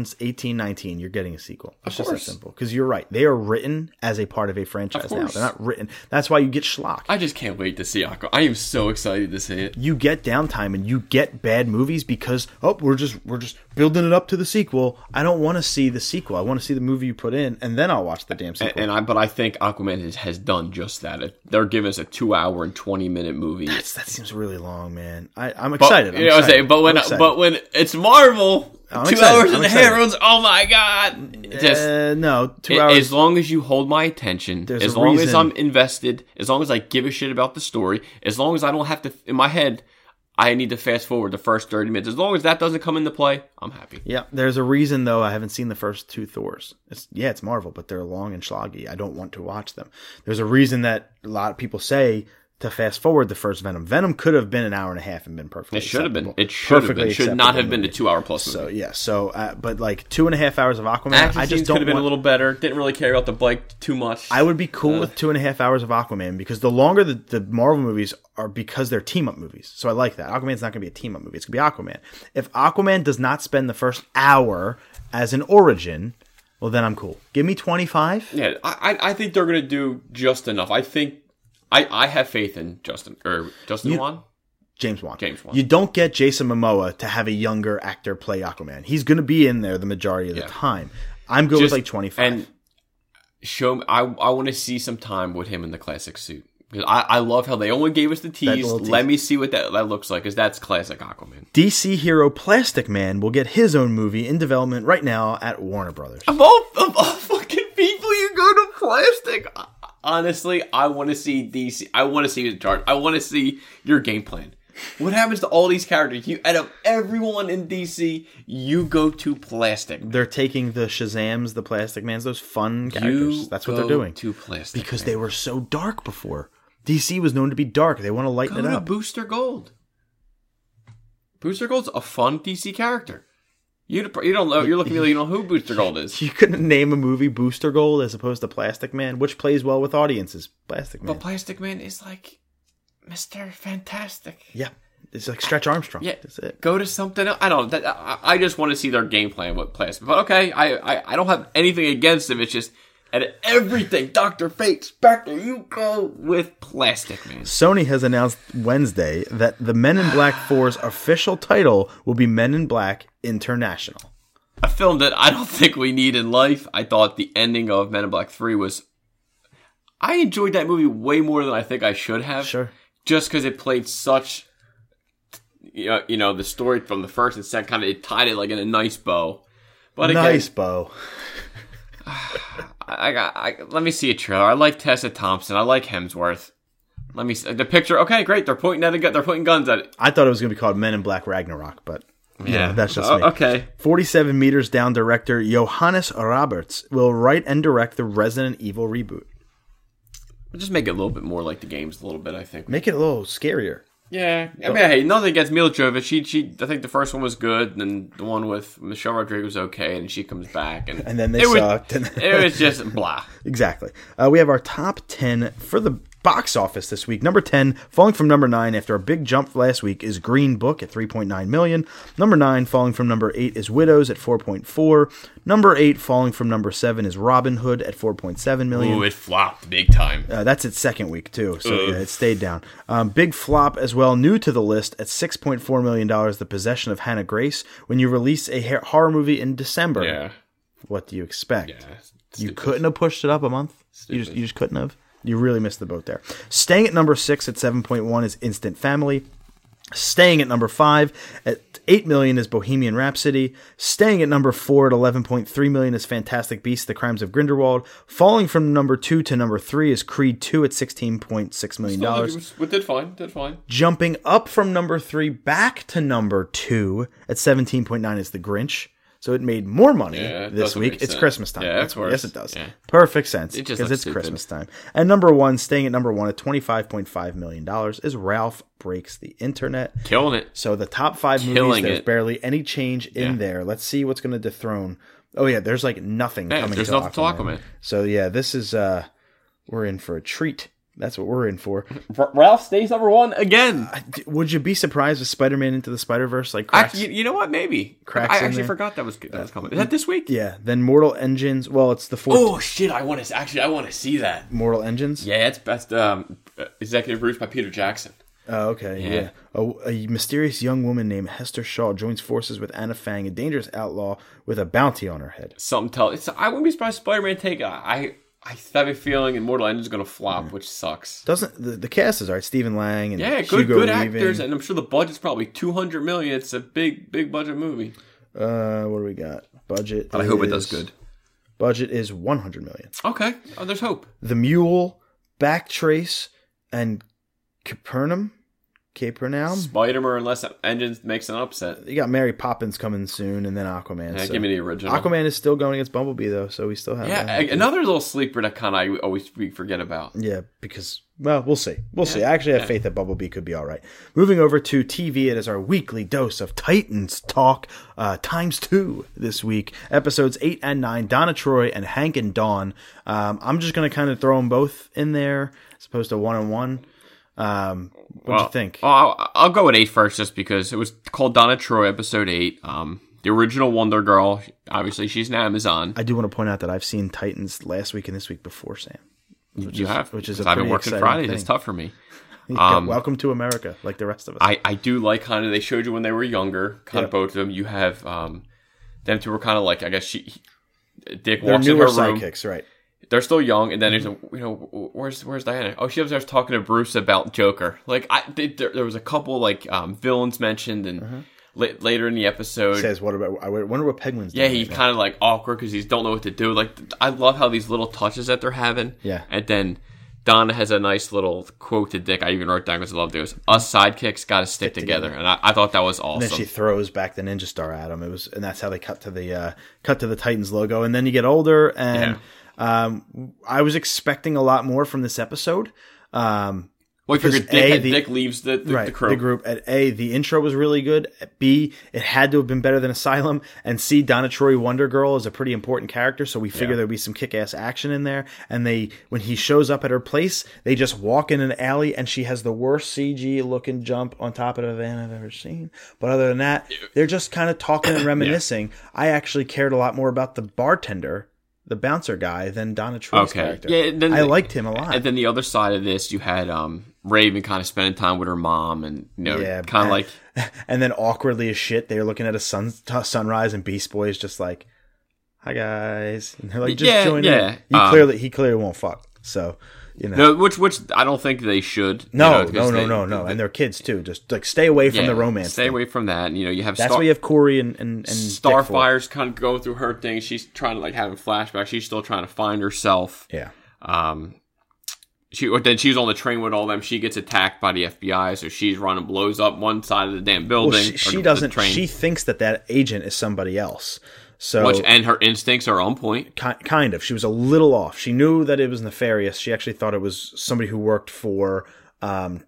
Speaker 5: 2018 19, you're getting a sequel. It's just
Speaker 6: course.
Speaker 5: that simple. Because you're right. They are written as a part of a franchise now.
Speaker 6: course.
Speaker 5: They're not written. That's why you get schlock.
Speaker 6: I just can't wait to see Aquaman. I am so excited to see it.
Speaker 5: you get downtime and you get bad movies because oh we're just we're just building it up to the sequel. I don't want to see the sequel. I want to see the movie you put in and then I'll watch the damn sequel.
Speaker 6: And, and I, but I think Aquaman has, has done just that. It- They're giving us a two-hour and twenty-minute movie.
Speaker 5: That's- that seems really long, man. I, I'm
Speaker 6: But-
Speaker 5: excited. I'm
Speaker 6: you know what I'm
Speaker 5: excited.
Speaker 6: saying? But when
Speaker 5: I'm excited.
Speaker 6: but when it's Marvel,
Speaker 5: I'm
Speaker 6: two
Speaker 5: excited.
Speaker 6: hours
Speaker 5: I'm
Speaker 6: and a
Speaker 5: excited.
Speaker 6: half runs. Oh my god! It Just
Speaker 5: uh, no two
Speaker 6: it-
Speaker 5: hours.
Speaker 6: as long as you hold my attention,
Speaker 5: There's
Speaker 6: as
Speaker 5: a
Speaker 6: long as
Speaker 5: reason.
Speaker 6: I'm invested, as long as I give a shit about the story, as long as I don't have to in my head. I need to fast forward the first thirty minutes. As long as that doesn't come into play, I'm happy.
Speaker 5: yeah, there's a reason though. I haven't seen the first two Thors. It's yeah, it's Marvel, but they're long and schloggy. I don't want to watch them. There's a reason that a lot of people say to fast forward the first Venom. Venom could have been an hour and a half and been perfectly.
Speaker 6: It should have been.
Speaker 5: acceptable.
Speaker 6: It should have been.
Speaker 5: Perfectly
Speaker 6: It should not
Speaker 5: acceptable
Speaker 6: have been a
Speaker 5: movie.
Speaker 6: two-hour plus movie.
Speaker 5: So yeah, so uh, but like two and a half hours of Aquaman,
Speaker 6: Action
Speaker 5: I
Speaker 6: scenes
Speaker 5: just don't.
Speaker 6: could have been
Speaker 5: want-
Speaker 6: a little better. Didn't really care about the bike too much.
Speaker 5: I would be cool with two and a half hours of Aquaman because the longer the, the Marvel movies are because they're team up movies. So I like that. Aquaman's not going to be a team up movie. It's going to be Aquaman. If Aquaman does not spend the first hour as an origin, well then I'm cool. Give me 25.
Speaker 6: yeah, I, I- I think they're gonna do just enough. I think I, I have faith in Justin or Justin Juan.
Speaker 5: James Wan.
Speaker 6: James Wan.
Speaker 5: You don't get Jason Momoa to have a younger actor play Aquaman. He's going to be in there the majority of the
Speaker 6: Yeah.
Speaker 5: time. I'm good with like 25.
Speaker 6: and show. Me, I I want to see some time with him in the classic suit. 'Cause I, I love how they only gave us the tease.
Speaker 5: little tease.
Speaker 6: Let me see what that, that looks like, because that's classic Aquaman.
Speaker 5: DC hero Plastic Man will get his own movie in development right now at Warner Brothers.
Speaker 6: Of all, of all fucking people, you go to plastic. Honestly, I want to see DC. I want to see the chart. I want to see your game plan. What happens to all these characters? You out of everyone in DC, you go to plastic.
Speaker 5: They're taking the Shazams, the Plastic Mans, those fun characters.
Speaker 6: You
Speaker 5: That's what
Speaker 6: go
Speaker 5: they're doing.
Speaker 6: to plastic
Speaker 5: because they were so dark before. DC was known to be dark. They want to lighten
Speaker 6: go
Speaker 5: it
Speaker 6: to
Speaker 5: up.
Speaker 6: Booster Gold. Booster Gold's a fun DC character. You you don't know. You're looking at me like you don't know who Booster Gold is.
Speaker 5: you couldn't name a movie Booster Gold as opposed to Plastic Man, which plays well with audiences. Plastic Man.
Speaker 6: But Plastic Man is like Mister Fantastic.
Speaker 5: yeah. It's like Stretch Armstrong.
Speaker 6: Yeah,
Speaker 5: That's it.
Speaker 6: Go to something else. I don't. That, I, I just want to see their game plan with players. But okay, I, I I don't have anything against them. It's just at everything, Doctor Fate, Spectre. You go with plastic, man.
Speaker 5: Sony has announced Wednesday that the Men in Black 4's official title will be Men in Black International.
Speaker 6: A film that I don't think we need in life. I thought the ending of Men in Black Three was. I enjoyed that movie way more than I think I should have.
Speaker 5: Sure.
Speaker 6: just because it played such you know, you know the story from the first and second kind of it tied it like in a nice bow but again,
Speaker 5: Nice, Bo.
Speaker 6: I I got I, let me see a trailer i like tessa thompson i like hemsworth let me see the picture okay great they're pointing at a gun they're pointing guns at it
Speaker 5: I thought it was going to be called Men in Black Ragnarok, but yeah, that's just
Speaker 6: Oh,
Speaker 5: me.
Speaker 6: okay
Speaker 5: 47 Meters Down director Johannes Roberts will write and direct the Resident Evil reboot.
Speaker 6: just make it a little bit more like the games a little bit i think
Speaker 5: Make it a little scarier.
Speaker 6: yeah i mean hey nothing against mila jovovich she, she i think the first one was good and then the one with michelle rodriguez was okay and she comes back and,
Speaker 5: And then they
Speaker 6: it was-
Speaker 5: sucked, and-
Speaker 6: it was just blah
Speaker 5: Exactly. Uh, we have our top 10 for the box office this week. Number 10, falling from number 9 after a big jump last week, is Green Book at 3.9 million. Number 9, falling from number 8 is Widows at 4.4. Number 8, falling from number 7 is Robin Hood at 4.7 million.
Speaker 6: Ooh, it flopped big time
Speaker 5: Uh, that's its second week too, so yeah, it stayed down. Um, big flop as well, new to the list at six point four million dollars. The possession of Hannah Grace. When you release a ha- horror movie in December,
Speaker 6: yeah
Speaker 5: what do you expect? you
Speaker 6: Stupid.
Speaker 5: couldn't have pushed it up a month. You just you just couldn't have. You really missed the boat there. Staying at number six at seven point one is Instant Family. Staying at number five at eight million is Bohemian Rhapsody. Staying at number four at eleven point three million is Fantastic Beasts: The Crimes of Grindelwald. Falling from number two to number three is Creed two at sixteen point six million dollars
Speaker 6: It did fine. Did fine.
Speaker 5: jumping up from number three back to number two at 17.9 is the grinch so it made more money
Speaker 6: Yeah, it
Speaker 5: this
Speaker 6: does
Speaker 5: week
Speaker 6: make
Speaker 5: it's
Speaker 6: sense.
Speaker 5: christmas time
Speaker 6: Yeah,
Speaker 5: That's-
Speaker 6: of course.
Speaker 5: yes it does
Speaker 6: Yeah.
Speaker 5: perfect sense
Speaker 6: It
Speaker 5: because
Speaker 6: just looks
Speaker 5: it's
Speaker 6: stupid.
Speaker 5: christmas time and number one staying at number one at 25.5 million dollars is ralph breaks the internet
Speaker 6: Killing it.
Speaker 5: so the top five movies
Speaker 6: Killing
Speaker 5: there's
Speaker 6: it.
Speaker 5: barely any change in
Speaker 6: Yeah.
Speaker 5: there let's see what's going to dethrone oh yeah there's like nothing
Speaker 6: Yeah,
Speaker 5: coming
Speaker 6: there's
Speaker 5: to
Speaker 6: nothing to
Speaker 5: Aquaman.
Speaker 6: Aquaman.
Speaker 5: so yeah this is uh we're in for a treat. That's what we're in for.
Speaker 6: R- Ralph stays number one again.
Speaker 5: D- Would you be surprised if Spider-Man into the Spider-Verse like cracks?
Speaker 6: Actually, you, you know what? Maybe
Speaker 5: Cracks
Speaker 6: I
Speaker 5: in
Speaker 6: actually
Speaker 5: there.
Speaker 6: forgot that was that was coming. Is that this week?
Speaker 5: yeah, then Mortal Engines. Well, it's the fourth
Speaker 6: Oh shit! I want to actually. I want to see that.
Speaker 5: Mortal Engines.
Speaker 6: Yeah, that's best. Um, uh, executive produced by Peter Jackson.
Speaker 5: Oh, okay. Yeah.
Speaker 6: Yeah.
Speaker 5: A, a mysterious young woman named Hester Shaw joins forces with Anna Fang, a dangerous outlaw with a bounty on her head.
Speaker 6: Something tell it's. I wouldn't be surprised. Spider Man take. I I have a feeling Immortal Engine's gonna flop, which sucks.
Speaker 5: Doesn't the, the cast is all right? Stephen Lang and
Speaker 6: Yeah, good
Speaker 5: Hugo
Speaker 6: good
Speaker 5: Weaving.
Speaker 6: actors, and I'm sure the budget's probably 200 million. It's a big big budget movie.
Speaker 5: Uh, what do we got? Budget. is- Budget is one hundred million.
Speaker 6: Okay, oh, there's hope.
Speaker 5: The Mule, Backtrace, and Capernaum. Capernaum.
Speaker 6: Spider Man, unless Engine makes an upset.
Speaker 5: You got Mary Poppins coming soon, and then Aquaman.
Speaker 6: Yeah,
Speaker 5: so-
Speaker 6: give me the original.
Speaker 5: Aquaman is still going against Bumblebee though, so we still have
Speaker 6: Yeah,
Speaker 5: that.
Speaker 6: a- another little sleeper that kind of I always we forget about.
Speaker 5: Yeah, because well, we'll see. We'll see. I actually have faith that Bumblebee could be all right. Moving over to TV, it is our weekly dose of Titans talk, uh, times two this week. Episodes eight and nine: Donna Troy and Hank and Dawn. Um, I'm just gonna kind of throw them both in there as opposed to one on one. Um, what do you
Speaker 6: Well,
Speaker 5: think?
Speaker 6: Oh, I'll, I'll go with eight first, just because it was called Donna Troy, episode eight. Um, the original Wonder Girl. Obviously, she's an Amazon.
Speaker 5: I do want to point out that I've seen Titans last week and this week before Sam.
Speaker 6: you have,
Speaker 5: which is a
Speaker 6: because I've been
Speaker 5: pretty
Speaker 6: working
Speaker 5: exciting
Speaker 6: Fridays.
Speaker 5: thing.
Speaker 6: It's tough for me.
Speaker 5: Welcome to America, like the rest of us.
Speaker 6: Um, I, I do like kind of they showed you when they were younger, kind of both of them. You have um, them two were kind of like I guess she, he- Dick
Speaker 5: They're
Speaker 6: walks in her
Speaker 5: newer Mm-hmm.
Speaker 6: room.
Speaker 5: sidekicks, right?
Speaker 6: They're still young, and then there's a you know where's where's Diana? Oh, she upstairs talking to Bruce about Joker. Like I they, there, there was a couple like um, villains mentioned and.
Speaker 5: Mm-hmm.
Speaker 6: la- Later in the episode,
Speaker 5: Says what about? I wonder what Penguin's.
Speaker 6: Yeah,
Speaker 5: doing
Speaker 6: he's
Speaker 5: right now.
Speaker 6: kind of like awkward because he don't know what to do. Like th- I love how these little touches that they're having.
Speaker 5: Yeah.
Speaker 6: and then Donna has a nice little quote to Dick. I even wrote down because I love those. Us sidekicks got to stick together, and I, I thought that was
Speaker 5: And then
Speaker 6: awesome.
Speaker 5: she throws back the ninja star at him. It was, and that's how they cut to the uh, cut to the Titans logo. And then you get older, and um, I was expecting a lot more from this episode. Um,
Speaker 6: well, I figured
Speaker 5: because
Speaker 6: Dick,
Speaker 5: A,
Speaker 6: had-
Speaker 5: the-
Speaker 6: Dick leaves the, the,
Speaker 5: right,
Speaker 6: the crew.
Speaker 5: group at A, the intro was really good. At B, it had to have been better than Asylum. And C, Donna Troy Wonder Girl is a pretty important character, so we figure there'll be some kick ass action in there. And they, when he shows up at her place, they just walk in an alley, and she has the worst CG looking jump on top of the van I've ever seen. But other than that, they're just kind of talking and reminiscing. I actually cared a lot more about the bartender. The bouncer guy than Donna Troy's
Speaker 6: Okay.
Speaker 5: character.
Speaker 6: Yeah, and then
Speaker 5: I
Speaker 6: the-
Speaker 5: liked him a lot.
Speaker 6: And then the other side of this, you had um, Raven kind of spending time with her mom, and you know,
Speaker 5: Yeah,
Speaker 6: kind
Speaker 5: and-
Speaker 6: of like
Speaker 5: and then awkwardly as shit, they're looking at a sun t- sunrise, and Beast Boy is just like, "Hi guys," and they're like, "Just
Speaker 6: Yeah,
Speaker 5: join
Speaker 6: yeah.
Speaker 5: in." You
Speaker 6: Um,
Speaker 5: clearly, he clearly won't fuck. So, you know, no,
Speaker 6: no, which which I don't think they should. you know,
Speaker 5: no, no,
Speaker 6: because
Speaker 5: no,
Speaker 6: they-
Speaker 5: no, and they're kids too. Just like stay away from
Speaker 6: yeah,
Speaker 5: the romance.
Speaker 6: Stay
Speaker 5: thing.
Speaker 6: away from that. And, you know, you have
Speaker 5: That's
Speaker 6: Star-
Speaker 5: why you have Corey and and, and Dick for it.
Speaker 6: Starfire's kind of going through her thing. She's trying to like having flashbacks. She's still trying to find herself.
Speaker 5: Yeah,
Speaker 6: Um, she or then she's on the train with all them. She gets attacked by the FBI, so she's running, blows up one side of the damn building.
Speaker 5: well, she,
Speaker 6: or
Speaker 5: she
Speaker 6: the- the
Speaker 5: doesn't.
Speaker 6: train.
Speaker 5: She thinks that that agent is somebody else. So
Speaker 6: Which, and her instincts are on point.
Speaker 5: ki- kind of. She was a little off. She knew that it was nefarious. She actually thought it was somebody who worked for um,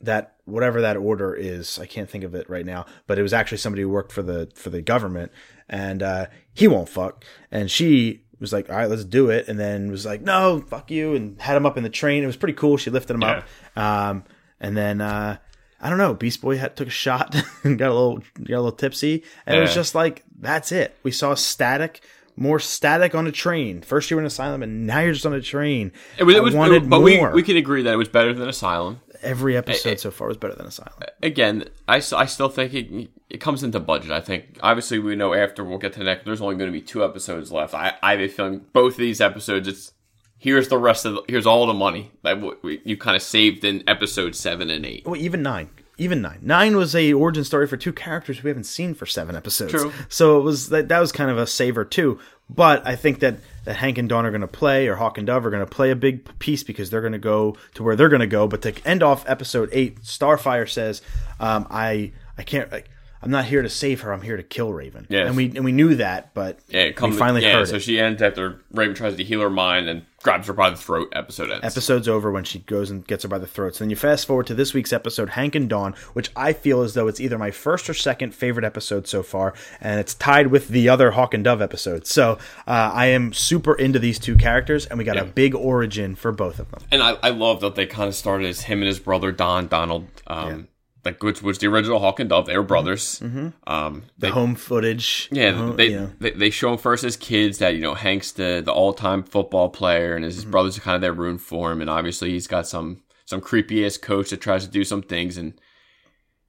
Speaker 5: that whatever that order is. I can't think of it right now, but it was actually somebody who worked for the for the government, and uh, he won't fuck. And she was like, "All right, let's do it," and then was like, "No, fuck you," and had him up in the train. It was pretty cool. She lifted him up, um, and then. Uh, I don't know. Beast Boy had, took a shot and got a little got a little tipsy, and it was
Speaker 6: Yeah.
Speaker 5: just like that's it. We saw static, more static on a train. First you were in asylum, and now you're just on a train.
Speaker 6: It was,
Speaker 5: I
Speaker 6: it was,
Speaker 5: wanted
Speaker 6: but
Speaker 5: more.
Speaker 6: we we can agree that it was better than Asylum.
Speaker 5: Every episode so far was better than Asylum.
Speaker 6: Again, I, s- I still think it, it comes into budget. I think obviously we know after we'll get to the next. There's only going to be two episodes left. I I have a feeling both of these episodes. It's here's the rest of the, here's all the money that w- we, you kind of saved in episode seven and eight.
Speaker 5: Well, even nine, even nine. Nine was a origin story for two characters we haven't seen for seven episodes.
Speaker 6: True.
Speaker 5: So it was that that was kind of a saver too. But I think that that Hank and Dawn are going to play, or Hawk and Dove are going to play a big piece because they're going to go to where they're going to go. But to end off episode eight, Starfire says, um, "I I can't." I, I'm not here to save her. I'm here to kill Raven.
Speaker 6: Yes.
Speaker 5: and we and we knew that, but
Speaker 6: Yeah, it comes.
Speaker 5: we finally
Speaker 6: yeah,
Speaker 5: heard
Speaker 6: so
Speaker 5: it.
Speaker 6: she ends after Raven tries to heal her mind and grabs her by the throat. Episode ends.
Speaker 5: Episode's over when she goes and gets her by the throats. Then you fast forward to this week's episode, Hank and Dawn, which I feel as though it's either my first or second favorite episode so far, and it's tied with the other Hawk and Dove episode. So uh, I am super into these two characters, and we got a big origin for both of them.
Speaker 6: and I, I love that they kind of started as him and his brother Don Donald, um, like which was the original Hawk and Dove. They were brothers. Mm-hmm. Um,
Speaker 5: The home footage,
Speaker 6: yeah,
Speaker 5: the home-
Speaker 6: they,
Speaker 5: Uh-huh, yeah.
Speaker 6: they they show him first as kids that you know Hank's the the all time football player, and
Speaker 5: Mm-hmm.
Speaker 6: his brothers are kind of there rooting for him, and obviously he's got some some creepy ass coach that tries to do some things, and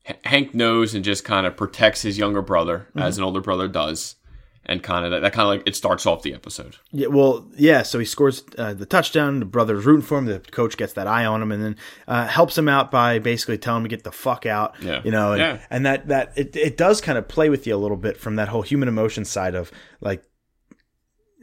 Speaker 6: H- Hank knows and just kind of protects his younger brother as
Speaker 5: Mm-hmm.
Speaker 6: an older brother does, and kind of that, that kind of like it starts off the episode.
Speaker 5: Yeah, well, yeah. So he scores uh, the touchdown. The brother's rooting for him. The coach gets that eye on him, and then uh, helps him out by basically telling him to get the fuck out.
Speaker 6: Yeah.
Speaker 5: you know, and,
Speaker 6: Yeah.
Speaker 5: and that that it, it does kind of play with you a little bit from that whole human emotion side of like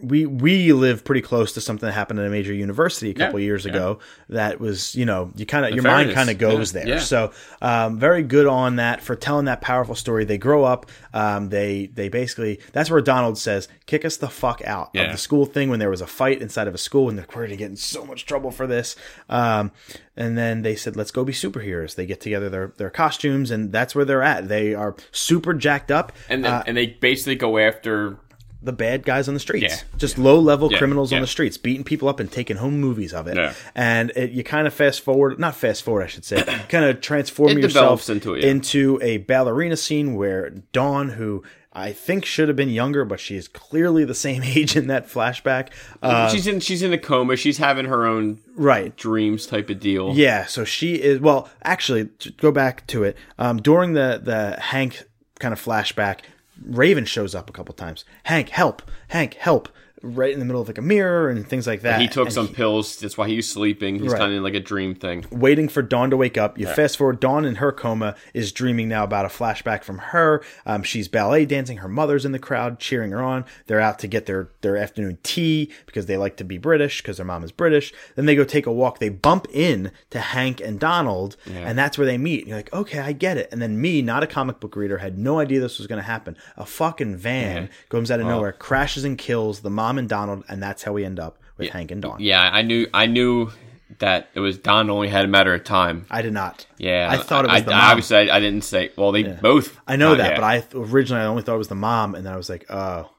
Speaker 5: we we live pretty close to something that happened at a major university a couple years ago that was you know you kind of your mind
Speaker 6: fairness.
Speaker 5: kind of goes
Speaker 6: Yeah,
Speaker 5: there
Speaker 6: yeah.
Speaker 5: so um, very good on that for telling that powerful story they grow up um, they they basically that's where donald says kick us the fuck out
Speaker 6: Yeah.
Speaker 5: of the school thing when there was a fight inside of a school and they're going to get in so much trouble for this um, and then they said let's go be superheroes they get together their, their costumes and that's where they're at they are super jacked up
Speaker 6: And then, and they basically go after
Speaker 5: the bad guys on the streets,
Speaker 6: Yeah.
Speaker 5: just low level
Speaker 6: Yeah.
Speaker 5: criminals on
Speaker 6: Yeah.
Speaker 5: the streets, beating people up and taking home movies of it.
Speaker 6: Yeah.
Speaker 5: And it, you kind of fast forward, not fast forward, I should say, kind of transform
Speaker 6: It
Speaker 5: yourself
Speaker 6: develops into it, yeah.
Speaker 5: into a ballerina scene where Dawn, who I think should have been younger, but she is clearly the same age in that flashback. Uh,
Speaker 6: she's in she's in a coma. She's having her own
Speaker 5: right.
Speaker 6: dreams type of deal.
Speaker 5: Yeah, so she is. Well, actually, to go back to it. Um, during the the Hank kind of flashback, Raven shows up a couple times. Hank, help! Hank, help! Right in the middle of like a mirror and things like that.
Speaker 6: He took
Speaker 5: And
Speaker 6: some pills. That's why he's sleeping. He's
Speaker 5: Right.
Speaker 6: kind of in like a dream thing.
Speaker 5: waiting for Dawn to wake up. You fast forward, Dawn in her coma is dreaming now about a flashback from her. Um, she's ballet dancing. Her mother's in the crowd cheering her on. They're out to get their, their afternoon tea because they like to be British because their mom is British. Then they go take a walk. They bump in to Hank and Donald, and that's where they meet. And you're like, okay, I get it. And then me, not a comic book reader, had no idea this was going to happen. A fucking van comes out of nowhere, crashes and kills the mom and Donald, and that's how we end up with Hank and Dawn.
Speaker 6: Yeah, I knew. I knew that it was Don only had a matter of time.
Speaker 5: I did not.
Speaker 6: Yeah,
Speaker 5: I thought it was
Speaker 6: I,
Speaker 5: the
Speaker 6: I,
Speaker 5: mom.
Speaker 6: obviously, I, I didn't say. Well, they both.
Speaker 5: I know
Speaker 6: not
Speaker 5: that,
Speaker 6: yet.
Speaker 5: but I th- originally I only thought it was the mom, and then I was like, oh,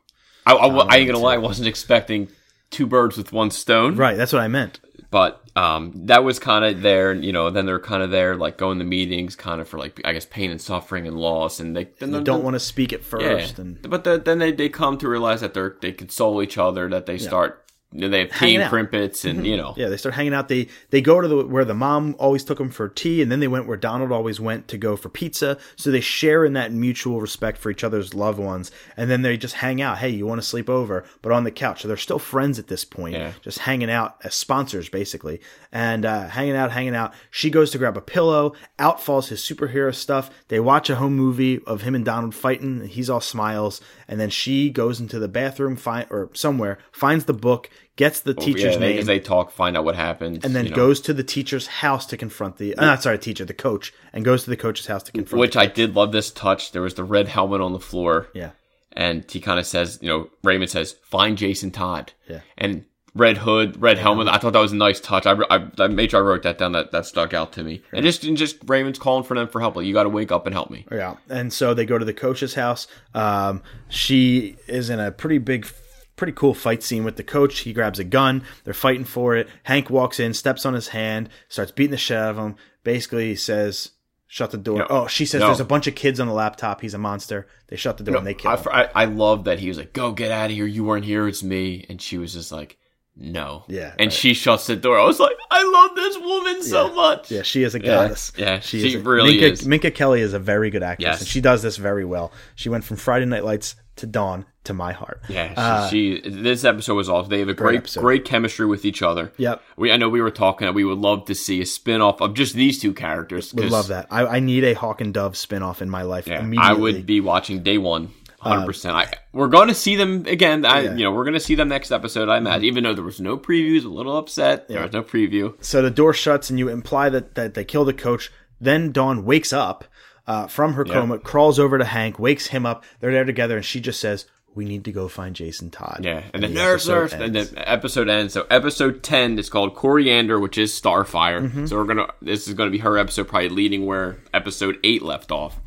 Speaker 6: I, I, wa- I ain't gonna lie. I wasn't expecting two birds with one stone.
Speaker 5: right, that's what I meant.
Speaker 6: But um, that was kind of there. You know, then they're kind of there, like going to meetings, kind of for like I guess pain and suffering and loss, and they then
Speaker 5: You don't want to speak at first, and
Speaker 6: but the, then they, they come to realize that they are they console each other, that they start they have tea
Speaker 5: Hanging
Speaker 6: and
Speaker 5: out. Mm-hmm.
Speaker 6: crimpets, and you know,
Speaker 5: yeah, they start hanging out. They they go to the where the mom always took them for tea, and then they went where Donald always went to go for pizza. So they share in that mutual respect for each other's loved ones, and then they just hang out. Hey, you want to sleep over, but on the couch. So they're still friends at this point,
Speaker 6: Yeah.
Speaker 5: just hanging out as sponsors basically, and uh, hanging out, hanging out. She goes to grab a pillow. Out falls his superhero stuff. They watch a home movie of him and Donald fighting. And he's all smiles, and then she goes into the bathroom, find or somewhere, finds the book, gets the teacher's
Speaker 6: Oh, yeah, they,
Speaker 5: name,
Speaker 6: as they talk, find out what happened,
Speaker 5: and then
Speaker 6: you know.
Speaker 5: goes to the teacher's house to confront the uh, not sorry teacher the coach and goes to the coach's house to confront
Speaker 6: Which I did love this touch. There was the red helmet on the floor,
Speaker 5: yeah
Speaker 6: and he kind of says, you know, Raymond says, "Find Jason Todd."
Speaker 5: Yeah.
Speaker 6: and red hood, red helmet. I thought that was a nice touch. I, I, I made sure I wrote that down. That that stuck out to me. And just and just Raymond's calling for them for help. Like, you got to wake up and help me.
Speaker 5: yeah and so they go to the coach's house um, she is in a pretty big pretty cool fight scene with the coach he grabs a gun they're fighting for it hank walks in steps on his hand starts beating the shit out of him basically says shut the door
Speaker 6: No.
Speaker 5: oh she says
Speaker 6: No.
Speaker 5: there's a bunch of kids on the laptop he's a monster they shut the door and they kill
Speaker 6: I,
Speaker 5: him
Speaker 6: I, I love that he was like, "Go get out of here. You weren't here. It's me." And she was just like, "No."
Speaker 5: Yeah,
Speaker 6: And
Speaker 5: right.
Speaker 6: she shuts the door. I was like, "I love this woman so much."
Speaker 5: Yeah, she is a goddess.
Speaker 6: Yeah,
Speaker 5: is
Speaker 6: she
Speaker 5: a-
Speaker 6: really
Speaker 5: Minka,
Speaker 6: is.
Speaker 5: Minka Kelly is a very good actress,
Speaker 6: Yes.
Speaker 5: and she does this very well. She went from Friday Night Lights to Dawn to My Heart.
Speaker 6: Yeah, she, she. This episode was awesome. They have a great,
Speaker 5: Uh, episode.
Speaker 6: great, chemistry with each other.
Speaker 5: Yep.
Speaker 6: We, I know we were talking that we would love to see a spin off of just these two characters.
Speaker 5: Would
Speaker 6: 'cause,
Speaker 5: love that. I, I need a Hawk and Dove spinoff in my life
Speaker 6: yeah,
Speaker 5: immediately. Uh,
Speaker 6: I would be watching day one. Hundred percent. I we're going to see them again. I you know we're going to see them next episode. I
Speaker 5: Mm-hmm.
Speaker 6: imagine. Even though there was no previews, a little upset. There was no preview.
Speaker 5: So the door shuts, and you imply that, that they kill the coach. Then Dawn wakes up. uh, from her coma, crawls over to Hank, wakes him up. They're there together, and she just says, "We need to go find Jason Todd."
Speaker 6: Yeah, and, the nurse, nurse,
Speaker 5: episode
Speaker 6: and
Speaker 5: ends.
Speaker 6: the episode ends. So episode ten is called Coriander, which is Starfire.
Speaker 5: Mm-hmm.
Speaker 6: So we're gonna this is gonna be her episode, probably leading where episode eight left off.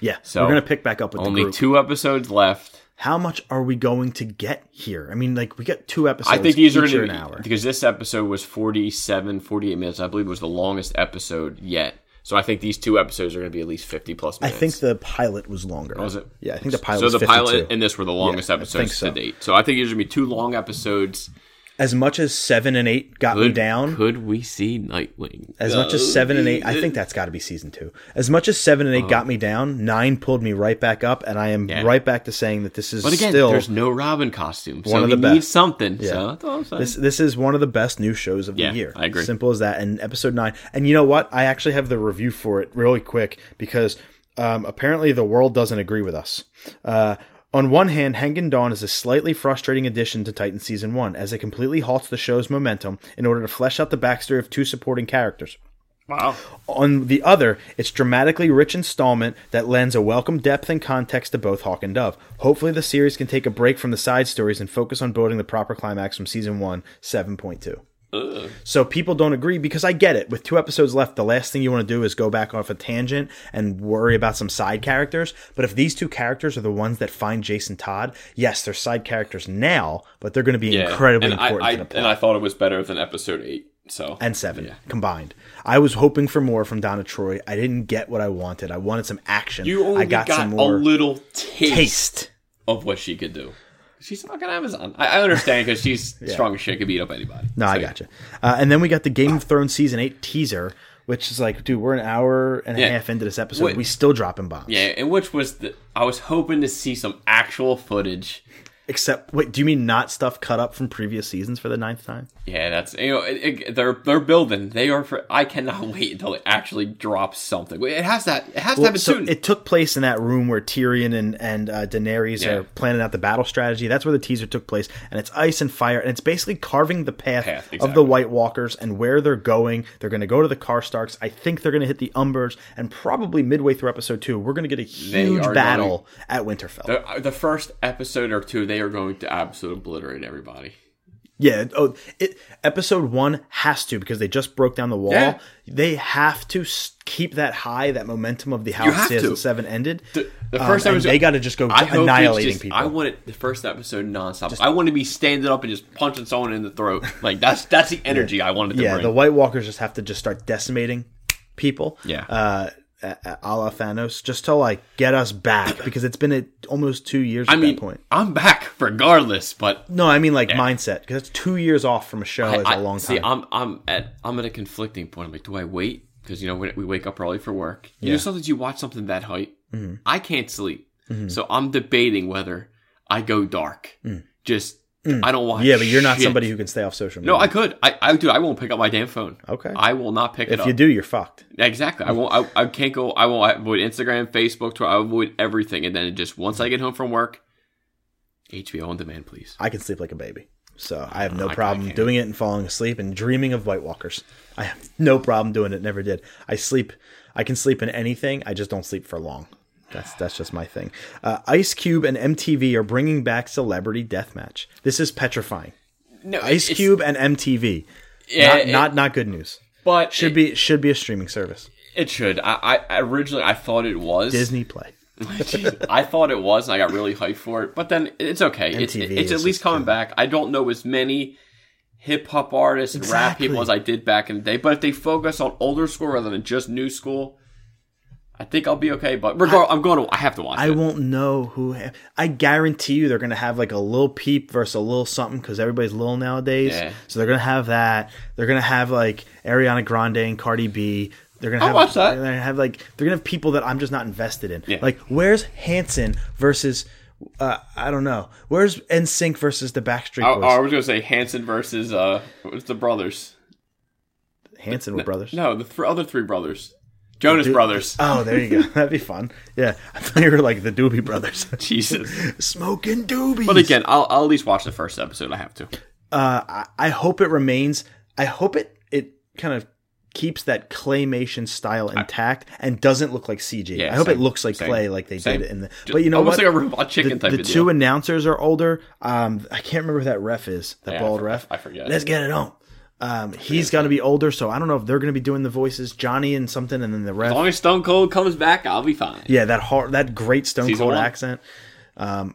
Speaker 5: yeah,
Speaker 6: So
Speaker 5: we're gonna pick back up with the
Speaker 6: Only
Speaker 5: group.
Speaker 6: two episodes left.
Speaker 5: How much are we going to get here? I mean, like we got two episodes.
Speaker 6: I think these are
Speaker 5: each
Speaker 6: gonna
Speaker 5: an
Speaker 6: be-
Speaker 5: hour.
Speaker 6: because this episode was 47, 48 minutes. I believe it was the longest episode yet. So I think these two episodes are gonna be at least fifty plus
Speaker 5: I
Speaker 6: minutes.
Speaker 5: think the pilot was longer.
Speaker 6: Was it?
Speaker 5: Yeah, I think the pilot.
Speaker 6: So
Speaker 5: was
Speaker 6: the
Speaker 5: 52.
Speaker 6: pilot and this were the longest
Speaker 5: I think
Speaker 6: episodes
Speaker 5: so.
Speaker 6: to date. So I think these are gonna be two long episodes.
Speaker 5: as much as seven and eight got me
Speaker 6: Could-
Speaker 5: down.
Speaker 6: Could we see Nightwing?
Speaker 5: As much as seven and eight, I think that's got to be season two. As much as seven and eight got me down, nine pulled me right back up, and I am
Speaker 6: Uh-huh. Yeah.
Speaker 5: right back to saying that this is
Speaker 6: But again,
Speaker 5: still
Speaker 6: there's no Robin costume, so
Speaker 5: one of
Speaker 6: we
Speaker 5: the
Speaker 6: need
Speaker 5: best.
Speaker 6: something.
Speaker 5: Yeah.
Speaker 6: So that's all I'm saying.
Speaker 5: this this is one of the best new shows of
Speaker 6: Yeah,
Speaker 5: the year.
Speaker 6: I agree.
Speaker 5: Simple as that. And episode nine. And you know what? I actually have the review for it really quick because um, apparently the world doesn't agree with us. Uh, on one hand, Hengen Dawn is a slightly frustrating addition to Titan Season 1, as it completely halts the show's momentum in order to flesh out the backstory of two supporting characters.
Speaker 6: wow.
Speaker 5: On the other, its dramatically rich installment that lends a welcome depth and context to both Hawk and Dove. Hopefully, the series can take a break from the side stories and focus on building the proper climax from season one, 7.2. So people don't agree because I get it. With two episodes left, the last thing you want to do is go back off a tangent and worry about some side characters. But if these two characters are the ones that find Jason Todd, yes, they're side characters now, but they're going to be incredibly
Speaker 6: and
Speaker 5: important
Speaker 6: I, I,
Speaker 5: to the plot
Speaker 6: And I thought it was better than episode eight. So
Speaker 5: and seven combined. I was hoping for more from Donna Troy. I didn't get what I wanted. I wanted some action.
Speaker 6: you only
Speaker 5: I got,
Speaker 6: got,
Speaker 5: some
Speaker 6: a
Speaker 5: more
Speaker 6: little taste,
Speaker 5: taste.
Speaker 6: of what she could do. She's not on Amazon. I, I understand because she's strong as shit, could beat up anybody.
Speaker 5: No, I gotcha. Uh, and then we got the Game of Thrones season eight teaser, which is like, dude, we're an hour and a
Speaker 6: Yeah.
Speaker 5: half into this episode.
Speaker 6: Wait.
Speaker 5: We still dropping bombs.
Speaker 6: Yeah, and which was the I was hoping to see some actual footage.
Speaker 5: Except, wait, do you mean not stuff cut up from previous seasons for the ninth time?
Speaker 6: Yeah, that's you know it, it- they're they're building. They are. For, I cannot wait until they actually drop something. It has that. It has to happen
Speaker 5: so
Speaker 6: soon.
Speaker 5: it took place in that room where Tyrion and and uh, Daenerys
Speaker 6: Yeah.
Speaker 5: are planning out the battle strategy. That's where the teaser took place, and it's ice and fire, and it's basically carving the path,
Speaker 6: Path,
Speaker 5: of the
Speaker 6: exactly.
Speaker 5: White Walkers and where they're going. They're going to go to the Karstarks. I think they're going to hit the Umbers, and probably midway through episode two, we're going to get a
Speaker 6: They
Speaker 5: huge
Speaker 6: are
Speaker 5: battle at Winterfell.
Speaker 6: the, Uh, the first episode or two, they are going to absolutely obliterate everybody.
Speaker 5: Yeah. Oh, it, episode one has to because they just broke down the wall.
Speaker 6: Yeah.
Speaker 5: They have to s- keep that high, that momentum of the how
Speaker 6: You have
Speaker 5: season
Speaker 6: to.
Speaker 5: seven ended.
Speaker 6: The, the
Speaker 5: Um,
Speaker 6: first
Speaker 5: and
Speaker 6: episode,
Speaker 5: they got to just go
Speaker 6: I hope it's
Speaker 5: annihilating
Speaker 6: just-
Speaker 5: people.
Speaker 6: I want it the first episode nonstop. I want to be standing up and just punching someone in the throat. Like that's that's the energy I wanted to
Speaker 5: yeah,
Speaker 6: bring.
Speaker 5: the White Walkers just have to just start decimating people.
Speaker 6: Yeah.
Speaker 5: Uh, a- a a la Thanos, just to like get us back because it's been a, almost two years
Speaker 6: I
Speaker 5: at
Speaker 6: mean,
Speaker 5: that point.
Speaker 6: I'm back regardless, but
Speaker 5: No, I mean like mindset because it's two years off from a show is
Speaker 6: I-
Speaker 5: Oh, a long
Speaker 6: see,
Speaker 5: time.
Speaker 6: I'm I'm at I'm at a conflicting point. I'm like, do I wait? Because you know when we wake up early for work. You know, sometimes you watch something that height.
Speaker 5: Mm-hmm.
Speaker 6: I can't sleep, so I'm debating whether I go dark. Just I don't watch.
Speaker 5: Mm. yeah, but you're not
Speaker 6: shit.
Speaker 5: somebody who can stay off social media.
Speaker 6: No, I could. I, I do. I won't pick up my damn phone.
Speaker 5: Okay.
Speaker 6: I will not pick it
Speaker 5: if
Speaker 6: up.
Speaker 5: you do, you're fucked.
Speaker 6: Exactly. I won't. I, I can't go. I won't I avoid Instagram, Facebook, Twitter. I avoid everything, and then it just once I get home from work, HBO on demand, please.
Speaker 5: I can sleep like a baby. So I have no
Speaker 6: I
Speaker 5: problem
Speaker 6: can't.
Speaker 5: doing it and falling asleep and dreaming of White Walkers. I have no problem doing it. Never did. I sleep. I can sleep in anything. I just don't sleep for long. That's that's just my thing. Uh, Ice Cube and MTV are bringing back Celebrity Deathmatch. This is petrifying.
Speaker 6: No, it-
Speaker 5: Ice
Speaker 6: it's-
Speaker 5: Cube and MTV.
Speaker 6: Yeah,
Speaker 5: not,
Speaker 6: it-
Speaker 5: not not good news.
Speaker 6: but
Speaker 5: Should
Speaker 6: it,
Speaker 5: be should be a streaming service.
Speaker 6: It should. I, I I originally I thought it was
Speaker 5: Disney Play.
Speaker 6: I thought it was, and I got really hyped for it. But then it's okay. It's,
Speaker 5: MTV
Speaker 6: it's at
Speaker 5: is
Speaker 6: least
Speaker 5: just
Speaker 6: coming
Speaker 5: killing
Speaker 6: back. I don't know as many hip hop artists and rap
Speaker 5: Exactly.
Speaker 6: people as I did back in the day. But if they focus on older school rather than just new school, I think I'll be okay. But regard, I'm going to. I have to watch
Speaker 5: I
Speaker 6: it.
Speaker 5: won't know who. ha- I guarantee you, they're gonna have like a little peep versus a little something because everybody's little nowadays.
Speaker 6: Yeah.
Speaker 5: So they're gonna have that. They're gonna have like Ariana Grande and Cardi B. They're gonna have.
Speaker 6: watch that.
Speaker 5: They're gonna have like they're gonna have people that I'm just not invested in.
Speaker 6: Yeah.
Speaker 5: Like where's Hanson versus. Uh, I don't know. Where's NSYNC versus the
Speaker 6: I,
Speaker 5: Backstreet Boys?
Speaker 6: I was going to say Hanson versus uh, what's the brothers?
Speaker 5: Hanson were brothers.
Speaker 6: No, the th- other three brothers, Jonas Brothers.
Speaker 5: Oh, there you go. That'd be fun. Yeah, I thought you were like the Doobie Brothers,
Speaker 6: Jesus.
Speaker 5: smoking doobies.
Speaker 6: But again, I'll, I'll at least watch the first episode. I have to.
Speaker 5: uh, I, I hope it remains. I hope it it kind of keeps that claymation style intact and doesn't look like CG.
Speaker 6: Yeah,
Speaker 5: I hope it
Speaker 6: same,
Speaker 5: looks like
Speaker 6: same,
Speaker 5: clay, like they
Speaker 6: same.
Speaker 5: did in the.
Speaker 6: Just
Speaker 5: But you know
Speaker 6: almost
Speaker 5: what?
Speaker 6: like a robot chicken
Speaker 5: the,
Speaker 6: type
Speaker 5: The
Speaker 6: of
Speaker 5: two
Speaker 6: deal.
Speaker 5: announcers are older. Um, I can't remember who that ref is. That
Speaker 6: Yeah, I
Speaker 5: bald
Speaker 6: forget-
Speaker 5: ref.
Speaker 6: I forget.
Speaker 5: Let's get it on. Um, he's going to be older, so I don't know if they're going to be doing the voices, Johnny and something, and then the ref.
Speaker 6: As long as Stone Cold comes back, I'll be fine.
Speaker 5: Yeah, that hard, that great Stone
Speaker 6: Season
Speaker 5: Cold
Speaker 6: one?
Speaker 5: accent, um,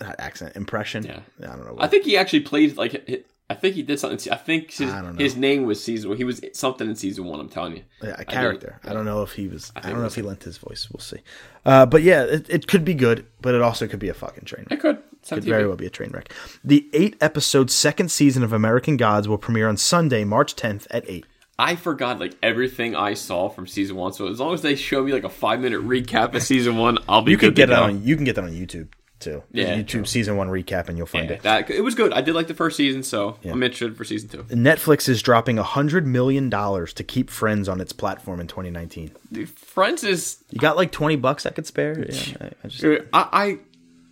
Speaker 5: not accent impression.
Speaker 6: Yeah.
Speaker 5: I don't know. What,
Speaker 6: I think he actually played like hi- I think he did something. I think his,
Speaker 5: I don't know.
Speaker 6: his name was season. He was something in season one. I'm telling you.
Speaker 5: yeah, a
Speaker 6: I
Speaker 5: character. I,
Speaker 6: think-
Speaker 5: don't know if he was. I,
Speaker 6: think
Speaker 5: don't know
Speaker 6: it
Speaker 5: if he lent his voice. We'll see. Uh, but yeah, it, it could be good, but it also could be a fucking train wreck.
Speaker 6: It could. It's on
Speaker 5: Could
Speaker 6: TV.
Speaker 5: very well be a train wreck. The eight episode second season of American Gods will premiere on Sunday, March 10th at eight.
Speaker 6: I forgot like everything I saw from season one. So as long as they show me like a five minute recap of season one, I'll be.
Speaker 5: You can
Speaker 6: good to
Speaker 5: get it
Speaker 6: go.
Speaker 5: on. You can get that on YouTube too. There's a
Speaker 6: Yeah,
Speaker 5: YouTube season one recap, and you'll find
Speaker 6: Yeah,
Speaker 5: it.
Speaker 6: that it was good. I did like the first season, so I'm interested for season two.
Speaker 5: Netflix is dropping hundred million dollars to keep Friends on its platform in 2019.
Speaker 6: Dude, Friends is.
Speaker 5: You got like 20 bucks I could spare? Yeah, I, I just,
Speaker 6: dude, I,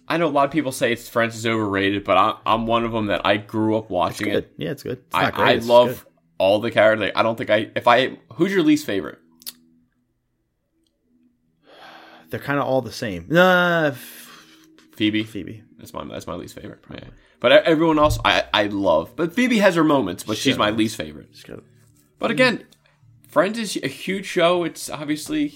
Speaker 6: I I know a lot of people say it's Friends is overrated, but I, I'm one of them that I grew up watching
Speaker 5: good.
Speaker 6: it.
Speaker 5: Yeah, it's good. It's
Speaker 6: I,
Speaker 5: not great,
Speaker 6: I
Speaker 5: it's
Speaker 6: love
Speaker 5: good.
Speaker 6: all the characters. Like, I don't think I if I who's your least favorite.
Speaker 5: They're kind of all the same. Nah, F-
Speaker 6: Phoebe.
Speaker 5: Phoebe.
Speaker 6: That's my that's my least favorite. Yeah. But e- everyone else I I love. But Phoebe has her moments, but she's my least favorite. But again, Friends is a huge show. It's obviously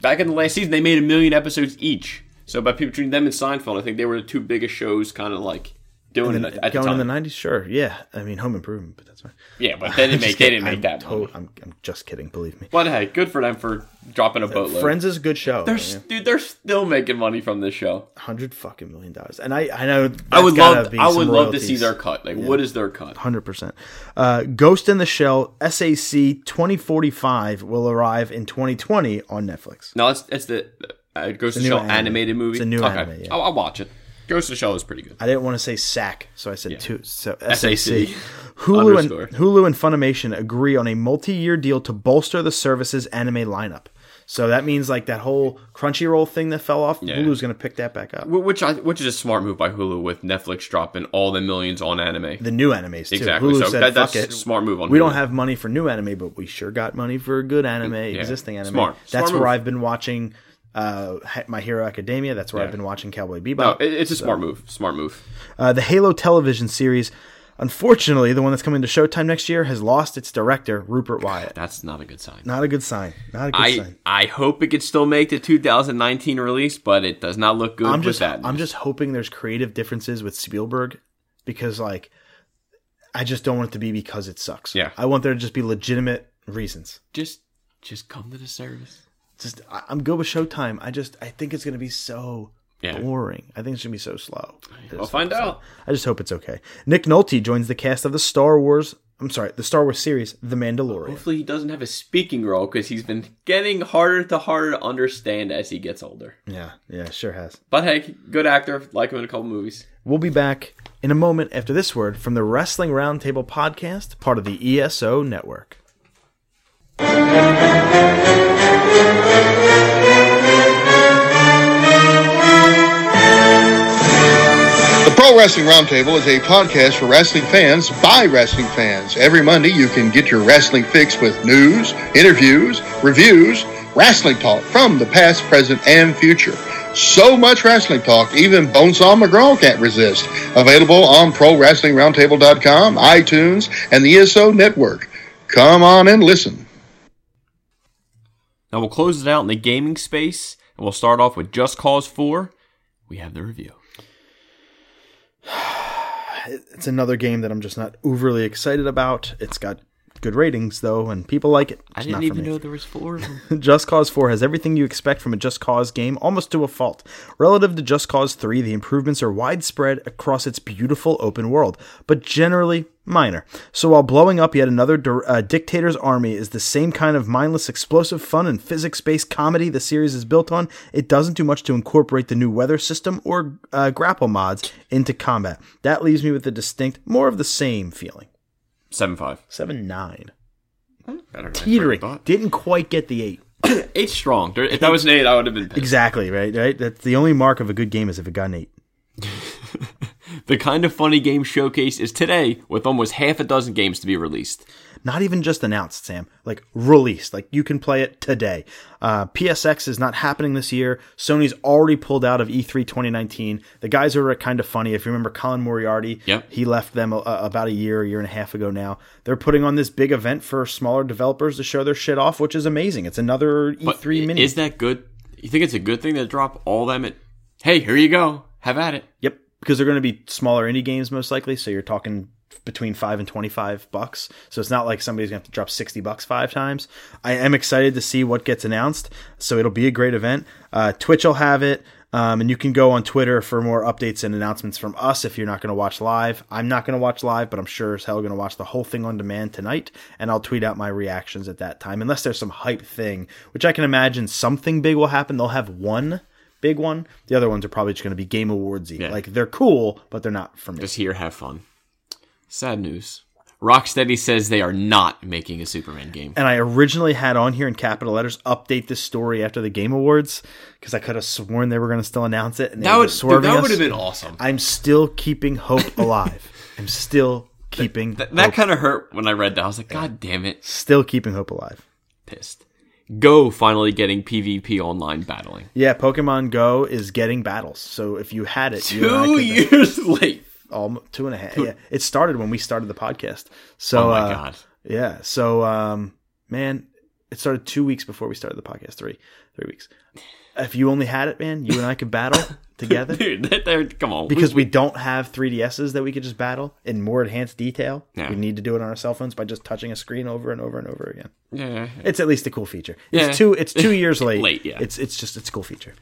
Speaker 6: back in the last season they made a million episodes each. So by people between them and Seinfeld, I think they were the two biggest shows, kind of like doing
Speaker 5: And
Speaker 6: it
Speaker 5: then
Speaker 6: at, at the
Speaker 5: going
Speaker 6: time.
Speaker 5: in the 90s? Sure. Yeah. I mean, Home Improvement, but that's fine.
Speaker 6: yeah, but they didn't make they didn't make
Speaker 5: I'm
Speaker 6: that.
Speaker 5: to-
Speaker 6: one.
Speaker 5: I'm, I'm just kidding. Believe me.
Speaker 6: But hey, good for them for dropping a boatload.
Speaker 5: Friends is a good show.
Speaker 6: they're,
Speaker 5: yeah.
Speaker 6: s dude, they're still making money from this show.
Speaker 5: 100 fucking million dollars. And I, I know.
Speaker 6: I would
Speaker 5: that's gotta
Speaker 6: love
Speaker 5: be
Speaker 6: I
Speaker 5: some
Speaker 6: would love to see
Speaker 5: royalties.
Speaker 6: their cut. Like, what is their cut?
Speaker 5: Hundred percent. Uh, Ghost in the Shell SAC twenty forty five will arrive in twenty twenty on Netflix.
Speaker 6: No, it's it's the uh, Ghost in the
Speaker 5: new
Speaker 6: Shell
Speaker 5: anime.
Speaker 6: animated movie.
Speaker 5: It's a new
Speaker 6: okay.
Speaker 5: anime, yeah.
Speaker 6: I'll, I'll watch it. Ghost in the Shell is pretty good.
Speaker 5: I didn't want to say SAC, so I said two. So SAC.
Speaker 6: SAC.
Speaker 5: Hulu and
Speaker 6: Underscore.
Speaker 5: Hulu and Funimation agree on a multi-year deal to bolster the service's anime lineup. So that means like that whole Crunchyroll thing that fell off, Hulu's going to pick that back up.
Speaker 6: Wh- Which I which is a smart move by Hulu with Netflix dropping all the millions on anime.
Speaker 5: The new animes too.
Speaker 6: Exactly.
Speaker 5: Hulu
Speaker 6: So
Speaker 5: said,
Speaker 6: that- that's
Speaker 5: "Fuck it,
Speaker 6: a smart move on
Speaker 5: We don't
Speaker 6: Hulu."
Speaker 5: have money for new anime, but we sure got money for good anime, existing anime.
Speaker 6: Smart.
Speaker 5: That's
Speaker 6: Smart
Speaker 5: where
Speaker 6: move.
Speaker 5: I've been watching uh, My Hero Academia. That's where I've been watching Cowboy Bebop.
Speaker 6: No, it, it's a smart move. Smart move.
Speaker 5: Uh, the Halo television series, unfortunately, the one that's coming to Showtime next year, has lost its director, Rupert Wyatt.
Speaker 6: That's not a good sign.
Speaker 5: Not a good sign. Not a good
Speaker 6: I
Speaker 5: sign.
Speaker 6: I hope it could still make the 2019 release, but it does not look good
Speaker 5: I'm
Speaker 6: with
Speaker 5: just
Speaker 6: that.
Speaker 5: I'm just hoping there's creative differences with Spielberg because like I just don't want it to be because it sucks.
Speaker 6: Yeah.
Speaker 5: I want there to just be legitimate reasons.
Speaker 6: just just come to the service.
Speaker 5: Just I, I'm good with Showtime. I just I think it's gonna be so
Speaker 6: Yeah.
Speaker 5: boring. I think it's gonna be so slow.
Speaker 6: We'll find out.
Speaker 5: I just hope it's okay. Nick Nolte joins the cast of the Star Wars I'm sorry, the Star Wars series, The Mandalorian.
Speaker 6: Hopefully, he doesn't have a speaking role because he's been getting harder to harder to understand as he gets older.
Speaker 5: Yeah, yeah, sure has.
Speaker 6: But hey, good actor. Like him in a couple movies.
Speaker 5: We'll be back in a moment after this word from the Wrestling Roundtable podcast, part of the ESO network.
Speaker 4: The Pro Wrestling Roundtable is a podcast for wrestling fans by wrestling fans. Every Monday, you can get your wrestling fix with news, interviews, reviews, wrestling talk from the past, present, and future. So much wrestling talk, even Bonesaw McGraw can't resist. Available on ProWrestlingRoundtable.com, iTunes, and the ESO Network. Come on and listen.
Speaker 6: Now we'll close it out in the gaming space, and we'll start off with Just Cause 4. We have the review.
Speaker 5: It's another game that I'm just not overly excited about. It's got good ratings though, and people like it.
Speaker 6: I
Speaker 5: It's
Speaker 6: didn't
Speaker 5: not for
Speaker 6: even
Speaker 5: me.
Speaker 6: know there was four of them.
Speaker 5: Just Cause 4 has everything you expect from a Just Cause game, almost to a fault. Relative to Just Cause 3, the improvements are widespread across its beautiful open world, but generally minor. So while blowing up yet another dir- uh, dictator's army is the same kind of mindless, explosive fun and physics based comedy the series is built on, it doesn't do much to incorporate the new weather system or uh, grapple mods into combat. That leaves me with a distinct, more of the same feeling.
Speaker 6: 7 5.
Speaker 5: 7 9.
Speaker 6: Better
Speaker 5: Teetering. Didn't quite get the 8.
Speaker 6: 8 strong. There- If that was an 8, I would have been pissed.
Speaker 5: Exactly, right? Right? That's the only mark of a good game is if it got an eight.
Speaker 6: The kind of funny game showcase is today with almost half a dozen games to be released.
Speaker 5: Not even just announced, Sam. Like released. Like you can play it today. Uh, PSX is not happening this year. Sony's already pulled out of E E3 2019. The guys who are uh, kind of funny. If you remember Colin Moriarty,
Speaker 6: Yep.
Speaker 5: he left them a, a- about a year, a year and a half ago now. They're putting on this big event for smaller developers to show their shit off, which is amazing. It's another
Speaker 6: But
Speaker 5: E3
Speaker 6: i-
Speaker 5: mini.
Speaker 6: Is that good? You think it's a good thing to drop all them at? Hey, here you go. Have at it.
Speaker 5: Yep, because they're going to be smaller indie games most likely. So you're talking between five and twenty-five bucks. So it's not like somebody's going to have to drop sixty bucks five times. I am excited to see what gets announced. So it'll be a great event. Uh, Twitch will have it. Um, and you can go on Twitter for more updates and announcements from us if you're not going to watch live. I'm not going to watch live, but I'm sure as hell going to watch the whole thing on demand tonight, and I'll tweet out my reactions at that time, unless there's some hype thing, which I can imagine something big will happen. They'll have one big one. The other ones are probably just going to be Game Awardsy. Like they're cool, but they're not for me.
Speaker 6: Just here, have fun. Sad news. Rocksteady says they are not making a Superman game.
Speaker 5: and I originally had on here in capital letters update this story after the Game Awards because I could have sworn they were going to still announce it. And they
Speaker 6: That
Speaker 5: were
Speaker 6: would dude,
Speaker 5: swerving
Speaker 6: that
Speaker 5: us.
Speaker 6: would have been awesome.
Speaker 5: I'm still keeping hope alive. I'm still keeping
Speaker 6: That
Speaker 5: hope,
Speaker 6: kind of hurt when I read that. I was like, God damn it,
Speaker 5: still keeping hope alive.
Speaker 6: pissed. Go finally getting PvP online battling.
Speaker 5: Yeah, Pokemon Go is getting battles. So if you had it, you and I
Speaker 6: Two
Speaker 5: could-
Speaker 6: years late.
Speaker 5: almo- two and a half. Yeah, it started when we started the podcast. So
Speaker 6: Oh my
Speaker 5: uh,
Speaker 6: god.
Speaker 5: Yeah. So, um, man, it started two weeks before we started the podcast. Three, three weeks. If you only had it, man, you and I could battle together
Speaker 6: Dude, that, that, come on.
Speaker 5: because we don't have 3DSs that we could just battle in more enhanced detail.
Speaker 6: Yeah.
Speaker 5: We need to do it on our cell phones by just touching a screen over and over and over again.
Speaker 6: yeah.
Speaker 5: It's at least a cool feature.
Speaker 6: Yeah.
Speaker 5: It's two. It's two years late.
Speaker 6: Late, yeah.
Speaker 5: It's it's just it's a cool feature.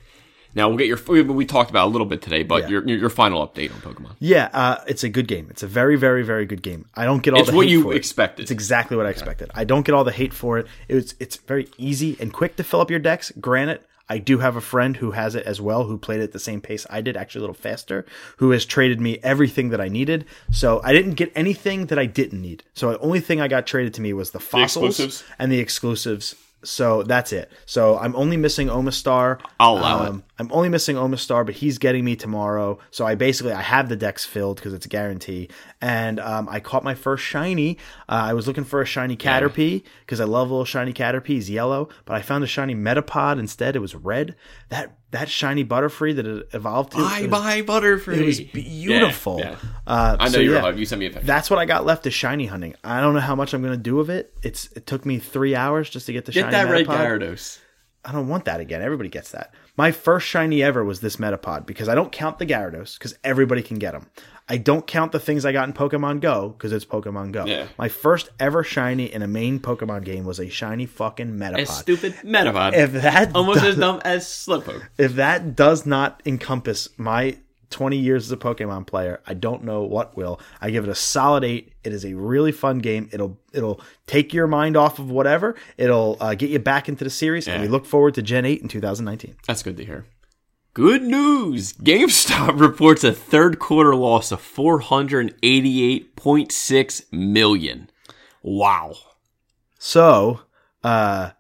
Speaker 6: Now we'll get your. We, we talked about it a little bit today, but your, your your final update on Pokemon.
Speaker 5: Yeah, uh, it's a good game. It's a very, very, very good game. I don't get all
Speaker 6: It's
Speaker 5: the
Speaker 6: what
Speaker 5: hate
Speaker 6: you
Speaker 5: for it.
Speaker 6: expected.
Speaker 5: It's exactly what I expected. I don't get all the hate for it. It's it's very easy and quick to fill up your decks. Granted, I do have a friend who has it as well, who played it at the same pace I did, actually a little faster, who has traded me everything that I needed. So I didn't get anything that I didn't need. So the only thing I got traded to me was the fossils
Speaker 6: exclusives?
Speaker 5: and the exclusives. So that's it. So I'm only missing Omastar. Um,
Speaker 6: I'll allow it.
Speaker 5: I'm only missing Omastar, but he's getting me tomorrow. So I basically I have the decks filled because it's a guarantee. And um, I caught my first shiny. Uh, I was looking for a shiny Caterpie because I love little shiny Caterpie. He's yellow, but I found a shiny Metapod instead. It was red. That that shiny Butterfree that it evolved to.
Speaker 6: Bye
Speaker 5: it was
Speaker 6: bye Butterfree. It
Speaker 5: was beautiful.
Speaker 6: Uh, I know
Speaker 5: so
Speaker 6: you're
Speaker 5: yeah.
Speaker 6: hyped. You sent me a picture.
Speaker 5: that's what I got left is shiny hunting. I don't know how much I'm going to do of it. It's it took me three hours just to get the
Speaker 6: Get
Speaker 5: shiny
Speaker 6: that red
Speaker 5: Metapod.
Speaker 6: Gyarados.
Speaker 5: I don't want that again. Everybody gets that. My first shiny ever was this Metapod because I don't count the Gyarados because everybody can get them. I don't count the things I got in Pokemon Go because it's Pokemon Go.
Speaker 6: Yeah.
Speaker 5: My first ever shiny in a main Pokemon game was a shiny fucking
Speaker 6: A
Speaker 5: Metapod.
Speaker 6: stupid Metapod.
Speaker 5: if that
Speaker 6: Almost
Speaker 5: does-
Speaker 6: as dumb as Slowpoke.
Speaker 5: if that does not encompass my 20 years as a Pokemon player, I don't know what will. I give it a solid 8. It is a really fun game. It'll it'll take your mind off of whatever. It'll uh, get you back into the series and we look forward to Gen 8 in 2019.
Speaker 6: That's good to hear. Good news! GameStop reports a third quarter loss of 488.6 million. Wow.
Speaker 5: So, uh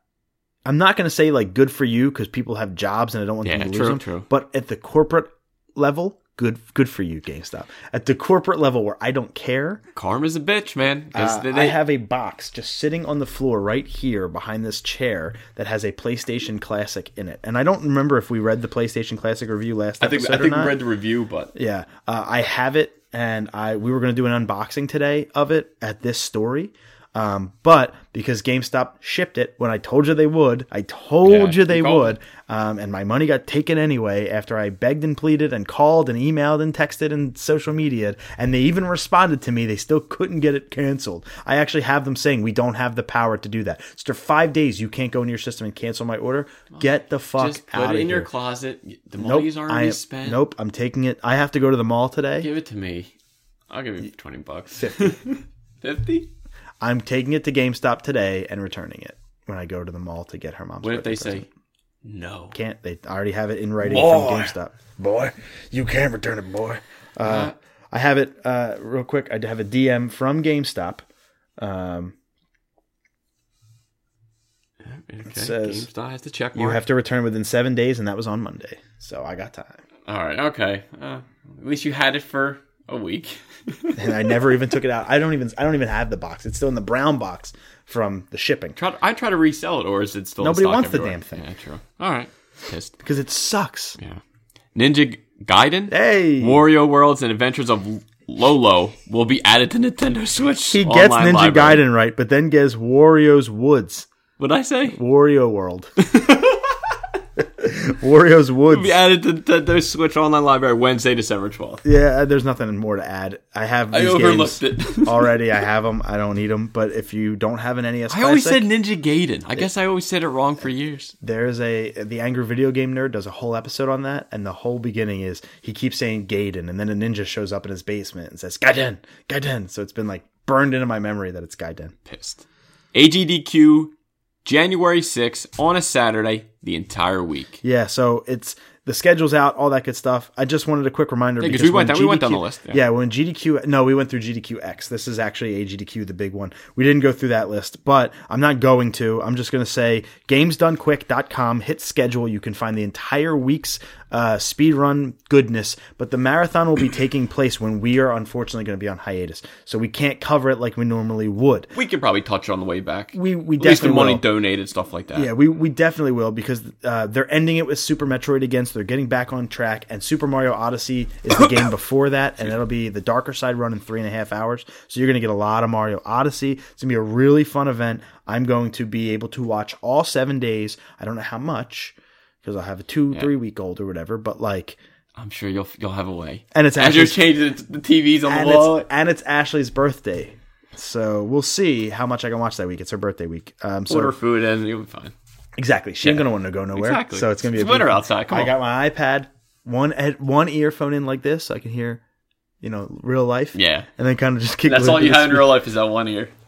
Speaker 5: I'm not going to say like good for you cuz people have jobs and I don't want
Speaker 6: Yeah,
Speaker 5: them to
Speaker 6: true,
Speaker 5: lose them.
Speaker 6: true.
Speaker 5: But at the corporate level, good good for you GameStop. At the corporate level where I don't care,
Speaker 6: Karma's a bitch, man. 'Cause
Speaker 5: Uh,
Speaker 6: they-
Speaker 5: I have a box just sitting on the floor right here behind this chair that has a PlayStation Classic in it, and I don't remember if we read the PlayStation Classic review last
Speaker 6: I think,
Speaker 5: episode
Speaker 6: I think
Speaker 5: or
Speaker 6: we
Speaker 5: not.
Speaker 6: read the review, but
Speaker 5: yeah, uh, I have it, and I we were going to do an unboxing today of it at this story. Um, but because GameStop shipped it when I told you they would, I told
Speaker 6: Yeah,
Speaker 5: you they
Speaker 6: you called
Speaker 5: would, um, and my money got taken anyway after I begged and pleaded and called and emailed and texted and social media, and they even responded to me. They still couldn't get it canceled. I actually have them saying we don't have the power to do that. It's for five days. You can't go into your system and cancel my order. Get the fuck
Speaker 6: just put
Speaker 5: out of
Speaker 6: it in your
Speaker 5: here.
Speaker 6: closet. The
Speaker 5: Nope,
Speaker 6: money's
Speaker 5: I
Speaker 6: already
Speaker 5: am-
Speaker 6: spent.
Speaker 5: Nope, I'm taking it. I have to go to the mall today.
Speaker 6: Give it to me. I'll give you 20 bucks. 50?
Speaker 5: I'm taking it to GameStop today and returning it when I go to the mall to get her mom's.
Speaker 6: What if
Speaker 5: birthday
Speaker 6: they
Speaker 5: present.
Speaker 6: say no?
Speaker 5: can't? They already have it in writing
Speaker 2: Boy.
Speaker 5: from GameStop. Boy, you can't return it, boy. Uh, I have it uh, real quick. I have a DM from GameStop. Um,
Speaker 6: Okay.
Speaker 5: says-
Speaker 6: GameStop has to check
Speaker 5: you
Speaker 6: mark.
Speaker 5: have to return within seven days, and that was on Monday, so I got time.
Speaker 6: All right. Okay. Uh, at least you had it for a week.
Speaker 5: and I never even took it out. I don't even I don't even have the box. It's still in the brown box from the shipping
Speaker 6: Try to, I try to resell it, or is it still? in
Speaker 5: Nobody
Speaker 6: stock
Speaker 5: wants the
Speaker 6: everywhere?
Speaker 5: damn thing.
Speaker 6: Yeah, true. All right, pissed.
Speaker 5: because it sucks.
Speaker 6: Yeah. Ninja Gaiden,
Speaker 5: Hey.
Speaker 6: Wario Worlds, and Adventures of Lolo will be added to Nintendo Switch.
Speaker 5: He gets
Speaker 6: online
Speaker 5: Ninja
Speaker 6: library.
Speaker 5: Gaiden right, but then gets Wario's Woods.
Speaker 6: What'd I say?
Speaker 5: Wario World. Wario's Woods.
Speaker 6: Be added to Nintendo Switch Online Library Wednesday, December twelfth.
Speaker 5: Yeah, there's nothing more to add. I have
Speaker 6: I
Speaker 5: these
Speaker 6: overlooked
Speaker 5: games
Speaker 6: it.
Speaker 5: already. I have them. I don't need them. But if you don't have an NES,
Speaker 6: I always said
Speaker 5: Classic,
Speaker 6: Ninja Gaiden. I guess I always said it wrong for years.
Speaker 5: there's a the angry video game nerd does a whole episode on that, and the whole beginning is he keeps saying Gaiden, and then a ninja shows up in his basement and says Gaiden, Gaiden. So it's been like burned into my memory that it's Gaiden.
Speaker 6: Pissed. AGDQ, January sixth on a Saturday, the entire week.
Speaker 5: Yeah, so it's the schedule's out, all that good stuff. I just wanted a quick reminder
Speaker 6: 'cause we went
Speaker 5: when
Speaker 6: down- we went down the list,
Speaker 5: Yeah.
Speaker 6: yeah.
Speaker 5: when GDQ no, we went through GDQX. This is actually AGDQ, the big one. We didn't go through that list, but I'm not going to. I'm just going to say gamesdonequick.com. Hit schedule. You can find the entire week's uh, speed run goodness, but the marathon will be taking place when we are unfortunately going to be on hiatus, so we can't cover it like we normally would.
Speaker 6: We could probably touch on the way back.
Speaker 5: We- we
Speaker 6: At least the
Speaker 5: definitely
Speaker 6: money
Speaker 5: will.
Speaker 6: donated stuff like that.
Speaker 5: Yeah, we, we definitely will because uh, they're ending it with Super Metroid again, so they're getting back on track. And Super Mario Odyssey is the game before that, and that'll be the darker side run in three and a half hours. So you're going to get a lot of Mario Odyssey. It's going to be a really fun event. I'm going to be able to watch all seven days. I don't know how much because I'll have a two, three week old or whatever, but like,
Speaker 6: I'm sure you'll you'll have a way.
Speaker 5: And it's
Speaker 6: as you're
Speaker 5: actually-
Speaker 6: changing it to the TVs on
Speaker 5: and
Speaker 6: the wall.
Speaker 5: it's, and it's Ashley's birthday. So we'll see how much I can watch that week. It's her birthday week. Um, so
Speaker 6: Order food and you'll be fine.
Speaker 5: Exactly. She ain't gonna want to go nowhere.
Speaker 6: Exactly.
Speaker 5: So it's gonna be
Speaker 6: It's
Speaker 5: a beautiful-
Speaker 6: winter outside, come
Speaker 5: I
Speaker 6: on.
Speaker 5: got my iPad, one head, one earphone in like this, so I can hear, you know, real life.
Speaker 6: Yeah.
Speaker 5: And then kind of just kick.
Speaker 6: That's
Speaker 5: it
Speaker 6: all you
Speaker 5: into
Speaker 6: have in
Speaker 5: the
Speaker 6: real life is that one ear.
Speaker 5: speed-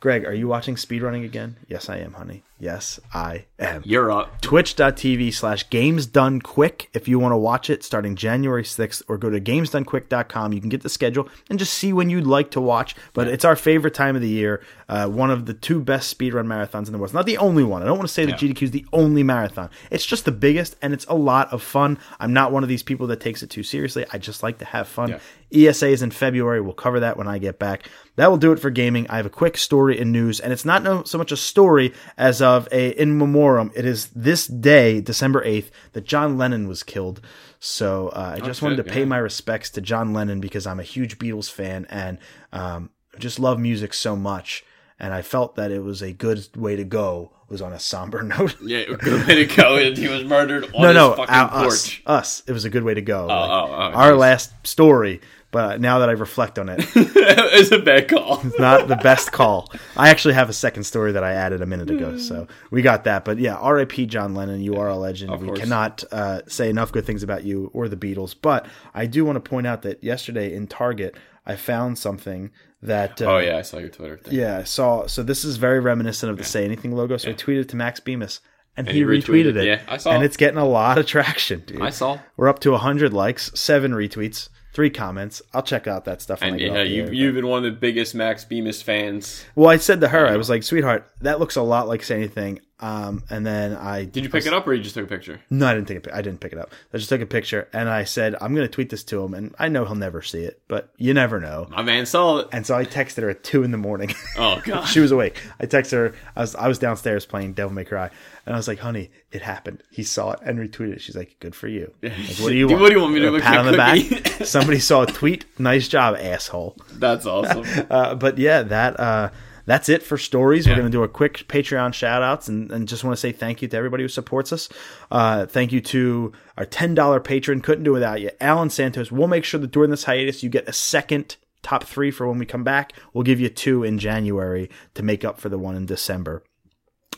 Speaker 5: Greg, are you watching speedrunning again? Yes, I am, honey. Yes, I am.
Speaker 6: You're up.
Speaker 5: Twitch.tv slash games done quick if you want to watch it starting January 6th, or go to gamesdonequick.com. You can get the schedule and just see when you'd like to watch. But it's our favorite time of the year. Uh, one of the two best speedrun marathons in the world. It's not the only one. I don't want to say that GDQ is the only marathon. It's just the biggest and it's a lot of fun. I'm not one of these people that takes it too seriously. I just like to have fun. ESA E is in February. We'll cover that when I get back. That will do it for gaming. I have a quick story and news, and it's not no, so much a story as of a in memoriam. It is this day, December eighth, that John Lennon was killed. So uh, I just wanted to
Speaker 6: shit,
Speaker 5: pay
Speaker 6: yeah.
Speaker 5: my respects to John Lennon because I'm a huge Beatles fan and um, just love music so much. And I felt that it was a good way to go was on a somber note.
Speaker 6: Yeah, good way to go. And he was murdered on
Speaker 5: no,
Speaker 6: his
Speaker 5: no,
Speaker 6: fucking
Speaker 5: our- us,
Speaker 6: porch.
Speaker 5: us. It was a good way to go. Like,
Speaker 6: oh, oh,
Speaker 5: our
Speaker 6: geez.
Speaker 5: last story. But now that I reflect on it,
Speaker 6: it's a bad call.
Speaker 5: not the best call. I actually have a second story that I added a minute ago, so we got that. But yeah, R.I.P. John Lennon. You are a legend. we
Speaker 6: course.
Speaker 5: cannot uh, say enough good things about you or the Beatles. But I do want to point out that yesterday in Target, I found something that. Uh,
Speaker 6: Oh yeah, I saw your Twitter thing.
Speaker 5: Yeah, I saw. So this is very reminiscent of the Say Anything logo. So I tweeted it to Max Bemis, and, he,
Speaker 6: he
Speaker 5: retweeted,
Speaker 6: retweeted.
Speaker 5: it.
Speaker 6: Yeah, I saw.
Speaker 5: And it's getting a lot of traction, dude.
Speaker 6: I saw.
Speaker 5: We're up to 100 likes, seven retweets, three comments. I'll check out that stuff. when
Speaker 6: And
Speaker 5: I get
Speaker 6: yeah,
Speaker 5: off the
Speaker 6: you
Speaker 5: air, but-
Speaker 6: you've been one of the biggest Max Bemis fans.
Speaker 5: well, I said to her, I was like, "Sweetheart, that looks a lot like say anything." Um, and then I
Speaker 6: Did you pick it up or you just took a picture?
Speaker 5: No, I didn't take a, pi- I didn't pick it up. I just took a picture and I said, "I'm going to tweet this to him," and I know he'll never see it, but you never know.
Speaker 6: My man saw it.
Speaker 5: And so I texted her at two in the morning.
Speaker 6: Oh god.
Speaker 5: she was awake. I texted her. I was I was downstairs playing Devil May Cry, and I was like, "Honey, it happened. He saw it and retweeted it." She's like, "Good for you." Like, what do you want?
Speaker 6: What do you want me
Speaker 5: A
Speaker 6: to look
Speaker 5: pat
Speaker 6: at
Speaker 5: on the
Speaker 6: cookie?
Speaker 5: back? Somebody saw a tweet. Nice job, asshole.
Speaker 6: That's awesome.
Speaker 5: Uh, but yeah, that uh, that's it for stories. We're going to do a quick Patreon shout outs and, and just want to say thank you to everybody who supports us. Uh, thank you to our $10 patron. Couldn't do without you. Alan Santos. We'll make sure that during this hiatus, you get a second top three for when we come back. We'll give you two in January to make up for the one in December